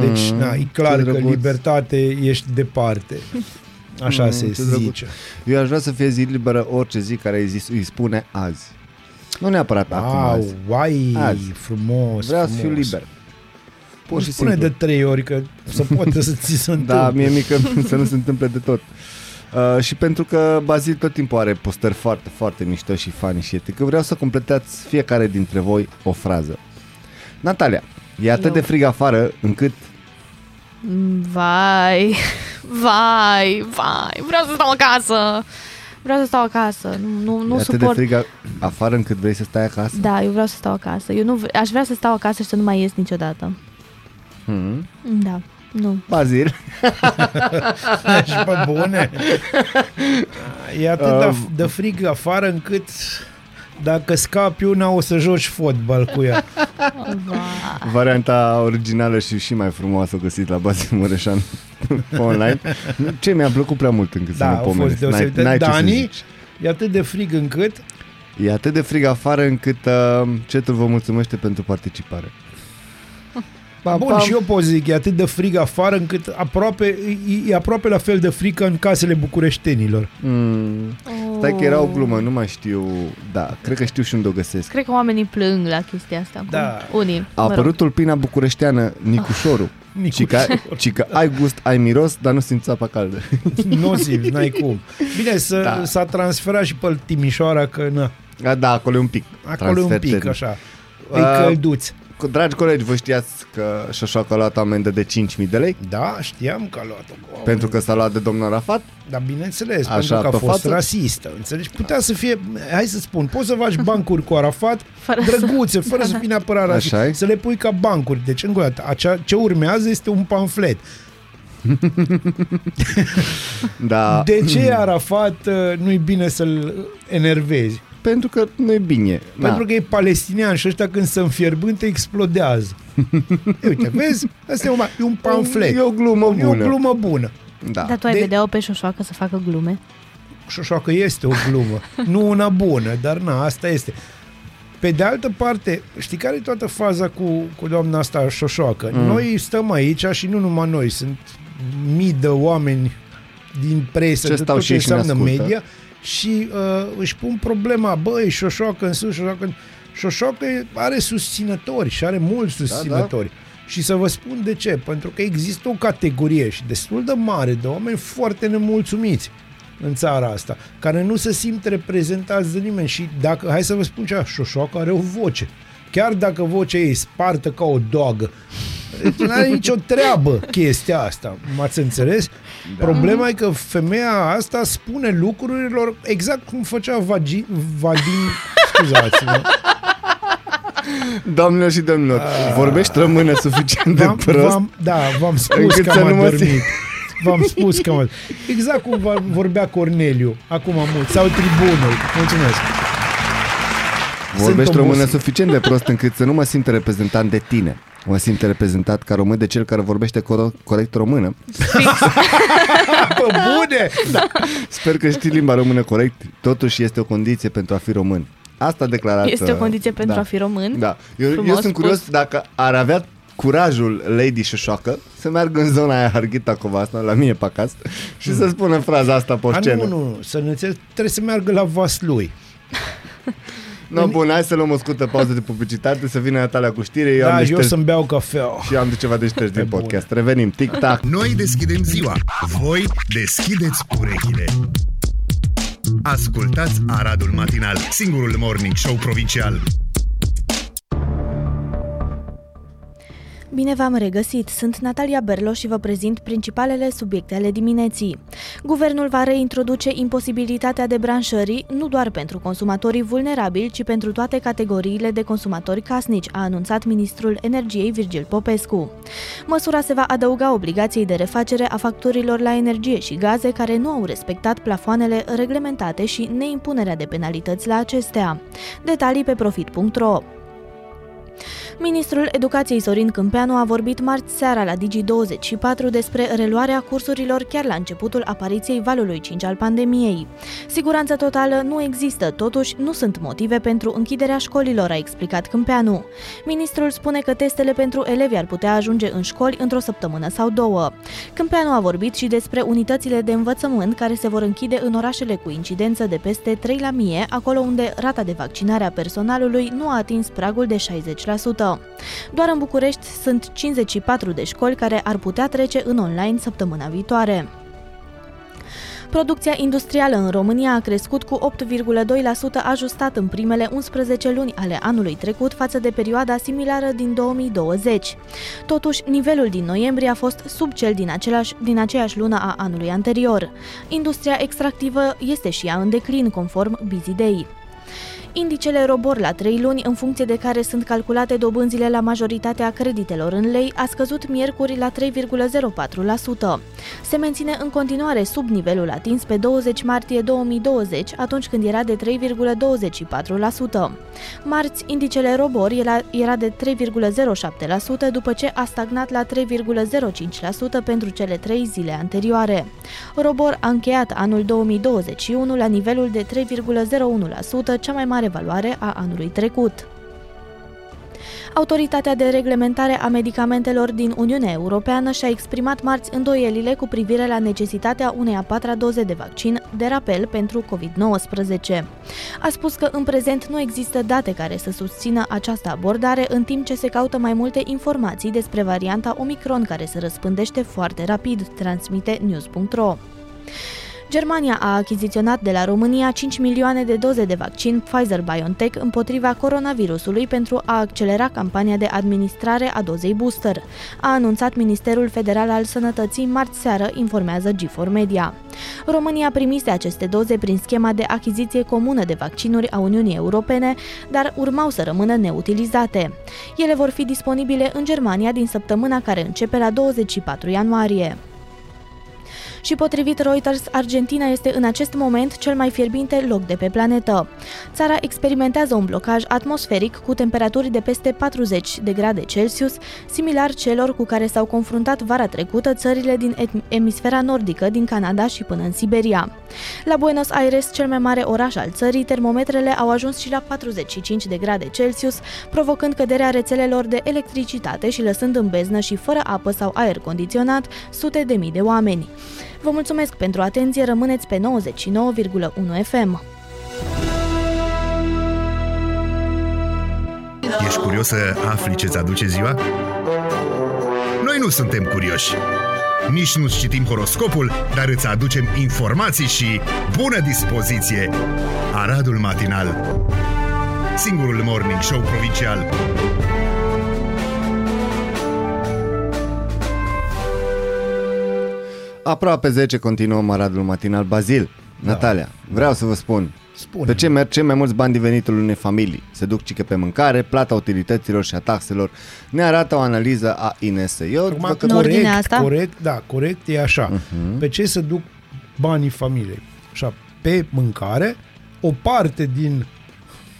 Speaker 2: Deci, na, e clar
Speaker 1: Mm, ce
Speaker 2: că
Speaker 1: drăguț. Mm,
Speaker 2: libertate ești departe. Așa se
Speaker 1: ce drăguț.
Speaker 2: zice.
Speaker 1: Eu aș vrea să fie zi liberă orice zi care îi, zis, îi spune azi. Nu neapărat acum
Speaker 2: Wow,
Speaker 1: azi.
Speaker 2: uai,
Speaker 1: Azi.
Speaker 2: frumos,
Speaker 1: Vreau să
Speaker 2: frumos.
Speaker 1: fiu liber. Pur
Speaker 2: Îmi
Speaker 1: și
Speaker 2: spune
Speaker 1: simplu.
Speaker 2: de trei ori că să poate să ți se întâmple.
Speaker 1: Da, mie mică să nu se întâmple de tot. Uh, și pentru că Bazil tot timpul are postări foarte, foarte mișto și fani și etică, vreau să completați fiecare dintre voi o frază. Natalia, e atât
Speaker 7: Eu.
Speaker 1: de frig afară încât
Speaker 7: Vai, vai, vai, vreau să stau acasă. Vreau să stau acasă, nu, nu, nu
Speaker 1: e atât de
Speaker 7: suport.
Speaker 1: frig a- afară încât vrei să stai acasă?
Speaker 7: Da, eu vreau să stau acasă. Eu nu v- aș vrea să stau acasă și să nu mai ies niciodată.
Speaker 9: Hmm.
Speaker 7: Da, nu.
Speaker 1: Bazil, Da,
Speaker 2: și pe bune. E
Speaker 1: Um.
Speaker 2: atât de, de frig afară încât dacă scapi una o să joci fotbal cu ea.
Speaker 1: varianta originală și și mai frumoasă o găsit la Bazil Mureșan pe online. Ce mi-a plăcut prea mult încât
Speaker 2: Da,
Speaker 1: să nu
Speaker 2: au
Speaker 1: pomenesc.
Speaker 2: fost deosebite.
Speaker 1: ce să
Speaker 2: Dani,
Speaker 1: zici.
Speaker 2: e atât de frig încât
Speaker 1: E atât de frig afară încât uh, cetul vă mulțumește pentru participare.
Speaker 2: Ba, Bun, și eu pot zic, e atât de frig afară încât aproape, e, e aproape la fel de frig ca în casele bucureștenilor.
Speaker 1: Mm, stai că era
Speaker 8: Oh.
Speaker 1: o glumă, nu mai știu. Da, cred că știu și unde o găsesc.
Speaker 7: Cred că oamenii plâng la chestia asta acum.
Speaker 2: Da.
Speaker 7: Unii.
Speaker 1: A apărut tulpina bucureșteană, Nicușorul. Cica, cica, ai gust, ai miros, dar nu simți apa caldă.
Speaker 2: Nosiv, n-ai cum. Bine, să,
Speaker 1: Da.
Speaker 2: da. s-a transferat și pe Timișoara, că na,
Speaker 1: A, da, acolo e un pic.
Speaker 2: acolo e un
Speaker 1: Transfer Uh,
Speaker 2: pic
Speaker 1: tehnic.
Speaker 2: așa. E
Speaker 1: A-
Speaker 2: călduț.
Speaker 1: Cu- Dragi colegi, vă știați că Șoșoacă a luat o amendă de 5.000 de lei
Speaker 2: Da, știam că a luat-o. cu-
Speaker 1: pentru că s-a luat de domnul Arafat.
Speaker 2: Dar bineînțeles,
Speaker 1: Așa,
Speaker 2: pentru că
Speaker 1: pe
Speaker 2: a fost
Speaker 1: față?
Speaker 2: rasistă, înțelegi? Putea să fie, hai să spun, poți să faci bancuri cu Arafat,
Speaker 7: Fără să-
Speaker 2: drăguțe, fără să fii neapărat rasist,
Speaker 1: Așa e.
Speaker 2: să le pui ca bancuri. Deci, încă o dată, acea, ce urmează este un pamflet.
Speaker 1: Da, de-
Speaker 2: De ce Arafat uh, nu-i bine să-l enervezi?
Speaker 1: pentru că nu e bine.
Speaker 2: Da. Pentru că e palestinian și ăștia când se înfierbântă explodează. Uite, vezi? Asta e, un, e un pamflet.
Speaker 1: Da. E o glumă
Speaker 2: E o
Speaker 1: bună.
Speaker 2: glumă bună.
Speaker 1: da.
Speaker 7: Dar tu ai
Speaker 2: De-
Speaker 7: vedea-o pe șoșoacă să facă glume?
Speaker 2: Și așa că este o glumă. nu una bună, dar na, asta este. Pe de altă parte, știi care e toată faza cu, cu doamna asta șoșoacă? Mm. Noi stăm aici și nu numai noi, sunt mii de oameni din presă,
Speaker 1: Ce
Speaker 2: de
Speaker 1: stau
Speaker 2: tot
Speaker 1: și
Speaker 2: ce
Speaker 1: ei și ne
Speaker 2: înseamnă
Speaker 1: ascultă.
Speaker 2: media și uh, își pun problema, băi, șoșoacă în sus, șoșoacă în... Șoșoacă are susținători și are mulți susținători. Da, da. Și să vă spun de ce, pentru că există o categorie și destul de mare de oameni foarte nemulțumiți în țara asta, care nu se simt reprezentați de nimeni și dacă, hai să vă spun ceva, Șoșoacă are o voce. Chiar dacă vocea ei e spartă ca o dogă, nu are Deci nicio treabă chestia asta, m-ați înțeles? Da. Problema e că femeia asta spune lucrurilor exact cum făcea Vagi, Vadim, scuzați-mă,
Speaker 1: Doamnelor și domnilor, vorbești rămâne suficient de
Speaker 2: v-am,
Speaker 1: prost.
Speaker 2: v-am, da, v-am spus
Speaker 1: încât
Speaker 2: că
Speaker 1: să
Speaker 2: am
Speaker 1: nu mă
Speaker 2: adormit.
Speaker 1: simt.
Speaker 2: V-am spus că am Exact cum va- vorbea Corneliu, acum mult, sau tribunul. Mulțumesc.
Speaker 1: Vorbești
Speaker 2: Sunt
Speaker 1: română
Speaker 2: obosit.
Speaker 1: suficient de prost încât să nu mă simt reprezentant de tine. Mă simt reprezentat ca român de cel care vorbește coro- corect română.
Speaker 2: Bă, bune! Da.
Speaker 1: Sper că știi limba română corect. Totuși este o condiție pentru a fi român. Asta a declarat.
Speaker 7: Este o
Speaker 1: uh,
Speaker 7: condiție pentru
Speaker 1: da.
Speaker 7: a fi român.
Speaker 1: Da. Eu, eu
Speaker 7: Frumos
Speaker 1: sunt
Speaker 7: spus.
Speaker 1: curios dacă ar avea curajul Lady Șoșoacă să meargă în zona aia Harghita Covasna, la mine pe acasă, și să spună fraza asta pe
Speaker 2: A, nu,
Speaker 1: scenă.
Speaker 2: nu, nu, să ne înțeleg, trebuie să meargă la Vaslui.
Speaker 1: No, bun, hai să luăm o scurtă pauză de publicitate, să vină Natalia cu știre, eu
Speaker 2: Da,
Speaker 1: am
Speaker 2: eu
Speaker 1: niște...
Speaker 2: să-mi beau cafea.
Speaker 1: Și eu am de ceva de șters din
Speaker 2: Pe bune.
Speaker 1: podcast. Revenim, tic-tac.
Speaker 6: Noi deschidem ziua, voi deschideți urechile. Ascultați Aradul Matinal, singurul morning show provincial.
Speaker 7: Bine v-am regăsit! Sunt Natalia Berlo și vă prezint principalele subiecte ale dimineții. Guvernul va reintroduce imposibilitatea de branșării nu doar pentru consumatorii vulnerabili, ci pentru toate categoriile de consumatori casnici, a anunțat ministrul energiei Virgil Popescu. Măsura se va adăuga obligației de refacere a facturilor la energie și gaze care nu au respectat plafoanele reglementate și neimpunerea de penalități la acestea. Detalii pe profit.ro Ministrul Educației Sorin Câmpeanu a vorbit marți seara la Digi24 despre reluarea cursurilor chiar la începutul apariției valului 5 al pandemiei. Siguranță totală nu există, totuși nu sunt motive pentru închiderea școlilor, a explicat Câmpeanu. Ministrul spune că testele pentru elevi ar putea ajunge în școli într-o săptămână sau două. Câmpeanu a vorbit și despre unitățile de învățământ care se vor închide în orașele cu incidență de peste 3 la mie, acolo unde rata de vaccinare a personalului nu a atins pragul de 60%. Doar în București sunt 54 de școli care ar putea trece în online săptămâna viitoare. Producția industrială în România a crescut cu 8,2% ajustat în primele 11 luni ale anului trecut față de perioada similară din 2020. Totuși, nivelul din noiembrie a fost sub cel din, același, din aceeași lună a anului anterior. Industria extractivă este și ea în declin, conform Bizidei. Indicele robor la 3 luni, în funcție de care sunt calculate dobânzile la majoritatea creditelor în lei, a scăzut miercuri la 3,04%. Se menține în continuare sub nivelul atins pe 20 martie 2020, atunci când era de 3,24%. Marți, indicele robor era, era de 3,07%, după ce a stagnat la 3,05% pentru cele 3 zile anterioare. Robor a încheiat anul 2021 la nivelul de 3,01%, cea mai mare valoare a anului trecut. Autoritatea de reglementare a medicamentelor din Uniunea Europeană și-a exprimat marți îndoielile cu privire la necesitatea unei a patra doze de vaccin de rapel pentru COVID-19. A spus că în prezent nu există date care să susțină această abordare, în timp ce se caută mai multe informații despre varianta Omicron care se răspândește foarte rapid, transmite news.ro. Germania a achiziționat de la România 5 milioane de doze de vaccin Pfizer-BioNTech împotriva coronavirusului pentru a accelera campania de administrare a dozei booster, a anunțat Ministerul Federal al Sănătății marți seară, informează G4 Media. România primise aceste doze prin schema de achiziție comună de vaccinuri a Uniunii Europene, dar urmau să rămână neutilizate. Ele vor fi disponibile în Germania din săptămâna care începe la 24 ianuarie și potrivit Reuters, Argentina este în acest moment cel mai fierbinte loc de pe planetă. Țara experimentează un blocaj atmosferic cu temperaturi de peste 40 de grade Celsius, similar celor cu care s-au confruntat vara trecută țările din et- emisfera nordică, din Canada și până în Siberia. La Buenos Aires, cel mai mare oraș al țării, termometrele au ajuns și la 45 de grade Celsius, provocând căderea rețelelor de electricitate și lăsând în beznă și fără apă sau aer condiționat sute de mii de oameni. Vă mulțumesc pentru atenție, rămâneți pe 99,1 FM.
Speaker 6: Ești curios să afli ce-ți aduce ziua? Noi nu suntem curioși. Nici nu citim horoscopul, dar îți aducem informații și bună dispoziție! Aradul Matinal Singurul Morning Show Provincial
Speaker 1: Aproape 10 continuăm Aradul Matinal. Bazil, Natalia, vreau să vă spun.
Speaker 2: Da. Spune.
Speaker 1: Pe ce merg cei mai mulți bani din venitul unei familii? Se duc cică pe mâncare, plata utilităților și a taxelor. Ne arată o analiză a INS. Eu
Speaker 2: Acum,
Speaker 1: văd că
Speaker 7: În ordinea asta?
Speaker 2: corect, da, corect e așa.
Speaker 1: Mhm.
Speaker 2: Uh-huh. Pe ce se duc banii familiei? Așa, pe mâncare, o parte din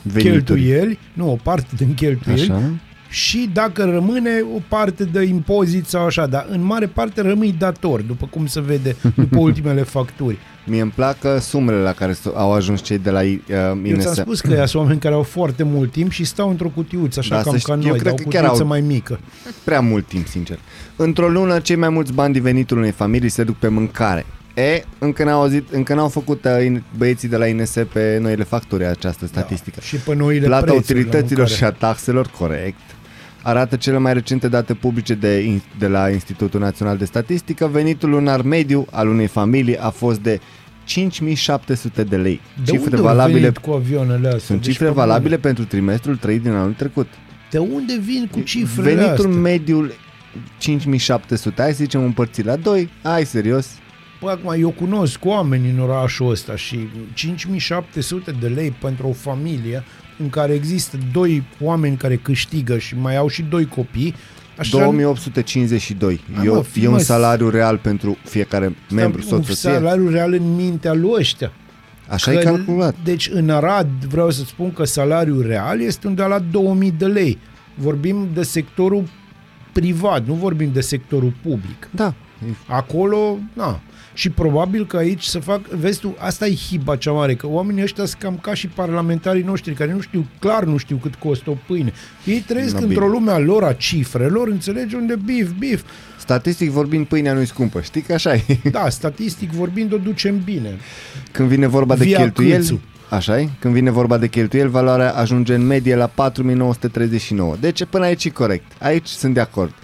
Speaker 1: venituri.
Speaker 2: cheltuieli, nu, o parte din cheltuieli
Speaker 1: Așa.
Speaker 2: și dacă rămâne o parte de impozit sau așa, dar în mare parte rămâi dator, după cum se vede după ultimele facturi.
Speaker 1: Mie îmi plac sumele la care s- au ajuns cei de la I- uh,
Speaker 2: Eu ți-am
Speaker 1: INS.
Speaker 2: spus că sunt oameni care au foarte mult timp și stau într-o cutiuță, așa
Speaker 1: Da,
Speaker 2: cam
Speaker 1: să
Speaker 2: ca
Speaker 1: știi,
Speaker 2: noi,
Speaker 1: eu
Speaker 2: dar
Speaker 1: cred
Speaker 2: o
Speaker 1: că chiar
Speaker 2: cutiuță
Speaker 1: au-
Speaker 2: mai mică.
Speaker 1: Prea mult timp, sincer. Într-o lună, cei mai mulți bani din venitul unei familii se duc pe mâncare. E, încă n-au, auzit, încă n-au făcut uh, in- băieții de la INS pe noile facturi această statistică.
Speaker 2: Da. Și pe noile
Speaker 1: Plata
Speaker 2: Păi prețuri la
Speaker 1: utilităților
Speaker 2: mâncare.
Speaker 1: și a taxelor, corect, arată cele mai recente date publice de, de la Institutul Național de Statistică. Venitul lunar mediu al unei familii a fost de 5700 de lei.
Speaker 2: De
Speaker 1: cifre
Speaker 2: unde au
Speaker 1: valabile,
Speaker 2: venit cu avioanele astea?
Speaker 1: sunt
Speaker 2: Deci,
Speaker 1: cifre
Speaker 2: pe bune,
Speaker 1: valabile pentru trimestrul 3 din anul trecut.
Speaker 2: De unde vin cu cifrele
Speaker 1: Deci, Venitul
Speaker 2: astea?
Speaker 1: mediul 5700, hai să zicem împărțit la 2, hai serios,
Speaker 2: Păi acum eu cunosc oameni în orașul ăsta și 5700 de lei pentru o familie în care există doi oameni care câștigă și mai au și doi copii. Așa
Speaker 1: 2852.
Speaker 2: Mamă,
Speaker 1: E, o-
Speaker 2: fii,
Speaker 1: e un
Speaker 2: mă,
Speaker 1: salariu real pentru fiecare membru, soț,
Speaker 2: Un
Speaker 1: soție.
Speaker 2: salariu real în mintea lui ăștia.
Speaker 1: Așa e
Speaker 2: Că-
Speaker 1: calculat.
Speaker 2: Deci în Arad vreau să spun că salariul real este undeva la 2000 de lei. Vorbim de sectorul privat, nu vorbim de sectorul public.
Speaker 1: Da, e
Speaker 2: Acolo, na. Și probabil că aici să fac, vezi tu, asta e hiba cea mare, că oamenii ăștia sunt cam ca și parlamentarii noștri, care nu știu, clar nu știu cât costă o pâine. Ei trăiesc
Speaker 1: Na,
Speaker 2: într-o
Speaker 1: bine.
Speaker 2: lume a lor, a cifrelor, înțelegi unde bif, bif.
Speaker 1: Statistic vorbind, pâinea nu-i scumpă. Știi că așa e.
Speaker 2: Da, statistic vorbind, o ducem bine.
Speaker 1: Când vine vorba de
Speaker 2: Via
Speaker 1: cheltuieli,
Speaker 2: Câțu.
Speaker 1: așa e? Când vine vorba de cheltuieli, valoarea ajunge în medie la 4939. Deci până aici e corect. Aici sunt de acord.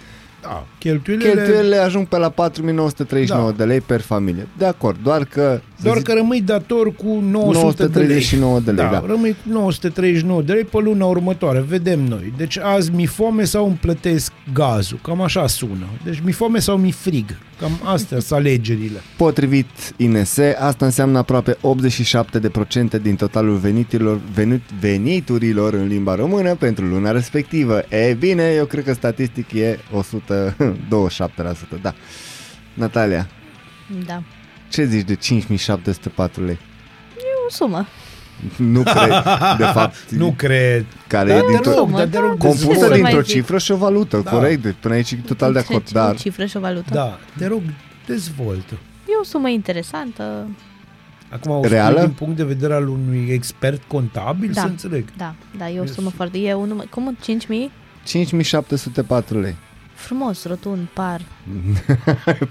Speaker 2: Da, cheltuielile...
Speaker 1: Cheltuielile ajung pe la 4939 da.
Speaker 2: Da.
Speaker 1: de lei per familie. De acord, doar că... să
Speaker 2: Doar
Speaker 1: zic-
Speaker 2: că rămâi dator cu 900
Speaker 1: 939 de lei,
Speaker 2: Da,
Speaker 1: da.
Speaker 2: rămâi cu 939 de lei pe luna următoare, vedem noi. Deci azi mi foame sau îmi plătesc gazul, cam așa sună. Deci mi foame sau mi frig, cam astea sunt alegerile.
Speaker 1: Potrivit INS, asta înseamnă aproape 87% din totalul veniturilor, venit, veniturilor în limba română pentru luna respectivă. E bine, eu cred că statistic e 127%, da. Natalia,
Speaker 7: Da.
Speaker 1: ce zici de 5704 lei?
Speaker 7: E o sumă.
Speaker 1: Nu cred, de fapt,
Speaker 2: Nu cred.
Speaker 7: Da,
Speaker 1: care e din
Speaker 2: te
Speaker 1: tot...
Speaker 2: rog, dar te rog,
Speaker 1: Compusă
Speaker 2: dezvoltă.
Speaker 1: dintr-o
Speaker 7: Deci Mai zic.
Speaker 1: cifră și o valută, da. corect, deci până aici total de acord,
Speaker 7: Ce- O
Speaker 1: dar
Speaker 7: cifră și o valută.
Speaker 2: Da, te rog, dezvoltă.
Speaker 7: E o sumă interesantă.
Speaker 2: Acum o spui
Speaker 1: Reală?
Speaker 2: din punct de vedere al unui expert contabil,
Speaker 7: Da.
Speaker 2: să înțeleg.
Speaker 7: Da, da, e o sumă foarte... E un număr... Cum? 5.000?
Speaker 1: 5704 lei.
Speaker 7: Frumos, rotund, par.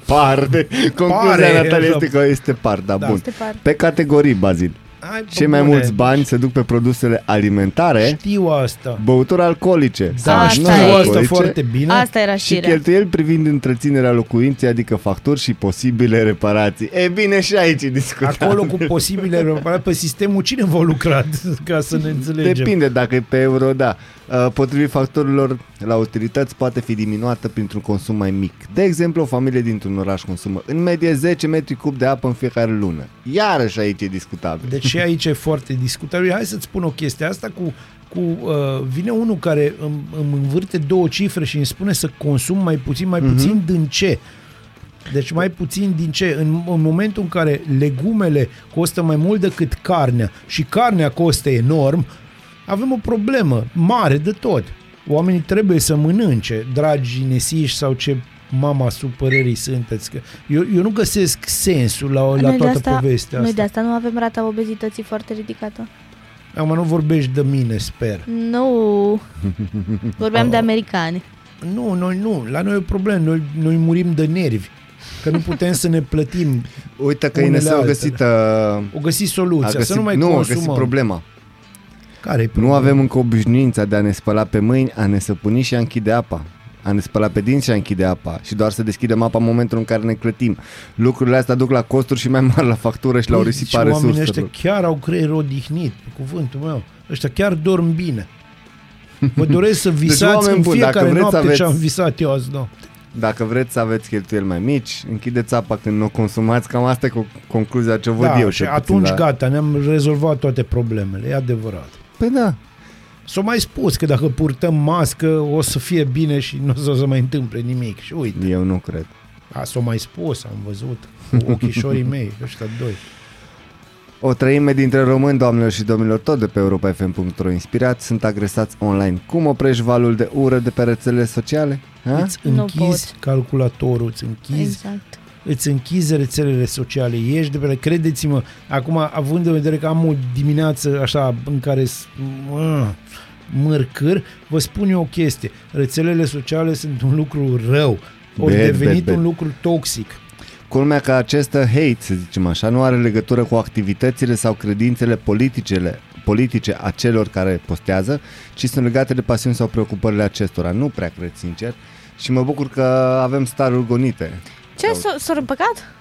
Speaker 1: Par, de, concluzia Natalia este
Speaker 2: exact.
Speaker 1: că este par, da, da. bun.
Speaker 7: Este par.
Speaker 1: Pe categorii, Bazil.
Speaker 2: Hai, pe
Speaker 1: Cei mai
Speaker 2: bune.
Speaker 1: mulți bani eh? se duc pe produsele alimentare,
Speaker 2: Știu asta.
Speaker 1: băuturi alcoolice
Speaker 7: Da,
Speaker 1: sau
Speaker 7: asta
Speaker 2: Știu
Speaker 7: e.
Speaker 2: asta
Speaker 1: alcoolice
Speaker 2: foarte bine.
Speaker 7: Asta era
Speaker 1: și
Speaker 7: șirea.
Speaker 1: cheltuieli privind întreținerea locuinței, adică facturi și posibile reparații. E bine, și aici discutăm.
Speaker 2: Acolo cu posibile reparare pe sistemul cine v-a lucrat, ca să ne înțelegem.
Speaker 1: Depinde dacă e pe euro, da. Uh, Potrivit factorilor la utilități poate fi diminuată printr-un consum mai mic. De exemplu, o familie dintr-un oraș consumă în medie 10 metri cub de apă în fiecare lună. Iarăși aici e discutabil.
Speaker 2: Deci și aici e foarte discutabil. Hai să-ți spun o chestie asta cu cu uh, vine unul care îmi, îmi învârte două cifre și îmi spune să consum mai puțin, mai puțin din ce? Deci mai puțin din ce? În, în momentul în care legumele costă mai mult decât carnea și carnea costă enorm, avem o problemă mare de tot. Oamenii trebuie să mănânce, dragi nesiși sau ce mama supărării sunteți. Că eu, eu nu găsesc sensul la, la
Speaker 7: Noi de
Speaker 2: toată
Speaker 7: asta-
Speaker 2: povestea
Speaker 7: Noi
Speaker 2: asta.
Speaker 7: de asta nu avem rata obezității foarte ridicată.
Speaker 2: Acum nu vorbești de mine, sper.
Speaker 7: Nu. Vorbeam de americani.
Speaker 2: Nu, noi nu. La noi e o problemă. Noi, noi murim de nervi. Că nu putem să ne plătim.
Speaker 1: Uite că
Speaker 2: Unele
Speaker 1: Ines a
Speaker 2: altele.
Speaker 1: găsit, uh, a
Speaker 2: O găsi soluția. Găsit, să nu mai
Speaker 1: nu a găsit
Speaker 2: consumăm.
Speaker 1: problema.
Speaker 2: Care e
Speaker 1: Nu avem încă obișnuința de a ne spăla pe mâini, a ne săpuni și a închide apa. A ne spăla pe dinți și a închide apa și doar să deschidem apa în momentul în care ne clătim. Lucrurile astea duc la costuri și mai mari la factură și la o risipă a
Speaker 2: Păi, oamenii ăștia
Speaker 1: resurselor.
Speaker 2: chiar au creierul odihnit, pe cuvântul meu. Ăștia chiar dorm bine. Vă doresc să visați
Speaker 1: Deci, oameni
Speaker 2: în
Speaker 1: buni, dacă
Speaker 2: fiecare
Speaker 1: vreți să
Speaker 2: noapte
Speaker 1: aveți-
Speaker 2: ce am visat eu azi, da.
Speaker 1: Dacă vreți să aveți cheltuieli mai mici, închideți apa când nu o consumați, cam asta e cu concluzia ce văd
Speaker 2: da
Speaker 1: eu.
Speaker 2: și
Speaker 1: cel puțin,
Speaker 2: atunci
Speaker 1: da.
Speaker 2: gata, ne-am rezolvat toate problemele, e adevărat.
Speaker 1: Păi da,
Speaker 2: S-o mai spus că dacă purtăm mască o să fie bine și nu o să se mai întâmple nimic. Și uite,
Speaker 1: eu nu cred.
Speaker 2: a, s-o mai spus, am văzut cu ochișorii mei, ăștia doi.
Speaker 1: O treime dintre români, doamnelor și domnilor, tot de pe europa.fm.ro inspirați, sunt agresați online. Cum oprești valul de ură de pe rețelele sociale? Ha?
Speaker 2: Îți
Speaker 7: Nu
Speaker 2: închizi calculatorul, îți închizi, exact.
Speaker 7: Exact.
Speaker 2: îți închizi rețelele sociale, ieși de pe ele. Credeți-mă, acum, având în vedere că am o dimineață așa în care s- mă, mărcăr, vă spun eu o chestie. Rețelele sociale sunt un lucru rău. Au
Speaker 1: Bad, bad,
Speaker 2: devenit
Speaker 1: bad.
Speaker 2: un lucru toxic.
Speaker 1: Culmea că acest hate, să zicem așa, nu are legătură cu activitățile sau credințele politicele, politice a celor care postează, ci sunt legate de pasiuni sau preocupările acestora. Nu prea cred, sincer. Și mă bucur că avem starul gonite.
Speaker 7: Ce, s-au s-au împăcat?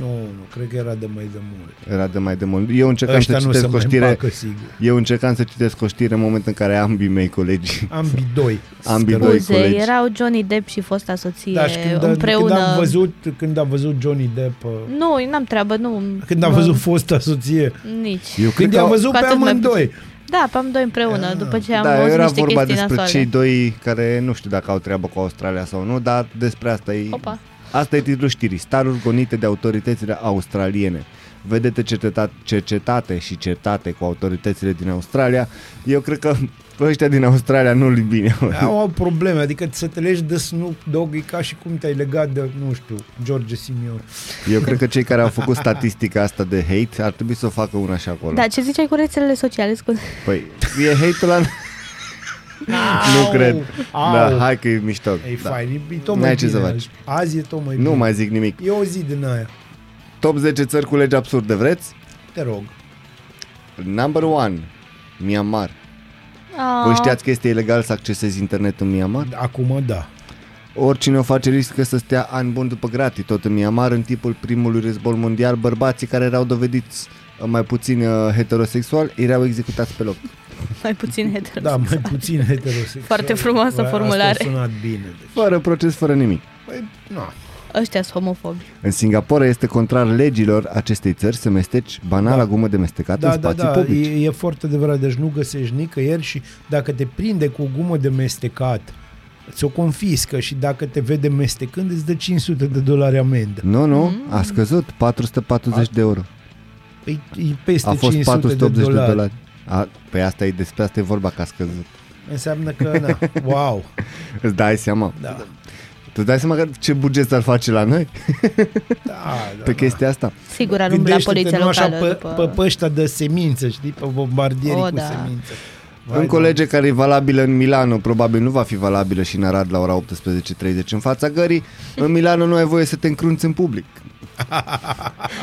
Speaker 2: Nu, nu, cred că era de mai de mult.
Speaker 1: Era de mai de mult. Eu încercam
Speaker 2: Ăștia
Speaker 1: să
Speaker 2: nu se
Speaker 1: citesc o
Speaker 2: mai
Speaker 1: știre,
Speaker 2: împacă, sigur.
Speaker 1: eu încercam să citesc o știre în momentul în care ambii mei colegi,
Speaker 2: Ambii doi.
Speaker 1: ambii
Speaker 2: Sper-
Speaker 1: doi
Speaker 7: Buze,
Speaker 1: colegi,
Speaker 7: erau Johnny Depp și fosta soție
Speaker 2: Da, și când,
Speaker 7: împreună.
Speaker 2: când am văzut, când am văzut Johnny Depp, uh,
Speaker 7: Nu, eu n-am treabă, nu.
Speaker 2: când am
Speaker 7: mă-
Speaker 2: văzut fosta soție,
Speaker 7: Nici.
Speaker 1: Da. Eu cred
Speaker 2: când
Speaker 1: că
Speaker 2: i-am
Speaker 1: au-
Speaker 2: văzut
Speaker 7: Cu
Speaker 2: pe
Speaker 7: atât mai
Speaker 2: amândoi.
Speaker 7: Da, pe amândoi împreună,
Speaker 2: Ah.
Speaker 7: după ce am
Speaker 1: da,
Speaker 7: văzut
Speaker 1: era
Speaker 7: niște
Speaker 1: vorba
Speaker 7: chestii
Speaker 1: despre
Speaker 7: nasoale.
Speaker 1: cei doi care nu știu dacă au treabă cu Australia sau nu, dar despre asta e.
Speaker 7: Opa.
Speaker 1: Asta e titlul știrii. Staruri gonite de autoritățile australiene. Vedete cercetate, cercetate și certate cu autoritățile din Australia. Eu cred că pe ăștia din Australia nu-l bine. mă.
Speaker 2: Au o probleme, adică să te legi de Snoop Dogg e ca și cum te-ai legat de, nu știu, George Simion.
Speaker 1: Eu cred că cei care au făcut statistica asta de hate ar trebui să o facă una și acolo.
Speaker 7: Da, ce ziceai cu rețelele sociale? Scuze.
Speaker 1: Păi, e hate-ul la... nu cred.
Speaker 2: au.
Speaker 1: Da, hai că e mișto.
Speaker 2: E
Speaker 1: Da.
Speaker 2: fain, e, e tot mai
Speaker 1: N-ai
Speaker 2: bine.
Speaker 1: ce să faci.
Speaker 2: azi. Azi e tot mai bine.
Speaker 1: Nu mai zic nimic.
Speaker 2: E o zi din aia,
Speaker 1: Top 10 țări cu legi absurde, vreți?
Speaker 2: te rog.
Speaker 1: Number 1,
Speaker 2: Ah.
Speaker 1: Myanmar. Voi știați că este ilegal să accesezi internet în Myanmar?
Speaker 2: Acum da.
Speaker 1: Oricine o face riscă să stea ani buni după gratii, tot în Myanmar, în timpul primului război mondial, bărbații care erau dovediți uh, mai puțin uh, heterosexual erau executați pe loc.
Speaker 7: Ah, Mai puțin hetero.
Speaker 2: Da, mai puțin heterosexual.
Speaker 7: Foarte frumoasă formulare.
Speaker 2: Asta a sunat bine. Deci.
Speaker 1: Fără proces, fără nimic.
Speaker 2: Păi, na.
Speaker 7: Ăștia sunt homofobi.
Speaker 1: În Singapore este contrar legilor acestei țări să mesteci banala da. gumă de mestecat în
Speaker 2: Da, da,
Speaker 1: spații
Speaker 2: da,
Speaker 1: publice.
Speaker 2: e, e foarte adevărat, deci nu găsești nicăieri și dacă te prinde cu o gumă de mestecat, ți-o confiscă și dacă te vede mestecând îți dă 500 de dolari amendă.
Speaker 1: Nu, nu,
Speaker 2: Mm-hmm.
Speaker 1: a scăzut 440 de euro.
Speaker 2: Păi e peste
Speaker 1: A fost
Speaker 2: 500
Speaker 1: 480
Speaker 2: de dolari.
Speaker 1: A, păi asta e despre asta e vorba că a scăzut.
Speaker 2: Înseamnă că, na, wow,
Speaker 1: Îți dai seama.
Speaker 2: da,
Speaker 1: Tu îți dai seama că ce buget ar face la noi
Speaker 2: da, da.
Speaker 1: pe chestia asta?
Speaker 7: Sigur, arunc la poliția
Speaker 2: nu așa
Speaker 7: locală.
Speaker 2: pe,
Speaker 7: după...
Speaker 2: pe păștea de semințe, știi, pe bombardierii
Speaker 7: O,
Speaker 2: cu
Speaker 7: da.
Speaker 2: semințe.
Speaker 1: Vai Încă o lege care e valabilă în Milano, probabil nu va fi valabilă și în Arad la ora 18.30 în fața gării. În Milano nu ai voie să te încrunți în public.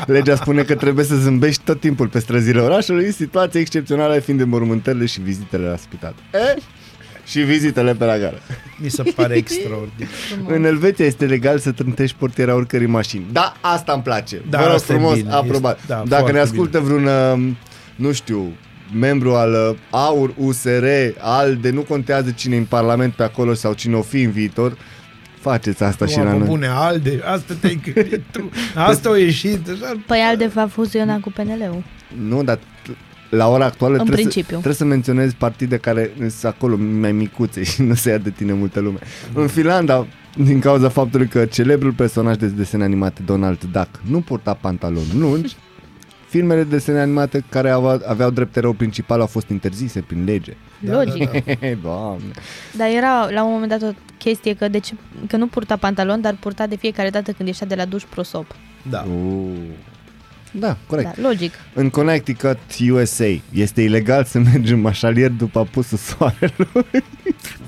Speaker 1: Legea spune că trebuie să zâmbești tot timpul pe străzile orașului, situația excepțională fiind înmormântările și vizitele la spital. E? Și vizitele pe la gară.
Speaker 2: Mi se pare extraordinar.
Speaker 1: În Elveția este legal să trântești portiera oricărei mașini. Da, asta îmi place.
Speaker 2: Da,
Speaker 1: Vă rog
Speaker 2: asta e
Speaker 1: frumos,
Speaker 2: bine,
Speaker 1: aprobat.
Speaker 2: este- da,
Speaker 1: Dacă
Speaker 2: foarte
Speaker 1: ne ascultă vreun, um, nu știu, membru al uh, AUR, USR, ALDE, nu contează cine e în Parlament pe acolo sau cine o fi în viitor, faceți asta și la
Speaker 2: Mamă,
Speaker 1: noi.
Speaker 2: bune, alde, asta te-ai gândit tu. Asta a ieșit, așa,
Speaker 7: Păi Alde va fuziona cu PNL-ul.
Speaker 1: Nu, dar t- la ora actuală
Speaker 7: În
Speaker 1: trebuie, Să,
Speaker 7: principiu.
Speaker 1: trebuie să menționezi partide care sunt acolo mai micuțe și nu se ia de tine multă lume. În Finlanda, din cauza faptului că celebrul personaj de desene animate Donald Duck nu purta pantaloni lungi, filmele de desene animate care aveau, aveau drept erou principal au fost interzise prin lege.
Speaker 2: Da.
Speaker 7: Logic.
Speaker 1: Doamne.
Speaker 7: Dar era la un moment dat o chestie că, de ce, că nu purta pantalon, dar purta de fiecare dată când ieșea de la duș prosop.
Speaker 2: Da.
Speaker 1: Uh. Da, corect.
Speaker 7: Da, logic.
Speaker 1: În Connecticut, USA, este ilegal să mergi în mașalier după apusul soarelui.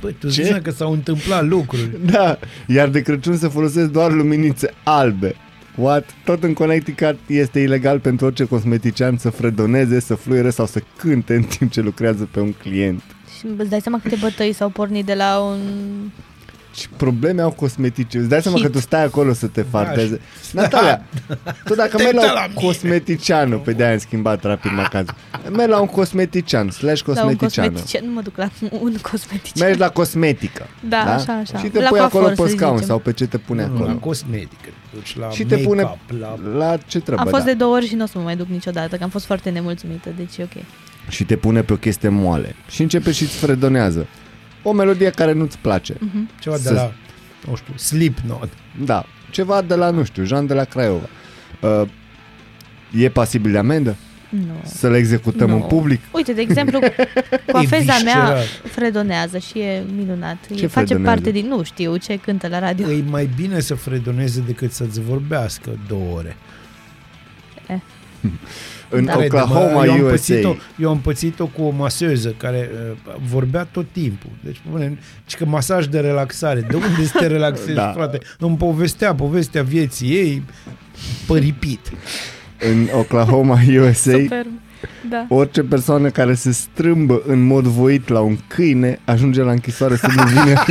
Speaker 2: Păi tu zici că s-au întâmplat lucruri.
Speaker 1: Da, iar de Crăciun se folosesc doar luminițe albe. What? Tot în Connecticut este ilegal pentru orice cosmetician să fredoneze, să fluiere sau să cânte în timp ce lucrează pe un client.
Speaker 7: Și îți dai seama câte bătăi s-au pornit de la un...
Speaker 1: Ce probleme au cosmetice. Îți dai seama
Speaker 7: Hit.
Speaker 1: că tu stai acolo să te farteze. Natalia, tu dacă
Speaker 2: Da, Te
Speaker 1: mergi la
Speaker 2: uita la
Speaker 1: un
Speaker 2: mine.
Speaker 1: cosmeticiană, pe de-aia am schimbat rapid macazul, mergi la un cosmetician, slash
Speaker 7: La un
Speaker 1: cosmeticiană.
Speaker 7: cosmetician. Nu mă duc la un cosmetician.
Speaker 1: Mergi la cosmetică.
Speaker 7: Da, așa, așa.
Speaker 1: Și te
Speaker 7: La
Speaker 1: pui acolo
Speaker 7: coafor,
Speaker 1: pe
Speaker 7: să
Speaker 1: scaun
Speaker 7: zicem.
Speaker 1: sau pe ce te pune acolo.
Speaker 2: La cosmetică, deci la
Speaker 1: Mm. și te pune
Speaker 2: la...
Speaker 1: la ce trebuie.
Speaker 7: Am fost
Speaker 1: da.
Speaker 7: de două ori și nu o să mă mai duc niciodată, că am fost foarte nemulțumită, deci e ok.
Speaker 1: și te pune pe o chestie moale și începe și îți fredonează. O melodie care nu-ți place.
Speaker 2: ceva de
Speaker 1: Să-
Speaker 2: la, nu știu, Slipknot.
Speaker 1: Da, ceva de la, nu știu, Jean de la Craiova. Uh, e pasibil de amendă?
Speaker 7: Nu.
Speaker 1: Să-l executăm
Speaker 7: Nu.
Speaker 1: în public?
Speaker 7: Uite, de exemplu, coafeza mea
Speaker 2: visceral.
Speaker 7: fredonează și e minunat. Ce
Speaker 1: Ce
Speaker 7: e, face
Speaker 1: fredonează?
Speaker 7: parte din, nu știu ce cântă la
Speaker 1: Da.
Speaker 7: radio.
Speaker 2: E mai bine să fredoneze decât să-ți vorbească două ore.
Speaker 1: În
Speaker 7: Da.
Speaker 1: Oklahoma,
Speaker 2: eu am
Speaker 1: USA.
Speaker 2: pățit-o, eu am pățit-o cu o maseuză care uh, vorbea tot timpul. Deci, bune, și că masaj de relaxare. De unde să te relaxezi,
Speaker 1: Da.
Speaker 2: da. frate? Îmi povestea povestea vieții ei păripit.
Speaker 1: În Oklahoma, USA,
Speaker 7: Super. Da.
Speaker 1: orice persoană care se strâmbă în mod voit la un câine ajunge la închisoare sub învinuirea,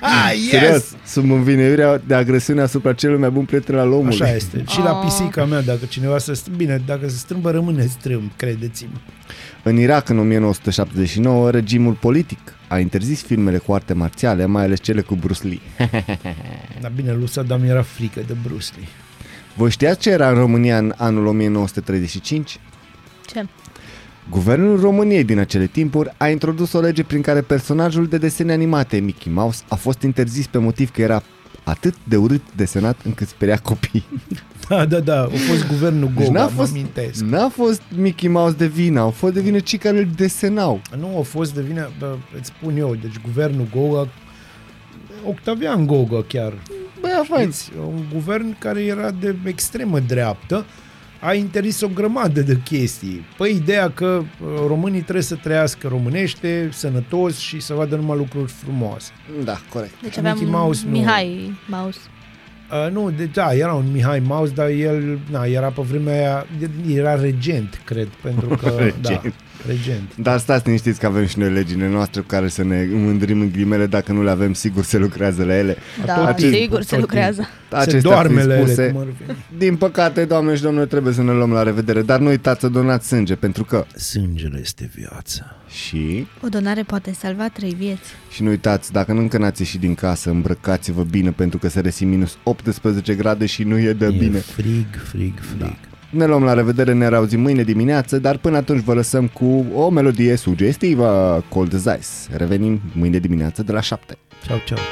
Speaker 2: Ah,
Speaker 1: serios, sub învinuirea de agresiune asupra celui mai bun prieten al omului.
Speaker 2: Așa este. Și la
Speaker 7: Ah.
Speaker 2: pisica mea, dacă cineva se strâmbă, bine, dacă se strâmbă, rămâne strâmb, credeți-mă.
Speaker 1: În Irak, în 1979, regimul politic a interzis filmele cu arte marțiale, mai ales cele cu Bruce Lee.
Speaker 2: Dar bine, lui Saddam era frică de Bruce Lee.
Speaker 1: Vă știați ce era în România în anul 1935?
Speaker 7: Ce? Deci
Speaker 1: Guvernul României din acele timpuri a introdus o lege prin care personajul de desene animate Mickey Mouse a fost interzis pe motiv că era atât de urât desenat încât speria copii.
Speaker 2: Da, da, da, a fost guvernul Goga,
Speaker 1: n-a
Speaker 2: deci
Speaker 1: fost-
Speaker 2: mă amintesc.
Speaker 1: N-a fost Mickey Mouse de vină, au fost de vină cei care îl desenau.
Speaker 2: Nu a fost de vină, bă, îți spun eu, deci guvernul Goga, Octavian Goga chiar,
Speaker 1: Băi, afai,
Speaker 2: știți, un guvern care era de extremă dreaptă, a interzis o grămadă de chestii. Păi ideea că uh, românii trebuie să trăiască românește, sănătos și să vadă numai lucruri frumoase.
Speaker 1: Da, corect.
Speaker 7: Deci
Speaker 2: Mickey
Speaker 7: aveam
Speaker 2: Mouse nu-
Speaker 7: Mihai Mouse.
Speaker 2: Uh, nu, de, da, era un Mihai Maus, dar el na, era pe vremea aia, era regent, cred, pentru că, da, Regent.
Speaker 1: Dar stați liniștiți că avem și noi legile noastre cu care să ne mândrim în ghilimele dacă nu le avem, sigur se lucrează la ele.
Speaker 7: Da,
Speaker 1: Acest-
Speaker 7: sigur, se
Speaker 2: tot
Speaker 7: lucrează.
Speaker 1: Acestea
Speaker 2: se doarme
Speaker 1: fiind
Speaker 2: la ele,
Speaker 1: spuse,
Speaker 2: cum ar veni.
Speaker 1: Din păcate, doamne și domnule, trebuie să ne luăm la revedere, dar nu uitați să donați sânge, pentru că...
Speaker 2: Sângele este viața.
Speaker 1: Și...
Speaker 7: O donare poate salva trei vieți.
Speaker 1: Și nu uitați, dacă nu încă n-ați ieșit din casă, îmbrăcați-vă bine pentru că se resim minus 18 grade și nu e de bine.
Speaker 2: E frig, frig, frig. Da.
Speaker 1: Ne luăm la revedere, ne reauzim mâine dimineață, dar până atunci vă lăsăm cu o melodie sugestivă, Cold Zeiss. Revenim mâine dimineață de la 7.
Speaker 2: Ceau, ceau.